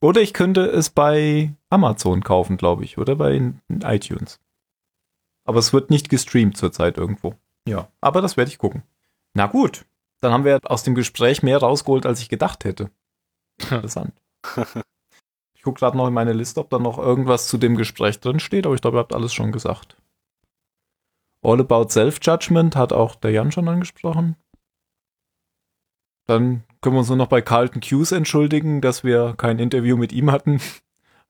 A: Oder ich könnte es bei Amazon kaufen, glaube ich, oder bei iTunes. Aber es wird nicht gestreamt zurzeit irgendwo. Ja. Aber das werde ich gucken. Na gut. Dann haben wir aus dem Gespräch mehr rausgeholt, als ich gedacht hätte. Interessant. <laughs> Ich gucke gerade noch in meine Liste, ob da noch irgendwas zu dem Gespräch drin steht, aber ich glaube, ihr habt alles schon gesagt. All About Self-Judgment hat auch der Jan schon angesprochen. Dann können wir uns nur noch bei Carlton Hughes entschuldigen, dass wir kein Interview mit ihm hatten. <laughs>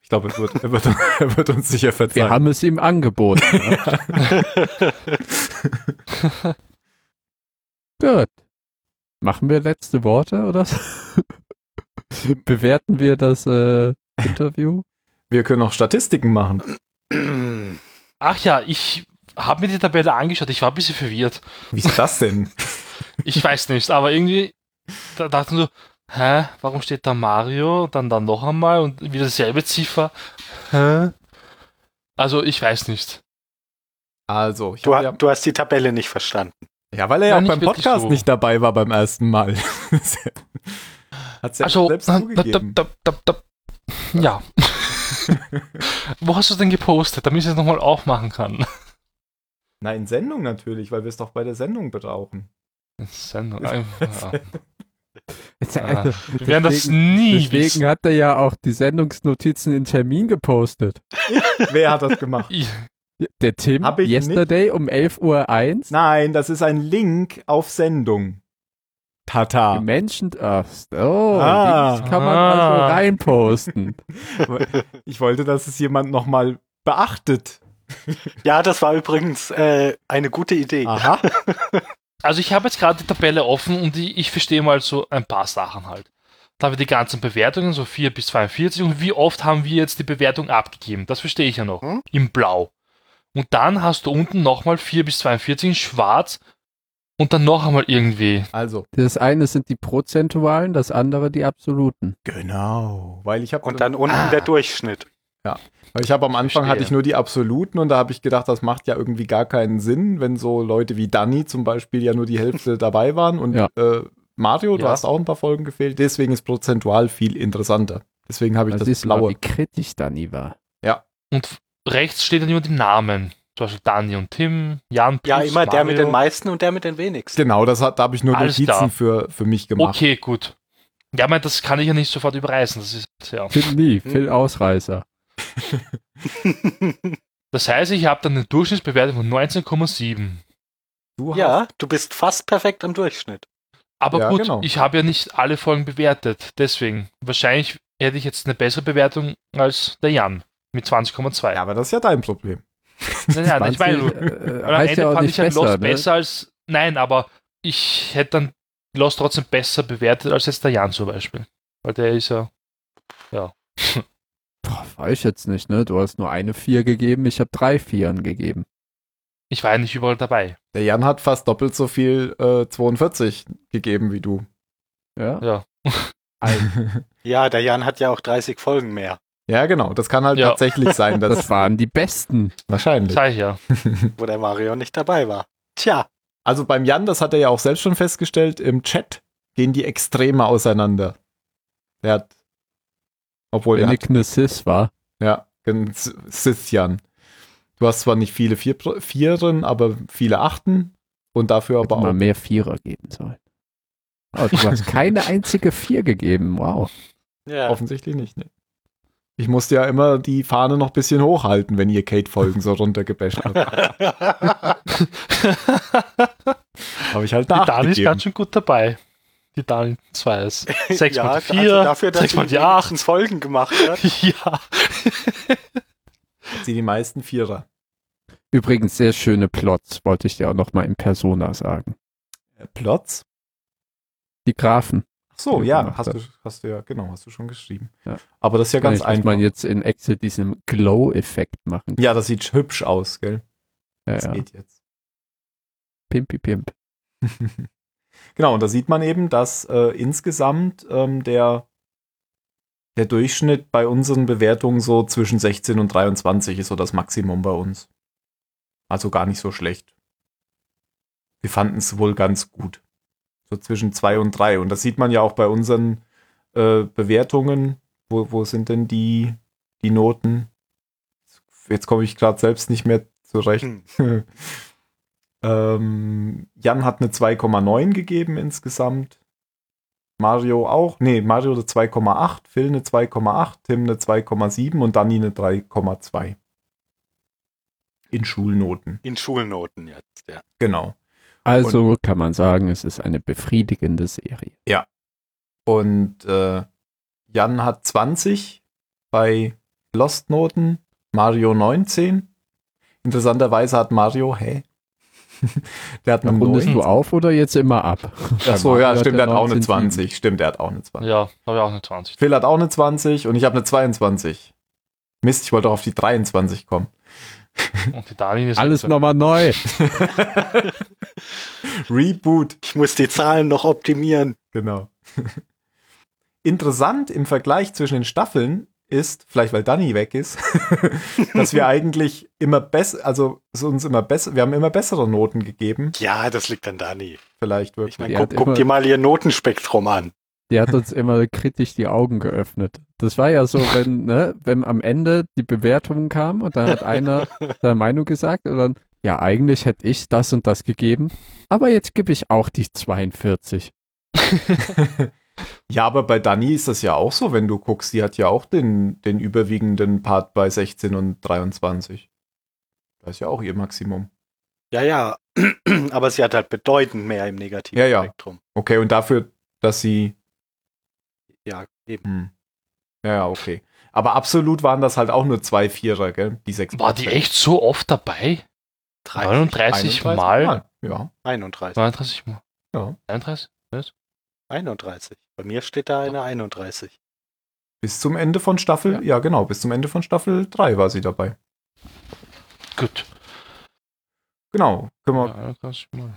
A: Ich glaube, er wird, er, wird, <laughs> er wird uns sicher
D: Wir
A: verzeihen.
D: haben es ihm angeboten. ne?
C: <laughs>
D: Gut. Machen wir letzte Worte oder <laughs> so? Bewerten wir das äh, Interview?
A: wir können auch Statistiken machen.
C: Ach ja, ich habe mir die Tabelle angeschaut. Ich war ein bisschen verwirrt.
A: Wie ist das denn?
C: Ich weiß nicht, aber irgendwie da dachte ich so, hä, warum steht da Mario? Dann dann noch einmal und wieder dieselbe Ziffer. Hä? Also ich weiß nicht.
A: Also, ich
B: Du,
A: hab
B: ha- du hast die Tabelle nicht verstanden.
A: Ja, weil er ja
C: Nein,
A: auch
C: nicht
A: beim
C: wirklich
A: Podcast
C: so.
A: nicht dabei war beim ersten Mal. <laughs> Hat's ja
C: also
A: selbst
C: na, da, da,
A: zugegeben.
C: da, da, da,
B: <laughs>
C: ja. Wo hast du denn gepostet, damit ich es nochmal
B: <laughs>
C: aufmachen kann?
A: Nein, Sendung natürlich, weil wir es doch bei der Sendung brauchen.
C: Sendung. Ja. Ah,
D: Also,
C: Wir werden das
D: deswegen,
C: nie
D: deswegen hat er ja auch die Sendungsnotizen in Termin gepostet.
A: <laughs> Wer hat das gemacht?
C: wissen.
D: Der Tim,
A: Hab ich
D: yesterday um 11.01 Uhr.
A: Nein, das ist ein Link auf Sendung. Tata.
D: Menschen, ach, oh,
A: Ah.
D: Links kann man
C: Ah.
D: also reinposten.
A: Ich wollte, dass es jemand nochmal beachtet.
B: Ja, das war übrigens äh, eine gute Idee.
A: Aha.
C: Also ich habe jetzt gerade die Tabelle offen und die, ich verstehe mal so ein paar Sachen halt. Da haben wir die ganzen Bewertungen, so 4 bis 42 und wie oft haben wir jetzt die Bewertung abgegeben? Das verstehe ich ja noch.
B: Hm?
C: Im Blau. Und dann hast du unten nochmal 4 bis 42 in Schwarz und dann noch einmal irgendwie.
A: Also.
D: Das eine sind die prozentualen, das andere die absoluten.
A: Genau. Weil ich habe
B: Und dann unten der Durchschnitt.
A: Weil ich habe am Anfang
C: Verstehe.
A: hatte ich nur die absoluten und da habe ich gedacht, das macht ja irgendwie gar keinen Sinn, wenn so Leute wie Danny zum Beispiel ja nur die Hälfte dabei waren und
D: Ja.
A: äh, Mario, du
C: Ja.
A: hast auch ein paar Folgen gefehlt, deswegen ist prozentual viel interessanter. Deswegen habe ich
D: Das,
A: das,
D: ist mal,
A: blaue.
D: wie kritisch Dani war.
C: Und f- rechts steht dann immer die Namen. Zum Beispiel Dani und Tim, Jan
B: Ja,
C: Plus,
B: immer der mit den
C: Mario.
B: meisten und der mit den wenigsten.
A: Genau, das hat, da habe ich nur
C: Alles
A: Notizen
C: klar.
A: für, für mich gemacht.
C: Okay, gut. Ja, mein, das kann ich ja nicht sofort überreißen. Das ist, ja.
D: Tim nie, Phil Ausreißer.
C: Das heißt, ich habe dann eine Durchschnittsbewertung von 19,7.
A: Du hast-
B: <laughs> Ja, du bist fast perfekt am Durchschnitt.
C: Aber
A: Ja,
C: gut,
A: genau.
C: ich habe ja nicht alle Folgen bewertet. Deswegen, wahrscheinlich hätte ich jetzt eine bessere Bewertung als der Jan mit 20,2.
A: Ja, aber das ist ja dein Problem.
C: nein, nein, ich meine,
D: Manche,
C: nur,
D: äh,
C: weil am
D: heißt
C: Ende
D: ja auch
C: fand
D: nicht
C: ich ja
D: besser,
C: Lost
D: ne?
C: besser als. Nein, aber ich hätte dann Lost trotzdem besser bewertet als jetzt der Jan zum Beispiel. Weil der ist ja.
D: Boah, weiß ich jetzt nicht, ne? Du hast nur eine Vier gegeben, ich habe drei Vieren gegeben.
C: Ich war ja nicht überall dabei.
A: Der Jan hat fast doppelt so viel äh, 42 gegeben wie du. <laughs>
D: Ja?
C: Ja.
B: Ja, der Jan hat ja auch 30 Folgen mehr.
A: ja, genau. Das kann halt
C: Ja.
A: tatsächlich sein,
C: <laughs>
A: dass
D: Das waren die besten.
A: wahrscheinlich.
C: Sag ich ja.
B: wo der Mario nicht dabei war. Tja,
A: Also beim Jan, das hat er ja auch selbst schon festgestellt, im Chat gehen die Extreme auseinander. Er hat, obwohl er
D: Wenn
A: hat,
D: Nick eine Sis war.
A: ja, gen- S- Scythian. Du hast zwar nicht viele Vier Vieren, aber viele Achten und dafür
D: Hätte
A: aber
D: mal
A: auch.
D: mehr Vierer geben sollen. Oh, du hast keine einzige Vier gegeben, wow.
B: ja.
A: Offensichtlich nicht. Ne? Ich musste ja immer die Fahne noch ein bisschen hochhalten, wenn ihr Kate-Folgen so runtergebasht habt.
B: <laughs>
A: Habe ich halt
C: Die Dani ist
A: nachgegeben.
C: ganz schön gut dabei. Die Dani 2
D: <laughs>
C: ist 6 mal die 4,
B: also dafür, dass
C: 6 mal
B: sie
C: die
B: die
C: 8.
B: achten Folgen gemacht hat.
C: <laughs> Ja.
A: Sie die meisten Vierer.
D: Übrigens sehr schöne Plots, wollte ich dir auch nochmal in Persona sagen.
A: Äh, Plots?
D: Die Grafen.
A: Ach so,
D: Die
A: ja,
D: gemacht
A: hast
D: hat.
A: du, hast du ja, genau, hast du schon geschrieben.
D: Ja.
A: Aber das ist ja ganz
D: Vielleicht muss
A: einfach.
D: man jetzt in Excel diesen Glow-Effekt machen.
A: ja, das sieht hübsch aus, gell?
D: Ja,
A: Das
D: ja.
A: geht jetzt.
D: Pimpi Pimp.
A: Genau, und da sieht man eben, dass äh, insgesamt ähm, der, der Durchschnitt bei unseren Bewertungen so zwischen 16 und 23 ist so das Maximum bei uns. Also gar nicht so schlecht. Wir fanden es wohl ganz gut. So zwischen 2 und 3. Und das sieht man ja auch bei unseren äh, Bewertungen. Wo, wo sind denn die, die Noten? Jetzt komme ich gerade selbst nicht mehr zurecht.
B: Hm.
A: <laughs> ähm, Jan hat eine 2,9 gegeben insgesamt. Mario auch. Nee, Mario eine 2,8, Phil eine 2,8, Tim eine 2,7 und Dani eine 3,2. In Schulnoten.
B: In Schulnoten jetzt, ja.
A: Genau.
D: Also kann man sagen, es ist eine befriedigende Serie.
A: Und äh, Jan hat 20 bei Lost-Noten, Mario 19. Interessanterweise hat Mario, hä? <laughs> Der hat
D: Da
A: eine
D: rundest
A: 9.
D: du auf oder jetzt immer ab?
A: Ach so,
D: <laughs>
A: ja, stimmt, der hat auch eine
D: 19,7.
A: 20. Stimmt, der hat auch eine 20.
C: Ja, habe ich auch eine 20.
A: Phil hat auch eine 20 und ich habe eine 22. Mist, ich wollte doch auf die 23 kommen.
C: Und die Dani ist also-
D: Alles nochmal neu.
A: Reboot,
B: Ich muss die Zahlen noch optimieren.
A: genau. <laughs> Interessant im Vergleich zwischen den Staffeln ist, vielleicht weil Danny weg ist, <laughs> dass wir eigentlich immer besser, also es uns immer besser, wir haben immer bessere Noten gegeben,
B: Ja, das liegt an Dani.
A: vielleicht
B: Ich
A: wirklich.
B: meine,
D: Die
B: guck,
D: hat
B: guck
D: immer-
B: dir mal ihr Notenspektrum an.
D: Die hat uns immer kritisch die Augen geöffnet. Das war ja so, wenn, ne, wenn am Ende die Bewertungen kamen und dann
A: <laughs>
D: hat einer seine Meinung gesagt und dann, ja, eigentlich hätte ich das und das gegeben, aber jetzt gebe ich auch die 42.
A: Ja, aber bei Dani ist das ja auch so, wenn du guckst, die hat ja auch den, den überwiegenden Part bei 16 und 23. Das ist ja auch ihr Maximum.
B: Ja, ja. <clears throat> Aber sie hat halt bedeutend mehr im negativen
A: Ja, ja.
B: Spektrum.
A: Okay, und dafür, dass sie
B: Ja, eben.
A: Hm. Ja, ja, okay. Aber absolut waren das halt auch nur zwei Vierer, gell? Die sechs.
C: <laughs> War die echt so oft dabei?
B: 30,
C: 39 Mal?
A: Ja.
B: 31.
C: 39 Mal.
A: Ja.
C: 31?
B: 31. Bei mir steht da eine 31.
A: Bis zum Ende von Staffel, ja.
D: Ja.
A: genau, bis zum Ende von Staffel 3 war sie dabei.
C: Gut.
A: Genau. Können wir,
C: 31 Mal.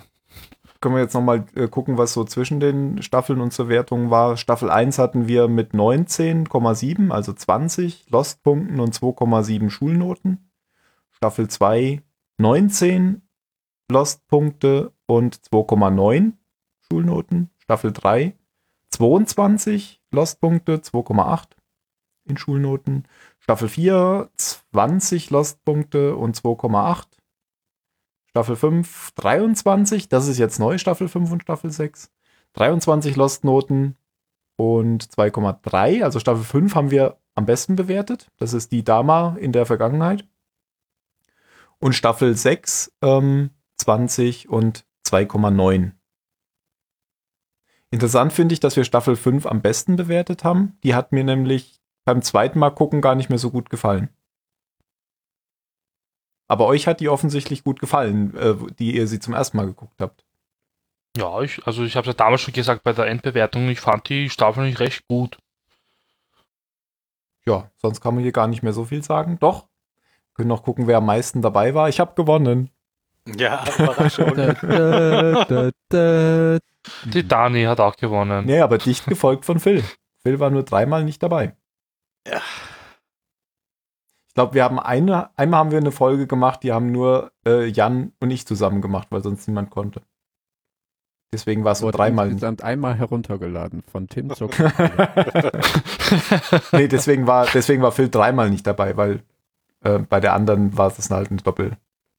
A: können wir jetzt nochmal äh, gucken, was so zwischen den Staffeln und zur Wertung war. Staffel 1 hatten wir mit 19,7, also 20 Lostpunkten und 2,7 Schulnoten. Staffel 2 19 Lostpunkte und 2,9 Schulnoten. Staffel 3 22 Lostpunkte, 2,8 in Schulnoten. Staffel 4 20 Lostpunkte und 2,8. Staffel 5 23, das ist jetzt neu, Staffel 5 und Staffel 6. 23 Lostnoten und 2,3. Also Staffel 5 haben wir am besten bewertet. Das ist die Dama in der Vergangenheit. Und Staffel 6 ähm, 20 und 2,9. Interessant finde ich, dass wir Staffel 5 am besten bewertet haben. Die hat mir nämlich beim zweiten Mal gucken gar nicht mehr so gut gefallen. Aber euch hat die offensichtlich gut gefallen, äh, die ihr sie zum ersten Mal geguckt habt.
C: Ja, ich, also ich habe ja damals schon gesagt bei der Endbewertung, ich fand die Staffel nicht recht gut.
A: Ja, sonst kann man hier gar nicht mehr so viel sagen. Doch, wir können noch gucken, wer am meisten dabei war. Ich habe gewonnen.
B: Ja, <laughs>
D: Da, <laughs>
A: <laughs>
B: Überraschung.
D: da, da, da. Mhm.
C: Die Dani hat auch gewonnen.
A: Nee, aber dicht gefolgt von Phil. Phil war nur dreimal nicht dabei.
B: Ja.
A: Ich glaube, wir haben eine, einmal haben wir eine Folge gemacht, die haben nur äh, Jan und ich zusammen gemacht, weil sonst niemand konnte. Deswegen war es nur
D: Wurde
A: Also dreimal.
D: Insgesamt einmal heruntergeladen
A: <laughs>
D: von Tim Zuck.
A: nee, deswegen war, deswegen war Phil dreimal nicht dabei, weil äh, bei der anderen war es halt eine Doppel,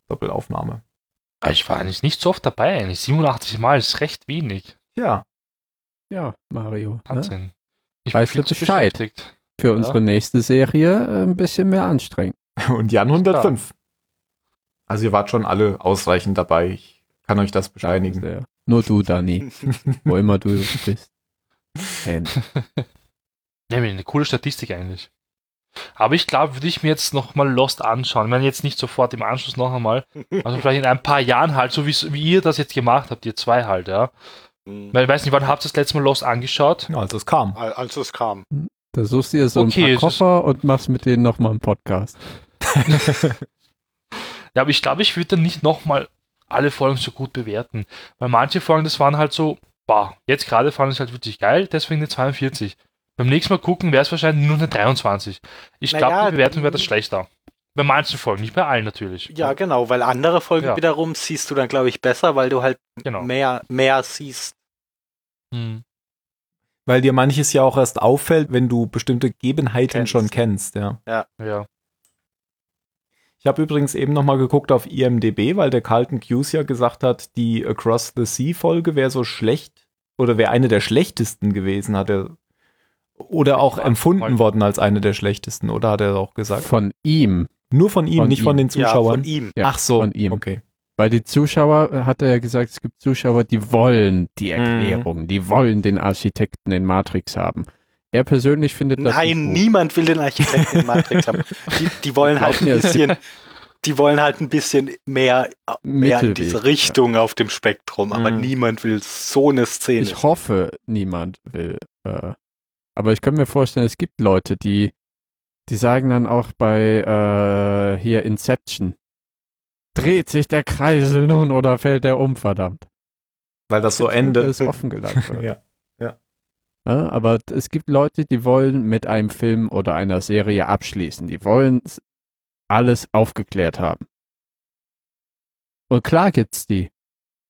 A: Doppelaufnahme.
C: <laughs> Aber ich war eigentlich nicht so oft dabei, eigentlich 87 Mal ist recht wenig.
A: Ja,
D: ja, Mario. Ne?
C: Wahnsinn. Ich
D: Weißt du
C: zu
D: Bescheid?
C: beschäftigt.
D: für unsere nächste Serie äh, ein bisschen mehr anstrengen.
A: Und Jan 105. Also ihr wart schon alle ausreichend dabei. Ich kann euch das bescheinigen.
D: Sehr. Nur
B: <laughs>
D: du, Dani, wo immer du bist. Fan.
C: Nämlich eine coole Statistik eigentlich. Aber ich glaube, würde ich mir jetzt nochmal Lost anschauen. Ich meine, jetzt nicht sofort im Anschluss noch einmal. Also vielleicht in ein paar Jahren halt, so wie's- wie ihr das jetzt gemacht habt, ihr zwei halt, ja. Weil ich weiß nicht, wann habt ihr das letzte Mal Lost angeschaut?
A: Ja, als Also es kam.
B: Al- Als es kam.
D: Da suchst du dir so
C: Okay,
D: ein
C: es
D: paar
C: ist-
D: Koffer und machst mit denen nochmal einen Podcast.
C: Ja, aber ich glaube, ich würde dann nicht nochmal alle Folgen so gut bewerten. Weil manche Folgen, das waren halt so, bah, jetzt gerade fand ich es halt wirklich geil, deswegen eine 42. Beim nächsten Mal gucken wäre es wahrscheinlich nur eine 23. Ich glaube,
B: Naja,
C: die Bewertung wäre das schlechter. Bei manchen Folgen, nicht bei allen natürlich.
B: Ja, genau, weil andere Folgen
C: Ja.
B: wiederum siehst du dann, glaube ich, besser, weil du halt
C: genau.
B: mehr, mehr siehst.
C: Hm.
A: Weil dir manches ja auch erst auffällt, wenn du bestimmte Gegebenheiten
B: Kennst.
A: schon kennst, ja.
C: Ja.
A: Ich habe übrigens eben nochmal geguckt auf IMDB, weil der Carlton Hughes ja gesagt hat, die Across the Sea Folge wäre so schlecht oder wäre eine der schlechtesten gewesen, hat er oder auch
C: Ja,
A: empfunden
C: voll.
A: worden als eine der schlechtesten, oder hat er auch gesagt?
D: Von ihm.
A: Nur von ihm,
D: Von
A: nicht
D: ihm.
A: von den
B: Ja,
A: Zuschauern.
B: von ihm.
D: Ja,
A: Ach so,
D: von ihm.
A: okay.
D: Weil die Zuschauer, äh, hat er ja gesagt, es gibt Zuschauer, die wollen die Erklärung, die wollen den Architekten in Matrix haben. Er persönlich findet das
B: Nein,
D: nicht
B: niemand will den Architekten in Matrix
D: <laughs>
B: haben. Die, die wollen halt ein
D: Glaub mir, es-
B: bisschen, die wollen halt ein bisschen mehr,
D: gut.
B: mehr in
D: Mittelweg.
B: diese Richtung auf dem Spektrum, aber
A: Mhm.
B: niemand will so eine Szene.
D: Ich hoffe, niemand will. Äh, aber ich könnte mir vorstellen, es gibt Leute, die, die sagen dann auch bei äh, hier Inception. Dreht sich der Kreisel nun oder fällt er um, verdammt.
A: Weil das so endet.
D: Es offen gelassen
A: <laughs>
D: wird.
A: Ja, ja.
D: Ja, aber es gibt Leute, die wollen mit einem Film oder einer Serie abschließen. Die wollen s- alles aufgeklärt haben. Und klar gibt's die.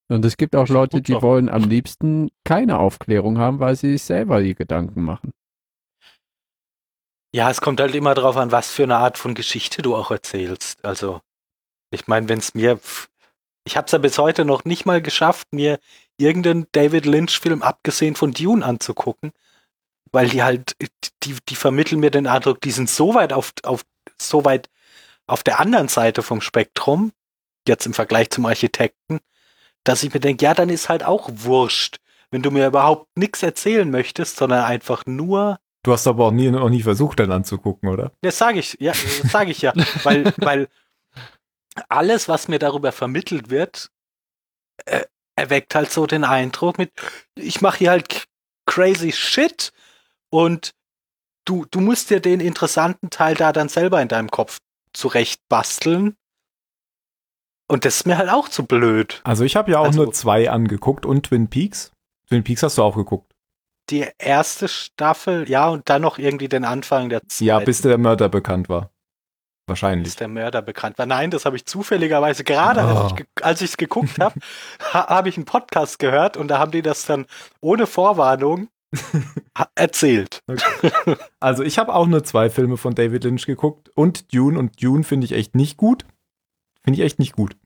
D: Und es gibt auch
C: Ist
D: Leute,
C: gut
D: die
C: so.
D: wollen am liebsten keine Aufklärung haben, weil sie sich selber die Gedanken machen.
B: Ja, es kommt halt immer drauf an, was für eine Art von Geschichte du auch erzählst. Also, ich meine, wenn es mir. pff, Ich hab's ja bis heute noch nicht mal geschafft, mir irgendeinen David Lynch-Film abgesehen von Dune anzugucken, weil die halt, die, die vermitteln mir den Eindruck, die sind so weit auf, auf, so weit auf der anderen Seite vom Spektrum, jetzt im Vergleich zum Architekten, dass ich mir denke, ja, dann ist halt auch wurscht, wenn du mir überhaupt nichts erzählen möchtest, sondern einfach nur
A: Du hast aber auch nie, noch nie versucht, dann anzugucken, oder?
B: das sage ich, ja, das sage ich ja, weil, weil alles, was mir darüber vermittelt wird, äh, erweckt halt so den Eindruck mit, ich mache hier halt crazy shit und du, du musst dir den interessanten Teil da dann selber in deinem Kopf zurecht basteln. Und das ist mir halt auch zu blöd.
A: Also ich habe ja auch
B: Also-
A: nur zwei angeguckt und Twin Peaks. Twin Peaks hast du auch geguckt.
B: Die erste Staffel, ja, und dann noch irgendwie den Anfang der zweiten.
A: Ja, bis der Mörder bekannt war. Wahrscheinlich.
B: bis der Mörder bekannt war. Nein, das habe ich zufälligerweise gerade, als
A: Ah.
B: ich ge- als ich es geguckt habe, ha, habe ich einen Podcast gehört und da haben die das dann
A: <laughs>
B: ohne Vorwarnung ha- erzählt.
A: Also ich habe auch nur zwei Filme von David Lynch geguckt und Dune und Dune finde ich echt nicht gut. Finde ich echt nicht gut.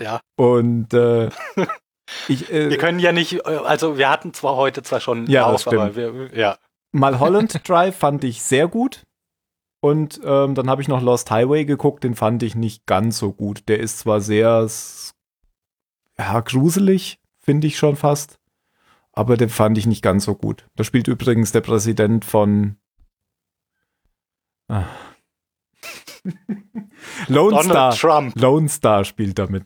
B: Ja.
A: <laughs> Und äh, ich,
B: Wir
A: äh,
B: können ja nicht, äh, also wir hatten zwar heute zwar schon
A: Ja, das
B: auf, aber wir, ja. <laughs>
A: Mulholland Drive fand ich sehr gut. Und ähm, dann habe ich noch Lost Highway geguckt, den fand ich nicht ganz so gut. Der ist zwar sehr s- ja, gruselig, finde ich schon fast, aber den fand ich nicht ganz so gut. Da spielt übrigens der Präsident von
B: <laughs>
A: ah. Lone Star.
B: Donald Trump.
A: Lone Star spielt damit.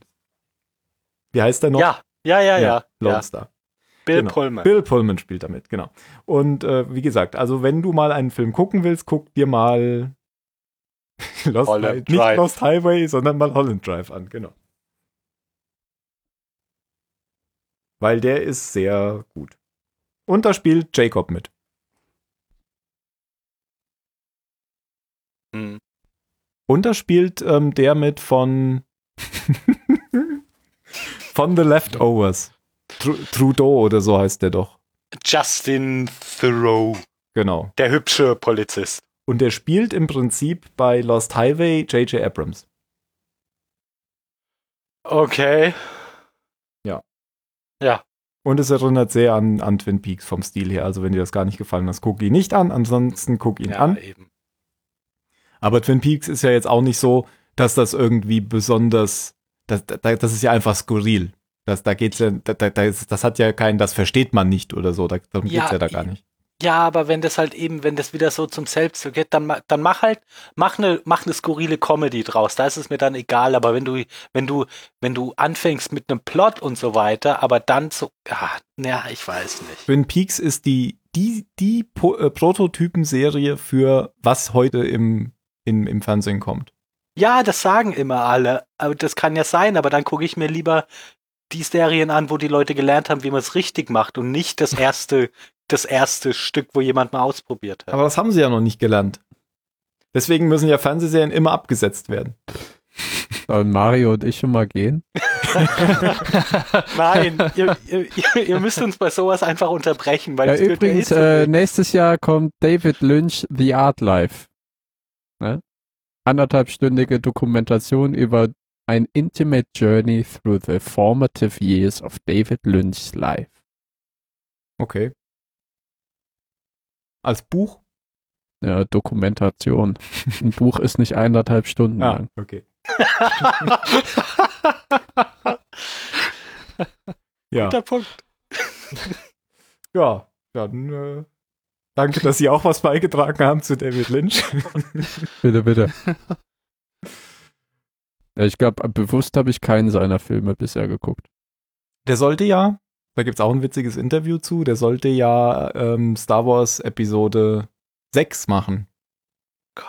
A: Wie heißt der noch?
B: Ja, ja, ja, ja.
A: Lone
B: ja.
A: Star.
B: Bill
A: genau.
B: Pullman.
A: Bill Pullman spielt damit, genau. Und äh, wie gesagt, also wenn du mal einen Film gucken willst, guck dir mal <laughs> Lost
B: Holland
A: Highway, nicht
B: Drive.
A: Lost Highway, sondern mal Holland Drive an, genau. Weil der ist sehr gut. Und da spielt Jacob mit.
B: Hm.
A: Und da spielt ähm, der mit von <laughs> von The Leftovers. Tru Trudeau oder so heißt der doch.
B: Justin Thoreau,
A: Genau.
B: der hübsche Polizist.
A: Und der spielt im Prinzip bei Lost Highway J.J. Abrams.
B: Okay.
A: Ja.
B: Ja.
A: Und es erinnert sehr an, an Twin Peaks vom Stil her. Also wenn dir das gar nicht gefallen hat, guck ihn nicht an. Ansonsten guck ihn
B: ja,
A: an.
B: eben.
A: Aber Twin Peaks ist ja jetzt auch nicht so, dass das irgendwie besonders, das, das, das ist ja einfach skurril. Das, da geht's ja, da, da, da ist, das hat ja keinen, das versteht man nicht oder so. Da, darum
B: Ja, äh,
A: geht's ja da gar nicht.
B: Ja, aber wenn das halt eben, wenn das wieder so zum Selbst so geht, dann, ma- dann mach halt, mach eine, mach eine skurrile Comedy draus. Da ist es mir dann egal, aber wenn du, wenn du, wenn du anfängst mit einem Plot und so weiter, aber dann so, ah, ja, ich weiß nicht.
A: Twin Peaks ist die, die, die po äh, Prototypenserie für was heute im, im, im Fernsehen kommt.
B: Ja, das sagen immer alle, aber das kann ja sein, aber dann gucke ich mir lieber die Serien an, wo die Leute gelernt haben, wie man es richtig macht und nicht das erste, das erste Stück, wo jemand mal ausprobiert hat.
A: Aber das haben sie ja noch nicht gelernt. Deswegen müssen ja Fernsehserien immer abgesetzt werden.
D: Sollen Mario und ich schon mal gehen? <laughs>
B: Nein, ihr, ihr, ihr- ihr müsst uns bei sowas einfach unterbrechen, weil
D: Ja,
B: es wird
D: übrigens,
B: eh zu
D: äh,
B: wild.
D: nächstes Jahr kommt David Lynch The Art Life. Ne? Anderthalbstündige Dokumentation über ein intimate journey through the formative years of David Lynch's life.
A: Okay. Als Buch?
D: Ja, Dokumentation. Ein Buch ist nicht eineinhalb Stunden
A: Ah,
D: lang.
A: okay. <laughs> Ja.
B: Guter Punkt.
A: Ja, dann äh, danke, dass Sie auch was beigetragen haben zu David Lynch.
D: Bitte, bitte. ja, ich glaube, bewusst habe ich keinen seiner Filme bisher geguckt.
A: <laughs> Der sollte ja, da gibt es auch ein witziges Interview zu, der sollte ja ähm, Star Wars Episode 6 machen.
B: Gott.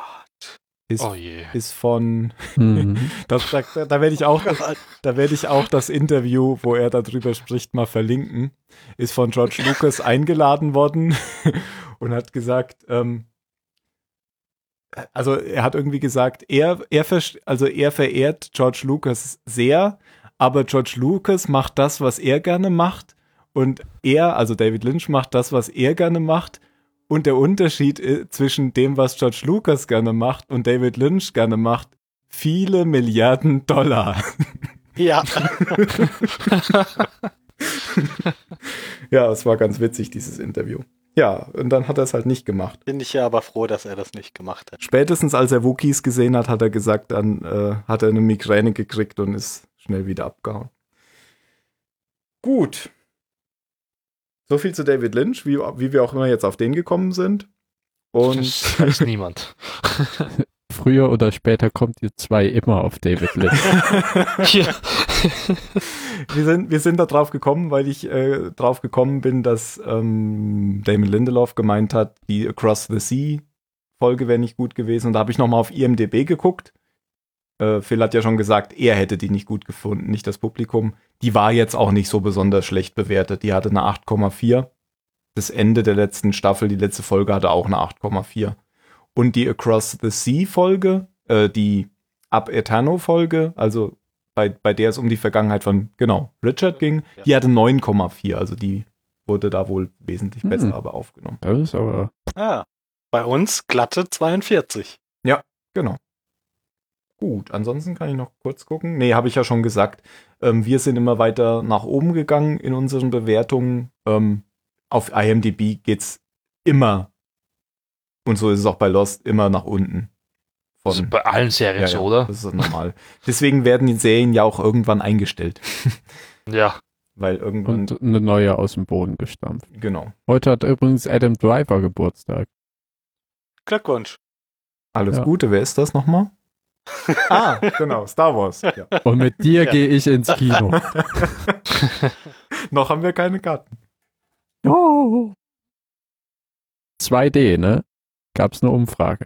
A: Ist,
C: Oh je.
A: ist von.
D: Mhm.
A: Das, da da werde ich, auch-
B: Gott.
A: da werd ich auch das Interview, wo er darüber spricht, mal verlinken. Ist von George Lucas eingeladen worden <laughs> und hat gesagt, ähm, also er hat irgendwie gesagt, er, er, verst- also er verehrt George Lucas sehr, aber George Lucas macht das, was er gerne macht und er, also David Lynch, macht das, was er gerne macht und der Unterschied i- zwischen dem, was George Lucas gerne macht und David Lynch gerne macht, viele Milliarden Dollar.
B: Ja.
A: <laughs>
B: <laughs>
A: Ja, es war ganz witzig, dieses Interview. Ja, und dann hat er es halt nicht gemacht.
B: Bin ich ja aber froh, dass er das nicht gemacht hat.
A: Spätestens als er Wookies gesehen hat, hat er gesagt, dann äh, hat er eine Migräne gekriegt und ist schnell wieder abgehauen. Gut. So viel zu David Lynch, wie, wie wir auch immer jetzt auf den gekommen sind. Und <laughs>
C: das weiß niemand.
D: Früher oder später kommt ihr zwei immer auf
A: <laughs>
D: David Lynch.
C: Hier.
A: wir sind, wir sind da drauf gekommen, weil ich äh, drauf gekommen bin, dass ähm, Damon Lindelof gemeint hat, die Across the Sea Folge wäre nicht gut gewesen. Und da habe ich nochmal auf IMDB geguckt. Äh, Phil hat ja schon gesagt, er hätte die nicht gut gefunden, nicht das Publikum. Die war jetzt auch nicht so besonders schlecht bewertet. Die hatte eine 8,4. Das Ende der letzten Staffel, die letzte Folge hatte auch eine 8,4. Und die Across the Sea Folge, äh, die Ab Eterno Folge, also bei, bei der es um die Vergangenheit von, genau, Richard ging,
B: Ja.
A: die hatte 9,4, also die wurde da wohl wesentlich
D: Hm.
A: besser aber aufgenommen.
D: Das ist aber
B: <laughs> Ah. Bei uns glatte 42.
A: Genau. Gut, ansonsten kann ich noch kurz gucken. Nee, habe ich ja schon gesagt. Ähm, wir sind immer weiter nach oben gegangen in unseren Bewertungen. Ähm, auf IMDb geht's immer, und so ist es auch bei Lost, immer nach unten. Von-
C: Das ist bei allen Serien
A: ja,
C: so,
A: ja,
C: oder?
A: Das ist normal. Deswegen werden die Serien ja auch irgendwann eingestellt.
C: Ja.
A: Weil irgendwann,
D: und eine neue aus dem Boden gestampft.
A: genau.
D: Heute hat übrigens Adam Driver Geburtstag.
B: Glückwunsch.
A: Alles
D: Ja.
A: Gute, wer ist das
C: <laughs>
A: nochmal? ah, genau, Star Wars. Ja.
D: Und mit
A: <laughs>
D: dir
B: Ja.
D: gehe ich ins Kino.
A: Noch haben wir keine Karten.
D: Oh. 2D, ne? Gab's eine Umfrage.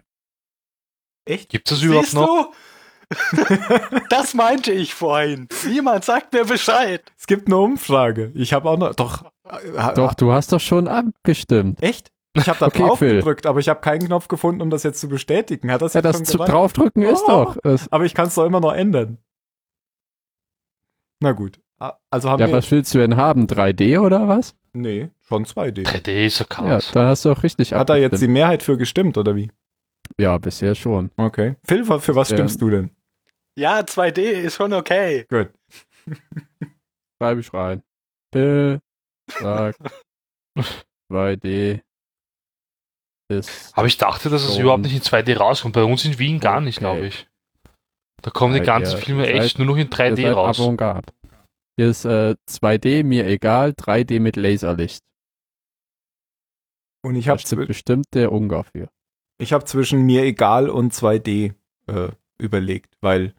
A: Echt?
C: Gibt es überhaupt
B: Siehst
C: noch?
B: du? <laughs> das meinte ich vorhin. Niemand sagt mir Bescheid.
A: Es gibt eine Umfrage. Ich habe auch noch. Doch. äh,
D: Doch, du hast doch schon abgestimmt.
A: Echt? Ich habe da
D: Okay,
A: drauf
D: Phil.
A: gedrückt, aber ich habe keinen Knopf gefunden, um das jetzt zu bestätigen. Hat das
D: Ja,
A: jetzt
D: das
A: schon
D: zu
A: gemacht?
D: draufdrücken ist
A: Oh.
D: doch. Das,
A: Aber ich kann es doch immer noch ändern. Na gut. Ah, Also haben
D: ja,
A: wir.
D: was willst du denn haben? 3D oder was?
A: Nee, schon 2D.
C: 3D ist so
D: Ja,
C: Chaos.
D: da hast du auch richtig
A: Hat da jetzt die Mehrheit für gestimmt, oder wie?
D: Ja, bisher schon.
A: Okay. Phil, für was
D: Ja.
A: stimmst du denn?
B: Ja, 2D ist schon okay.
A: Gut.
D: Schreibe ich rein. Bill
A: <laughs>
D: Zack. 2D ist.
C: Aber ich dachte, dass es
D: So.
C: überhaupt nicht in 2D rauskommt. Bei uns in Wien gar nicht,
D: Okay. Äh,
C: glaube ich. Da kommen die
D: Ja,
C: ganzen
D: ihr
C: Filme echt
D: seid-
C: nur noch in
D: ihr
C: 3D
D: seid
C: raus.
D: Avantgarde. Hier ist äh, 2D mir egal, 3D mit Laserlicht.
A: Und ich
D: Da
A: habe
D: stimmt bestimmt der Ungar für.
A: Ich habe zwischen mir egal und 2D äh, überlegt, weil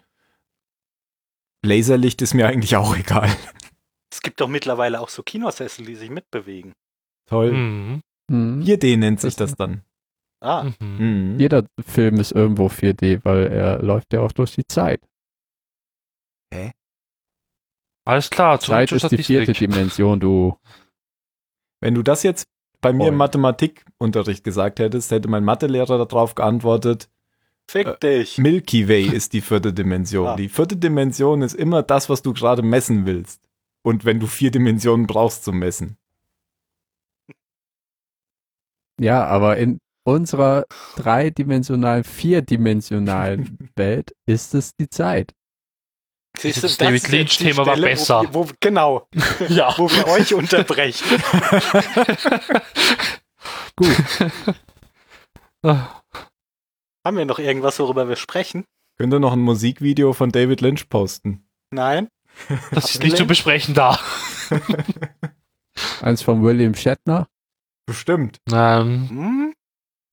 A: Laserlicht ist mir eigentlich auch <laughs> egal.
B: Es gibt doch mittlerweile auch so Kinosessel, die sich mitbewegen.
A: Toll.
C: Mhm.
D: Hm.
A: 4D nennt sich das dann.
B: Ah,
C: Mhm.
A: Mhm.
D: Jeder Film ist irgendwo 4D, weil er läuft ja auch durch die Zeit.
C: Alles klar, zurück
D: Zeit
C: zur
D: ist die vierte
C: Statistik.
D: Dimension, du.
A: Wenn du das jetzt bei mir
D: Voll.
A: im Mathematikunterricht gesagt hättest, hätte mein Mathelehrer darauf geantwortet,
B: fick
C: Äh,
B: dich.
A: Milky Way ist die vierte Dimension.
B: Ah.
A: Die vierte Dimension ist immer das, was du gerade messen willst. Und wenn du vier Dimensionen brauchst zum Messen.
D: Ja, aber in unserer
A: <laughs>
D: dreidimensionalen, vierdimensionalen Welt ist es die Zeit.
B: Siehst
C: Das David
B: ist jetzt
C: Lynch
B: die
C: Thema war
B: Stelle, wo
C: besser.
B: wir- Wo, genau,
C: <laughs> ja.
B: wo wir euch unterbrechen.
C: <laughs> Ah,
B: Haben wir noch irgendwas, worüber wir sprechen?
A: Könnt ihr noch ein Musikvideo von David Lynch posten?
B: Nein?
C: Das ist nicht zu besprechen da.
D: Eins von William Shatner.
A: Bestimmt.
C: Ähm,
B: Hm?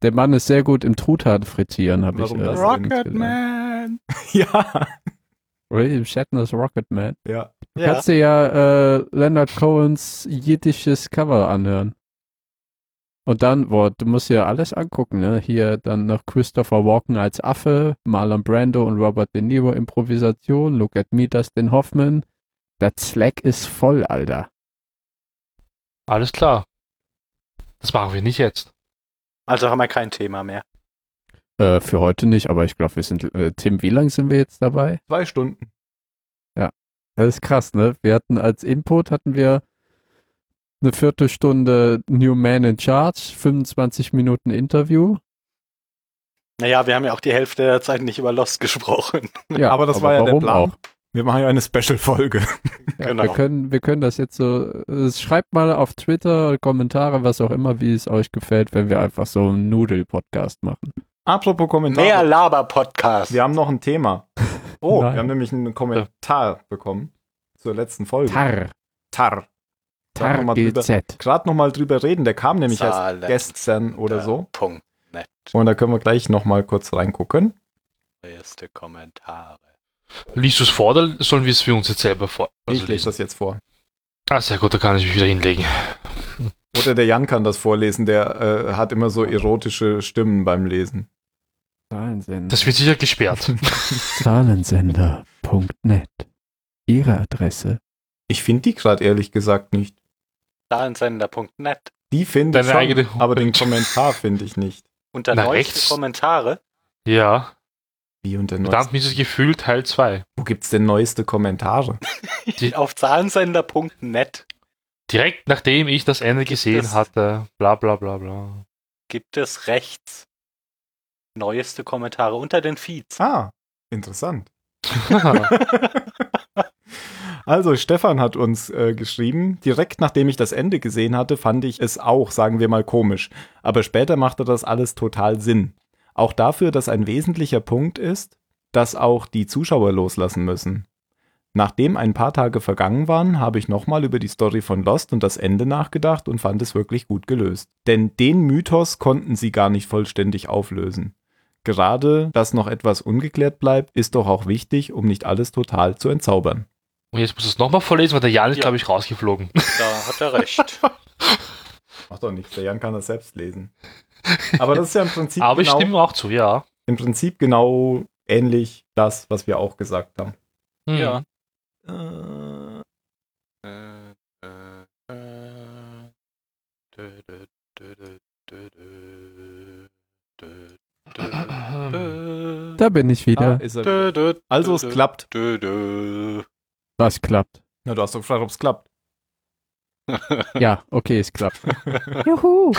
D: Der Mann ist sehr gut im Truthahn frittieren, habe ich
A: Warum
D: äh,
A: das?
D: gelernt.
B: Rocketman.
A: <laughs> Ja.
D: William Shatner's Rocketman.
A: Ja.
D: Du
B: Ja.
D: kannst dir ja äh, Leonard Cohens jiddisches Cover anhören. Und dann, boah, du musst dir alles angucken, ne? Hier dann noch Christopher Walken als Affe, Marlon Brando und Robert De Niro Improvisation, Look at Me, Dustin Hoffman. Der Slack ist voll, Alter.
C: alles klar. Das machen wir nicht jetzt.
B: Also haben wir kein Thema mehr.
D: Äh, für heute nicht, aber ich glaube, wir sind, äh, Tim, wie lang sind wir jetzt dabei?
A: Zwei Stunden.
D: Das ist krass, ne? Wir hatten als Input, hatten wir eine Viertelstunde New Man in Charge, 25 Minuten Interview.
B: Naja, wir haben ja auch die Hälfte der Zeit nicht über Lost gesprochen.
D: Ja,
A: aber das war ja der
D: warum
A: Plan.
D: auch?
A: <laughs> Wir machen ja eine Special-Folge. <laughs>
D: Ja,
B: Genau.
D: wir, können, wir können das jetzt so. äh, Schreibt mal auf Twitter, Kommentare, was auch immer, wie es euch gefällt, wenn wir einfach so einen Nudel-Podcast machen.
A: Apropos Kommentare.
B: Mehr Laber-Podcast.
A: wir haben noch ein Thema. Oh,
D: Nein.
A: wir haben nämlich einen Kommentar bekommen zur letzten Folge.
D: Tar,
A: Tar. Gerade
D: Tar
A: nochmal drüber,
D: GZ.
A: grad noch mal drüber reden. Der kam nämlich erst
B: Zahlen.
A: gestern oder so.
B: Punkt.
A: Und da können wir gleich noch mal kurz reingucken.
B: Erste Kommentare.
C: Liest du es vor oder sollen wir es für uns jetzt selber vor? also
A: ich lese
C: lesen?
A: das jetzt vor.
C: Ah, sehr gut, da kann ich mich wieder hinlegen.
A: Oder der Jan kann das vorlesen. Der äh, hat immer so erotische Stimmen beim Lesen.
D: Zahlensender.
A: <laughs>
C: Das wird sicher <laughs> gesperrt.
D: Zahlensender.net. Ihre Adresse.
A: Ich finde die gerade ehrlich gesagt nicht.
B: Zahlensender.net.
A: Die finde ich
C: Deine eigene
A: schon, aber den
C: Homepage.
A: Kommentar finde ich nicht.
B: Unter
C: Na,
B: neueste
C: rechts.
B: Kommentare.
C: ja.
A: Wie unter
C: Verdammt
A: neueste,
C: mieses Gefühl, Teil 2.
A: Wo gibt's denn neueste Kommentare?
B: Auf Zahlensender.net
C: Direkt nachdem ich das Ende gesehen
B: es-
C: hatte, bla bla bla bla. <laughs>
B: gibt es rechts neueste Kommentare unter den Feeds.
A: Ah, interessant. Also Stefan hat uns äh, geschrieben, direkt nachdem ich das Ende gesehen hatte, fand ich es auch, sagen wir mal, komisch. Aber später machte das alles total Sinn. Auch dafür, dass ein wesentlicher Punkt ist, dass auch die Zuschauer loslassen müssen. Nachdem ein paar Tage vergangen waren, habe ich nochmal über die Story von Lost und das Ende nachgedacht und fand es wirklich gut gelöst. Denn den Mythos konnten sie gar nicht vollständig auflösen. Gerade, dass noch etwas ungeklärt bleibt, ist doch auch wichtig, um nicht alles total zu entzaubern.
C: Und jetzt muss ich es nochmal vorlesen, weil der Jan ist,
B: Ja.
C: glaube ich, rausgeflogen.
B: Da hat er recht.
A: Macht doch nichts, der Jan kann das selbst lesen. Aber das ist ja im Prinzip,
C: <laughs> Aber ich
A: genau,
C: stimme auch zu, ja.
A: im Prinzip genau ähnlich das, was wir auch gesagt haben.
C: Hm.
B: Ja.
D: Da bin ich wieder.
A: Ah, ist er. Also es klappt.
D: Was klappt?
A: Na, du hast doch gefragt, ob es klappt.
D: Ja, okay, es klappt. Juhu.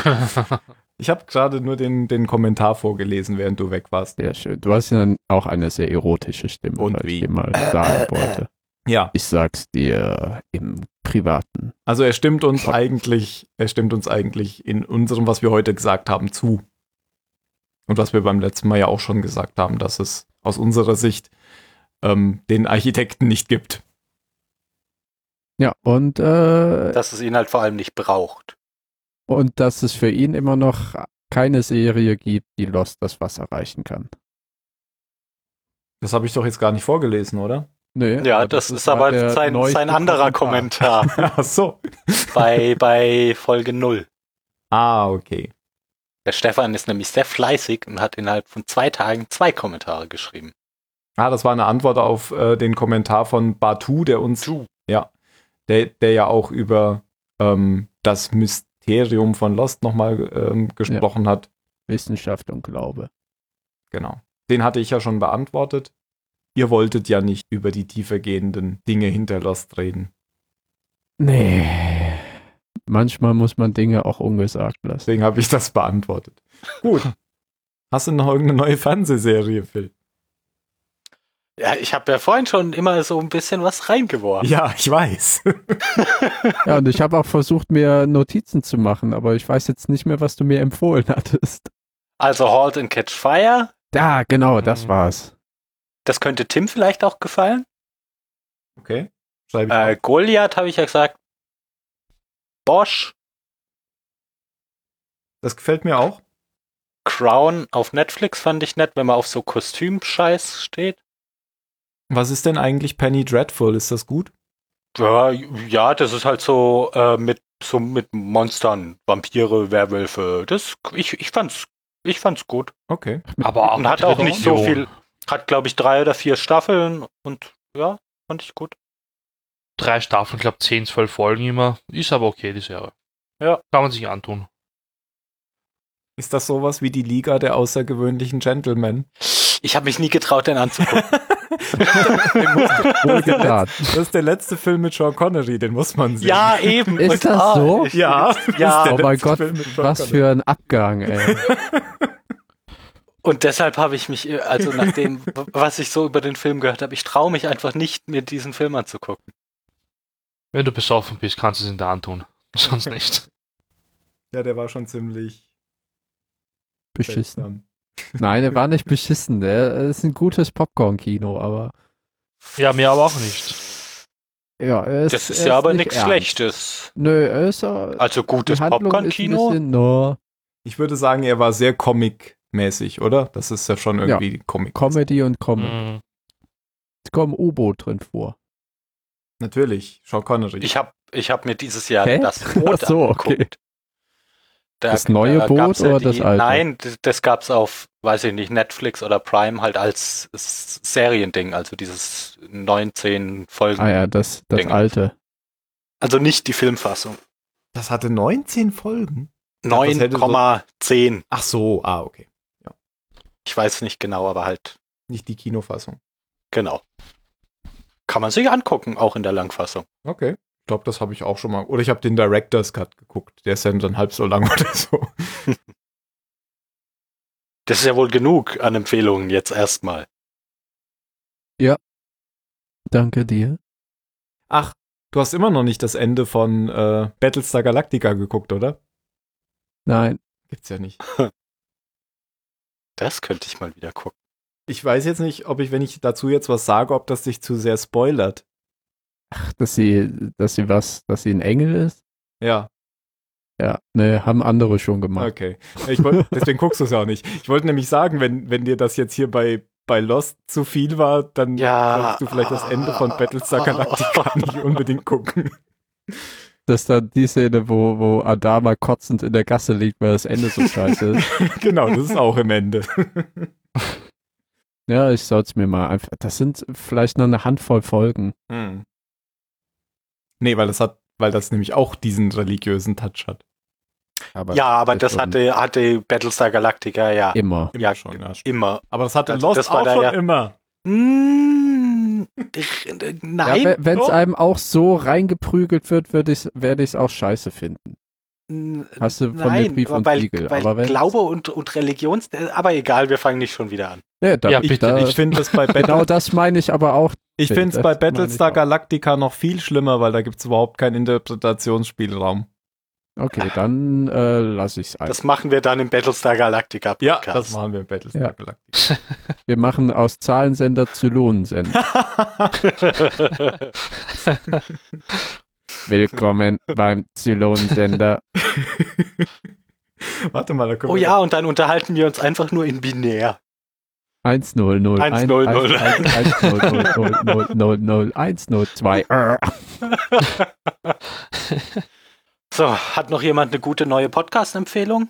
A: Ich habe gerade nur den, den Kommentar vorgelesen, während du weg warst.
D: Sehr schön. Du hast ja dann auch eine sehr erotische Stimme,
A: Und
D: weil
A: wie?
D: ich dir mal sagen wollte.
A: Ja,
D: Ich sag's dir äh, im Privaten.
A: also er stimmt uns eigentlich, er stimmt uns eigentlich in unserem, was wir heute gesagt haben, zu. Und was wir beim letzten Mal ja auch schon gesagt haben, dass es aus unserer Sicht ähm, den Architekten nicht gibt.
D: Ja, und, äh,
B: Dass es ihn halt vor allem nicht braucht.
D: und dass es für ihn immer noch keine Serie gibt, die Lost das Wasser reichen kann.
A: Das habe ich doch jetzt gar nicht vorgelesen, oder?
D: Nee, also
B: Ja,
D: aber
B: das, ist
D: war
B: aber
D: halt der
B: sein,
D: neueste
B: sein anderer Kommentar <laughs>
A: Ach so.
B: bei, bei Folge 0.
A: Ah, okay.
B: Der Stefan ist nämlich sehr fleißig und hat innerhalb von zwei Tagen zwei Kommentare geschrieben.
A: Ah, das war eine Antwort auf äh, den Kommentar von Batu, der uns, ja, der, der ja auch über ähm, das Mysterium von Lost nochmal ähm, gesprochen hat.
D: Wissenschaft und Glaube.
A: Genau. Den hatte ich ja schon beantwortet. Ihr wolltet ja nicht über die tiefergehenden Dinge hinter Lost reden.
D: Nee. Manchmal muss man Dinge auch ungesagt lassen.
A: Deswegen habe ich das beantwortet. Gut. Hast du noch irgendeine neue Fernsehserie, Phil?
B: Ja, ich habe ja vorhin schon immer so ein bisschen was reingeworfen.
A: Ja, ich weiß.
D: Ja, und ich habe auch versucht, mir Notizen zu machen, aber ich weiß jetzt nicht mehr, was du mir empfohlen hattest.
B: Also Halt and Catch Fire,
D: Da, genau, das
C: Mhm.
D: war's.
B: das könnte Tim vielleicht auch gefallen.
A: Okay. Schreibe ich.
B: Äh, Goliath habe ich ja gesagt. Bosch,
A: das gefällt mir auch.
B: Crown auf Netflix fand ich nett, wenn man auf so Kostümscheiß steht.
A: Was ist denn eigentlich Penny Dreadful? Ist das gut?
B: Ja, ja, das ist halt so äh, mit so mit Monstern, Vampire, Werwölfe. Das ich ich fand's ich fand's gut.
A: Okay.
C: <laughs> Aber auch
B: und hat
C: eine
B: auch nicht so
C: Religion.
B: viel hat glaube ich drei oder vier Staffeln und ja, fand ich gut.
C: Drei Staffeln, ich glaube 10, 12 Folgen immer. Ist aber okay, die Serie.
B: Ja.
C: Kann man sich antun.
A: Ist das sowas wie die Liga der außergewöhnlichen Gentlemen?
B: Ich habe mich nie getraut, den anzugucken.
D: Wohl getan.
B: <laughs>
A: Das ist der letzte Film mit Sean Connery, den muss man sehen.
B: ja, eben.
D: Ist das
B: ah,
D: so?
B: ich-
A: Ja.
B: Ja.
A: Das ist
D: Oh
A: der
D: mein
A: letzte
D: Gott,
A: Film mit Sean
D: was
A: Connery.
D: für ein Abgang, ey.
B: Und deshalb habe ich mich, äh, also nach dem, <laughs> w- was ich so über den Film gehört habe, ich traue mich einfach nicht, mir diesen Film anzugucken.
C: Wenn du besoffen bist, kannst du es ihnen da antun. <laughs> Sonst nicht.
A: Ja, der war schon ziemlich
D: Beschissen.
A: seltsam.
D: Nein, der war nicht beschissen. Der ist ein gutes Popcorn-Kino, aber
C: Ja, mir aber auch nicht.
D: ja, er ist,
B: Das ist
D: er
B: ja aber
D: nicht
B: nichts
D: ernst.
B: Schlechtes.
D: Nö, er ist äh,
B: Also gutes
D: die Handlung ist
B: Popcorn-Kino.
D: ein bisschen, no,
A: Ich würde sagen, er war sehr comic-mäßig, oder? Das ist ja schon irgendwie Comic.
D: Comedy und Comedy.
C: Mhm.
D: Es kommen U-Boot drin vor.
A: Natürlich, Sean Connery.
B: Ich habe ich hab mir dieses Jahr
D: Hä?
B: das Boot
D: Ach so, okay.
B: angeguckt. Da-
D: Das neue
B: da
D: Boot
B: gab's
D: oder das alte?
B: Nein, d- das gab's auf, weiß ich nicht, Netflix oder Prime halt als S- Seriending, also dieses 19 Folgen.
D: Ah ja, das, das
B: Ding.
D: alte.
B: Also nicht die Filmfassung.
A: das hatte 19 Folgen. das hätte so-
B: 9,10.
A: Ach so, ah, okay.
B: Ich weiß nicht genau, aber halt
A: Nicht die Kinofassung.
B: Genau. Kann man sich angucken, auch in der Langfassung.
A: Okay. Ich glaube, das habe ich auch schon mal. Oder ich habe den Director's Cut geguckt. Der ist ja dann halb so lang <laughs> oder so.
B: Das ist ja wohl genug an Empfehlungen jetzt erstmal.
D: Danke dir.
A: Ach, du hast immer noch nicht das Ende von äh, Battlestar Galactica geguckt, oder?
D: Nein,
A: Gibt's ja nicht.
B: Das könnte ich mal wieder gucken.
A: Ich weiß jetzt nicht, ob ich, wenn ich dazu jetzt was sage, ob das dich zu sehr spoilert.
D: dass sie, dass sie was, dass sie ein Engel ist.
A: Ja,
D: Ja, ne, haben andere schon gemacht.
A: okay. Ich <laughs> wollt, deswegen guckst du es ja auch nicht. Ich wollte nämlich sagen, wenn, wenn dir das jetzt hier bei, bei Lost zu viel war, dann
B: Ja.
A: solltest du vielleicht das Ende von Battlestar <laughs>
B: <laughs>
A: Galactica nicht unbedingt gucken. <laughs>
D: Das ist dann die Szene, wo, wo Adama kotzend in der Gasse liegt, weil das Ende so scheiße
B: <laughs>
D: ist.
A: genau, das ist auch im Ende.
D: Ja, ich soll's mir mal einfach. Das sind vielleicht noch eine Handvoll Folgen.
A: Hm. Nee, weil das hat, weil das nämlich auch diesen religiösen Touch hat.
D: Aber
B: ja, aber
D: das
B: das
D: schon
B: hatte, hatte Battlestar Galactica ja
D: Immer.
B: Ja,
A: ja, stimmt.
B: immer.
A: Aber das hatte
B: Das-
A: Lost
B: das war
A: auch
B: da
A: schon
B: ja-
A: immer.
B: Mm, nein,
D: Ja, wenn es
B: doch.
D: einem auch so reingeprügelt wird, würde ich werde ich es auch scheiße finden. Hast du von mir
B: Hm, nein,
D: Brief und
B: weil,
D: Siegel,
B: Weil
D: aber wenn-
B: Glaube und, und Religions, aber egal, wir fangen nicht schon wieder an.
D: Ja, da,
C: Ja,
D: ich,
C: bitte,
D: da, <laughs>
A: Ich finde das bei Battle
D: genau das meine ich aber auch.
A: Ich
D: Okay,
A: finde es
D: das
A: bei
D: meine ich
A: Battlestar
D: auch.
A: Galactica noch viel schlimmer, weil da gibt es überhaupt keinen Interpretationsspielraum.
D: Okay, dann äh, lasse ich es
B: Das
D: einfach.
B: machen wir dann im Battlestar Galactica
A: Ja,
B: Podcast.
A: das
B: <laughs>
A: machen wir in Battlestar
D: Ja.
A: Galactica.
D: Wir machen aus Zahlensender zu Lohnensender. Willkommen beim Zylonensender.
A: Warte mal, da können
B: oh
A: wir.
B: ja, und dann unterhalten wir uns einfach nur in binär.
D: 100
B: 100.
D: 102.
B: So, hat noch jemand eine gute neue Podcast-Empfehlung?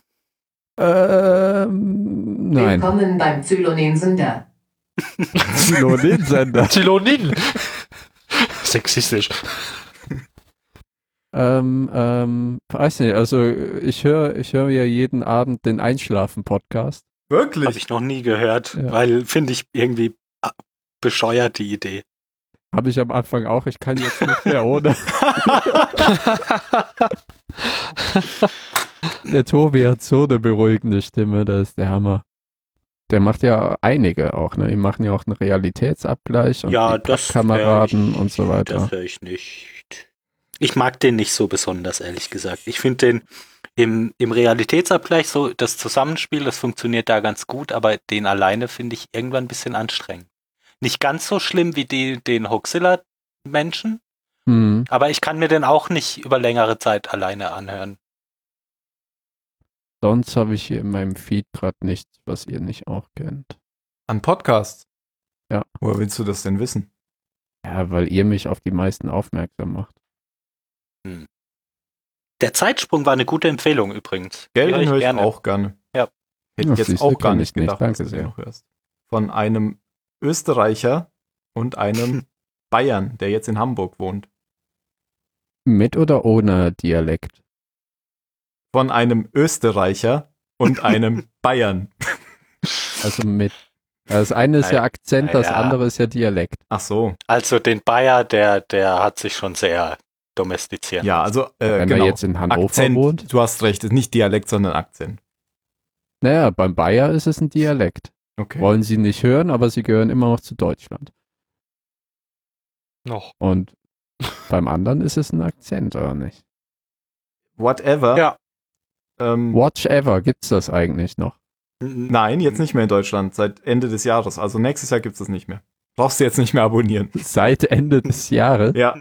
D: Ähm, nein.
E: Willkommen beim Zylonensender.
D: Zylonensender.
C: Zylonin. Sexistisch.
D: ähm, ähm, weiß nicht, also ich höre ich höre ja jeden Abend den Einschlafen-Podcast.
A: Wirklich?
B: Habe ich noch nie gehört,
D: Ja.
B: weil finde ich irgendwie ah, bescheuert die Idee.
D: Habe ich am Anfang auch, ich kann jetzt nicht mehr ohne. der Tobi hat so eine beruhigende Stimme, das ist der Hammer. Der macht ja einige auch, ne? Die machen ja auch einen Realitätsabgleich und
B: ja,
D: die
B: das
D: Kameraden
B: hör ich-
D: und so weiter.
B: Das höre ich nicht. Ich mag den nicht so besonders, ehrlich gesagt. Ich finde den im, im Realitätsabgleich so, das Zusammenspiel, das funktioniert da ganz gut, aber den alleine finde ich irgendwann ein bisschen anstrengend. Nicht ganz so schlimm wie die, den Hoxilla-Menschen,
D: Hm.
B: aber ich kann mir den auch nicht über längere Zeit alleine anhören.
D: Sonst habe ich hier in meinem Feed gerade nichts, was ihr nicht auch kennt.
A: An Podcasts.
D: Ja.
A: Woher willst du das denn wissen?
D: Ja, weil ihr mich auf die meisten aufmerksam macht.
B: Der Zeitsprung war eine gute Empfehlung übrigens.
A: Gell,
B: Hör
A: den
B: ich
A: höre ich
B: gerne.
A: auch gerne.
B: Ja.
A: Hätte
D: Ja,
A: ich jetzt
D: siehst
A: auch
D: du,
A: gar
D: kenn
A: nicht
D: ich nicht.
A: gedacht,
D: Danke
A: dass du
D: sehr.
A: den noch hörst. Von einem Österreicher und einem
D: <laughs>
A: Bayern, der jetzt in Hamburg wohnt.
D: Mit oder ohne Dialekt?
A: Von einem Österreicher und
D: <laughs>
A: einem Bayern.
D: Also mit. Das eine
A: Äh,
D: ist ja Akzent, das
B: Ja.
D: andere ist ja Dialekt.
A: Ach so.
B: Also den Bayer, der, der hat sich schon sehr domestiziert.
A: Ja, also äh,
D: Wenn
A: genau.
D: er jetzt in Hannover
A: Akzent.
D: wohnt.
A: Du hast recht, ist nicht Dialekt, sondern Akzent.
D: Naja, beim Bayer ist es ein Dialekt.
A: Okay.
D: Wollen sie nicht hören, aber sie gehören immer noch zu Deutschland.
C: Noch.
D: Und
A: <laughs>
D: beim anderen ist es ein Akzent, oder nicht?
A: Whatever.
B: Ja.
A: Ähm,
D: Watch Ever, gibt's das eigentlich noch? <laughs>
A: Nein, jetzt nicht mehr in Deutschland, seit Ende des Jahres. Also nächstes Jahr gibt es das nicht mehr. Brauchst du jetzt nicht mehr
D: <laughs>
A: abonnieren.
D: Seit
A: <laughs>
D: Ende des Jahres?
A: Ja.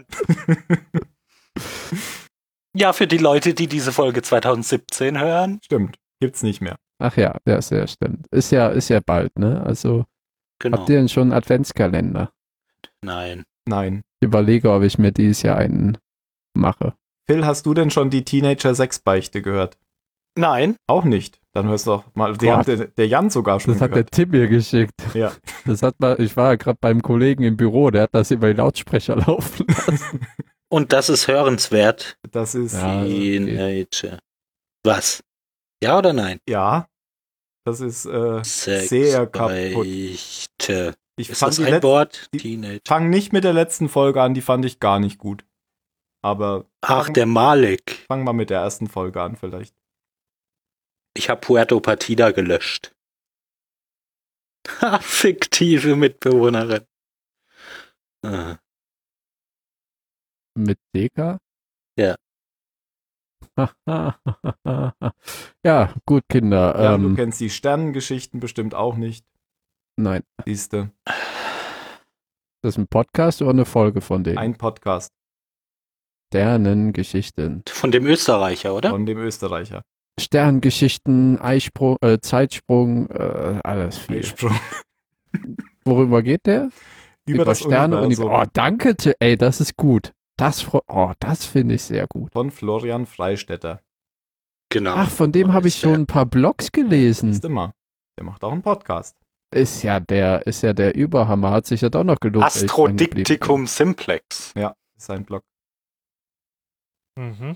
B: Ja, für die Leute, die diese Folge 2017 hören.
A: Stimmt. Gibt's nicht mehr.
D: Ach ja, ja, sehr stimmt. Ist ja, ist ja bald, ne? Also
B: Genau.
D: habt ihr denn schon einen Adventskalender?
B: Nein.
A: Nein.
D: Ich überlege, ob ich mir dieses Jahr einen mache.
A: Phil, hast du denn schon die Teenager-6-Beichte gehört?
B: Nein.
A: Auch nicht. Dann hörst du doch mal. Die
D: Gott.
A: hat der, der Jan sogar schon
D: Das hat der
A: gehört.
D: Tim mir geschickt.
A: Ja.
D: Das hat mal, ich war ja gerade beim Kollegen im Büro, der hat das über den Lautsprecher laufen. <laughs>
B: Und das ist hörenswert.
A: <laughs> Das ist.
D: Ja.
A: Ja.
B: Teenager. Was? Ja oder nein?
A: das ist. Äh,
B: Sex
A: Sehr kaputt.
B: Beichte.
A: ich
B: Ist
A: fand
B: das
A: die
B: ein
A: letzte.
B: Wort?
A: die-
B: Teenager.
A: Fang nicht mit der letzten Folge an, die fand ich gar nicht gut. Aber
B: Ach, der Malik.
A: fang mal mit der ersten Folge an, vielleicht.
B: Ich habe Puerto Partida gelöscht. Ha, <laughs> Fiktive Mitbewohnerin. Ah.
D: Mit Deka?
B: Ja.
D: <laughs> ja, gut, Kinder.
A: Ja, du
D: ähm,
A: kennst die Sternengeschichten bestimmt auch nicht.
D: nein,
A: Siehste.
D: das ist ein Podcast oder eine Folge von den
A: Ein Podcast
D: Sternengeschichten?
B: Von dem Österreicher, oder?
A: von dem Österreicher.
D: Sternengeschichten, Eisprung, äh, Zeitsprung, äh, alles viel. <laughs>
A: Sprung.
D: Worüber geht der?
A: Über, das
D: Sterne und
A: Universum
D: über. Oh, danke, Tim. Ey, das ist gut. Das, fre- oh, das finde ich sehr gut.
A: von Florian Freistetter.
B: Genau.
D: Ach, von dem habe ich schon ein paar Blogs gelesen.
A: Siehst du mal. Der macht auch einen Podcast.
D: Ist ja der, ist ja der Überhammer. Hat sich ja doch noch gelobt. dass ich dran geblieben bin.
B: Astrodiktikum Simplex.
A: Ja, ist sein Blog.
C: Mhm.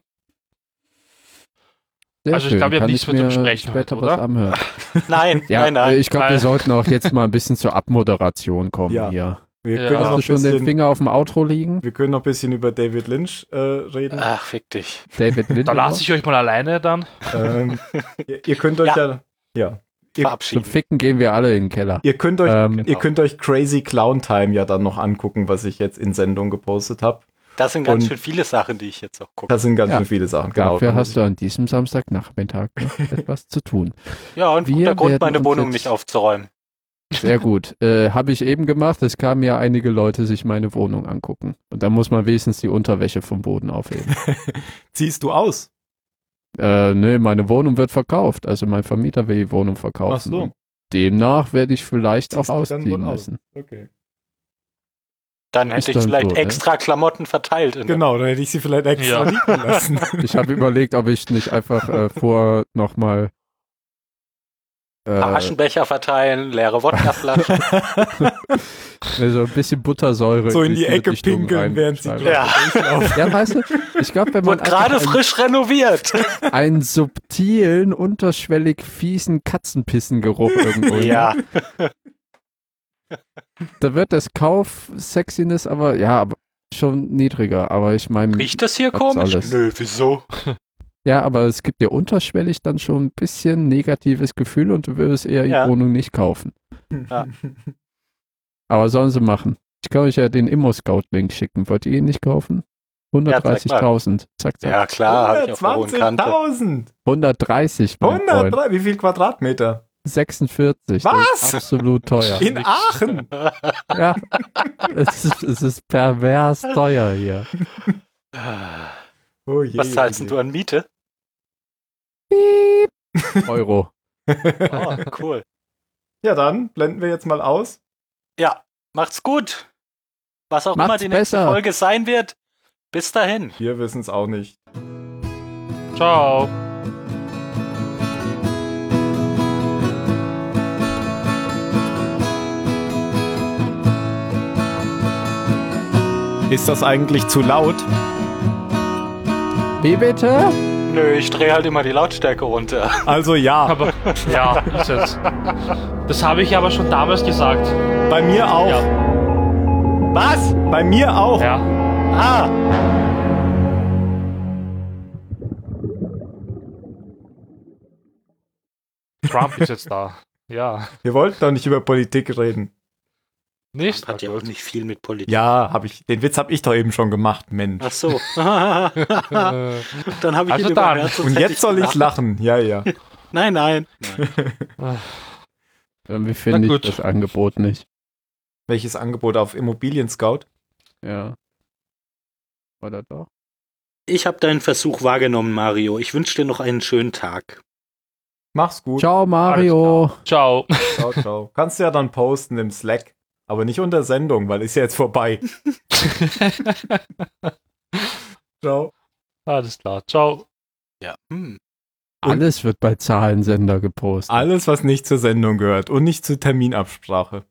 D: Sehr
C: Also ich
D: schön.
C: glaube, wir haben
D: Kann
C: nichts
D: ich
C: mehr zu
D: mir
C: besprechen
D: später
C: heute,
D: was
C: oder?
D: anhören.
A: <laughs>
B: Nein,
D: Ja,
B: nein,
D: äh,
B: nein.
D: ich glaube,
C: Weil-
D: wir sollten auch jetzt mal ein bisschen zur Abmoderation kommen
A: Ja.
D: hier.
A: Wir,
C: Ja.
A: können
D: Hast
A: noch
D: du
A: ein
D: schon den
A: bisschen,
D: Finger auf dem
A: <laughs>
D: Outro liegen?
A: wir können noch ein bisschen über David Lynch äh, reden.
B: Ach, fick dich.
D: David
C: Da
A: <laughs>
D: Lindelof?
C: lasse ich euch mal alleine dann.
A: Ähm, ihr, ihr könnt euch ja.
B: Ja.
A: ja.
D: Zum
B: verabschieden.
D: Ficken gehen wir alle in den Keller.
A: Ihr könnt euch,
D: Ähm,
A: ihr könnt euch Crazy Clown Time ja dann noch angucken, was ich jetzt in Sendung gepostet habe.
B: Das sind ganz
A: Und-
B: schön viele Sachen, die ich jetzt auch gucke.
A: Da sind ganz
D: Ja.
A: schön viele Sachen.
D: genau, Dafür
A: da Genau, muss
D: hast du an diesem Samstagnachmittag noch etwas zu tun.
B: Ja, und
D: Wir
B: guter Grund,
D: werden
B: meine
D: uns
B: Wohnung
D: jetzt-
B: nicht aufzuräumen.
D: Sehr gut. Äh, Habe ich eben gemacht. Es kamen ja einige Leute sich meine Wohnung angucken. Und da muss man wenigstens die Unterwäsche vom Boden aufheben.
A: ich- <laughs> Ziehst du aus?
D: äh, nee, meine Wohnung wird verkauft. Also mein Vermieter will die Wohnung verkaufen.
A: Ach so.
D: Demnach werde ich vielleicht auch
A: Siehst du dann
D: ausziehen
A: wohl aus.
D: müssen.
A: Okay.
B: Dann
D: Ist
B: hätte ich
D: dann
B: vielleicht
D: so, ne?
B: extra Klamotten verteilt. In
A: Genau, dann hätte ich sie vielleicht extra ne?
C: Ja.
A: liegen <laughs> lassen.
D: Ich habe überlegt, ob ich nicht einfach äh, vor nochmal
B: der paar
D: äh,
B: Aschenbecher verteilen, leere
D: <laughs>
B: Wodkaflaschen.
D: so ein bisschen Buttersäure
A: so in die
D: diese
A: Ecke
D: Dichtung
A: pinkeln, während sie
D: reinschreiben.
A: gerade
B: <laughs>
A: durchlaufen.
D: Ja, weißt du, ich glaube, wenn man
B: Wurde gerade
D: einfach
B: frisch renoviert.
D: einen, einen subtilen, unterschwellig fiesen Katzenpissengeruch irgendwo,
B: ja,
D: da wird das Kauf-Sexiness aber, ja, aber schon niedriger. Aber ich meine,
B: riecht das hier
D: Hat's
B: komisch?
D: alles.
B: Nö, wieso?
D: ja, aber es gibt dir unterschwellig dann schon ein bisschen negatives Gefühl und du würdest eher
B: Ja.
D: die Wohnung nicht kaufen.
B: Ja.
D: <laughs> Aber sollen sie machen. Ich kann euch ja den Immo-Scout-Link schicken. Wollt ihr ihn nicht kaufen?
B: Ja, zeig mal.
D: 130.000. zack, zack.
B: Ja, klar, habe ich auf der hohen Kante.
A: 120.000!
D: 130, mein Freund.
A: 103, wie viel Quadratmeter?
D: 46. Das
A: Was?
D: ist absolut
B: <laughs>
D: teuer.
A: In
C: nix.
A: Aachen?
D: ja. es, ist, es ist pervers teuer hier.
A: Oh je,
B: Was zahlst
A: oh je.
B: denn du an Miete?
D: Euro.
B: Oh, cool.
A: Ja, dann blenden wir jetzt mal aus.
B: Ja, macht's gut. Was auch
D: Macht's
B: immer die nächste
D: besser.
B: Folge sein wird. Bis dahin.
A: Wir wissen es auch nicht.
C: Ciao.
A: Ist das eigentlich zu laut?
D: Wie bitte?
B: Nö, ich drehe halt immer die Lautstärke runter.
A: Also ja,
C: Aber ja, ist es. Das habe ich aber schon damals gesagt.
A: bei mir auch.
C: Ja.
A: Was? Bei mir auch.
C: Ja.
B: Ah!
C: Trump ist jetzt da. Ja.
A: Wir wollten doch nicht über Politik reden.
B: <laughs>
C: Nicht?
B: Hat ja auch nicht viel mit Politik.
A: Ja, hab ich. Den Witz habe ich doch eben schon gemacht, Mensch.
B: Ach so. <laughs> dann habe
C: Äh,
B: ich
C: Also
B: ihn
C: dann.
B: überhört, sonst
A: Und
B: hätte
A: jetzt soll ich
B: gelacht.
A: lachen. Ja, ja.
B: Nein, nein.
C: Na
D: Irgendwie finde ich
C: gut.
D: das Angebot nicht.
A: Welches Angebot auf Immobilien Scout?
D: Ja. Oder doch?
B: Ich habe deinen Versuch wahrgenommen, Mario. Ich wünsche dir noch einen schönen Tag.
A: Mach's gut.
D: Ciao, Mario.
C: ciao.
A: Ciao, ciao. Kannst du ja dann posten im Slack. Aber nicht unter Sendung, weil ist ja jetzt vorbei. Ciao.
C: Alles klar. Ciao.
B: Ja. Hm.
D: Alles wird bei Zahlensender gepostet.
A: Alles, was nicht zur Sendung gehört und nicht zur Terminabsprache.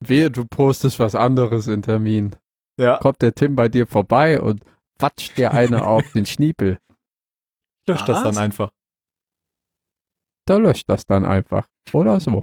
D: Wehe, du postest was anderes in Termin.
A: Ja,
D: Kommt der Tim bei dir vorbei und watscht dir eine auf den Schniepel.
A: lösch das
B: Was?
A: dann einfach.
D: Da löscht das dann einfach. Oder so.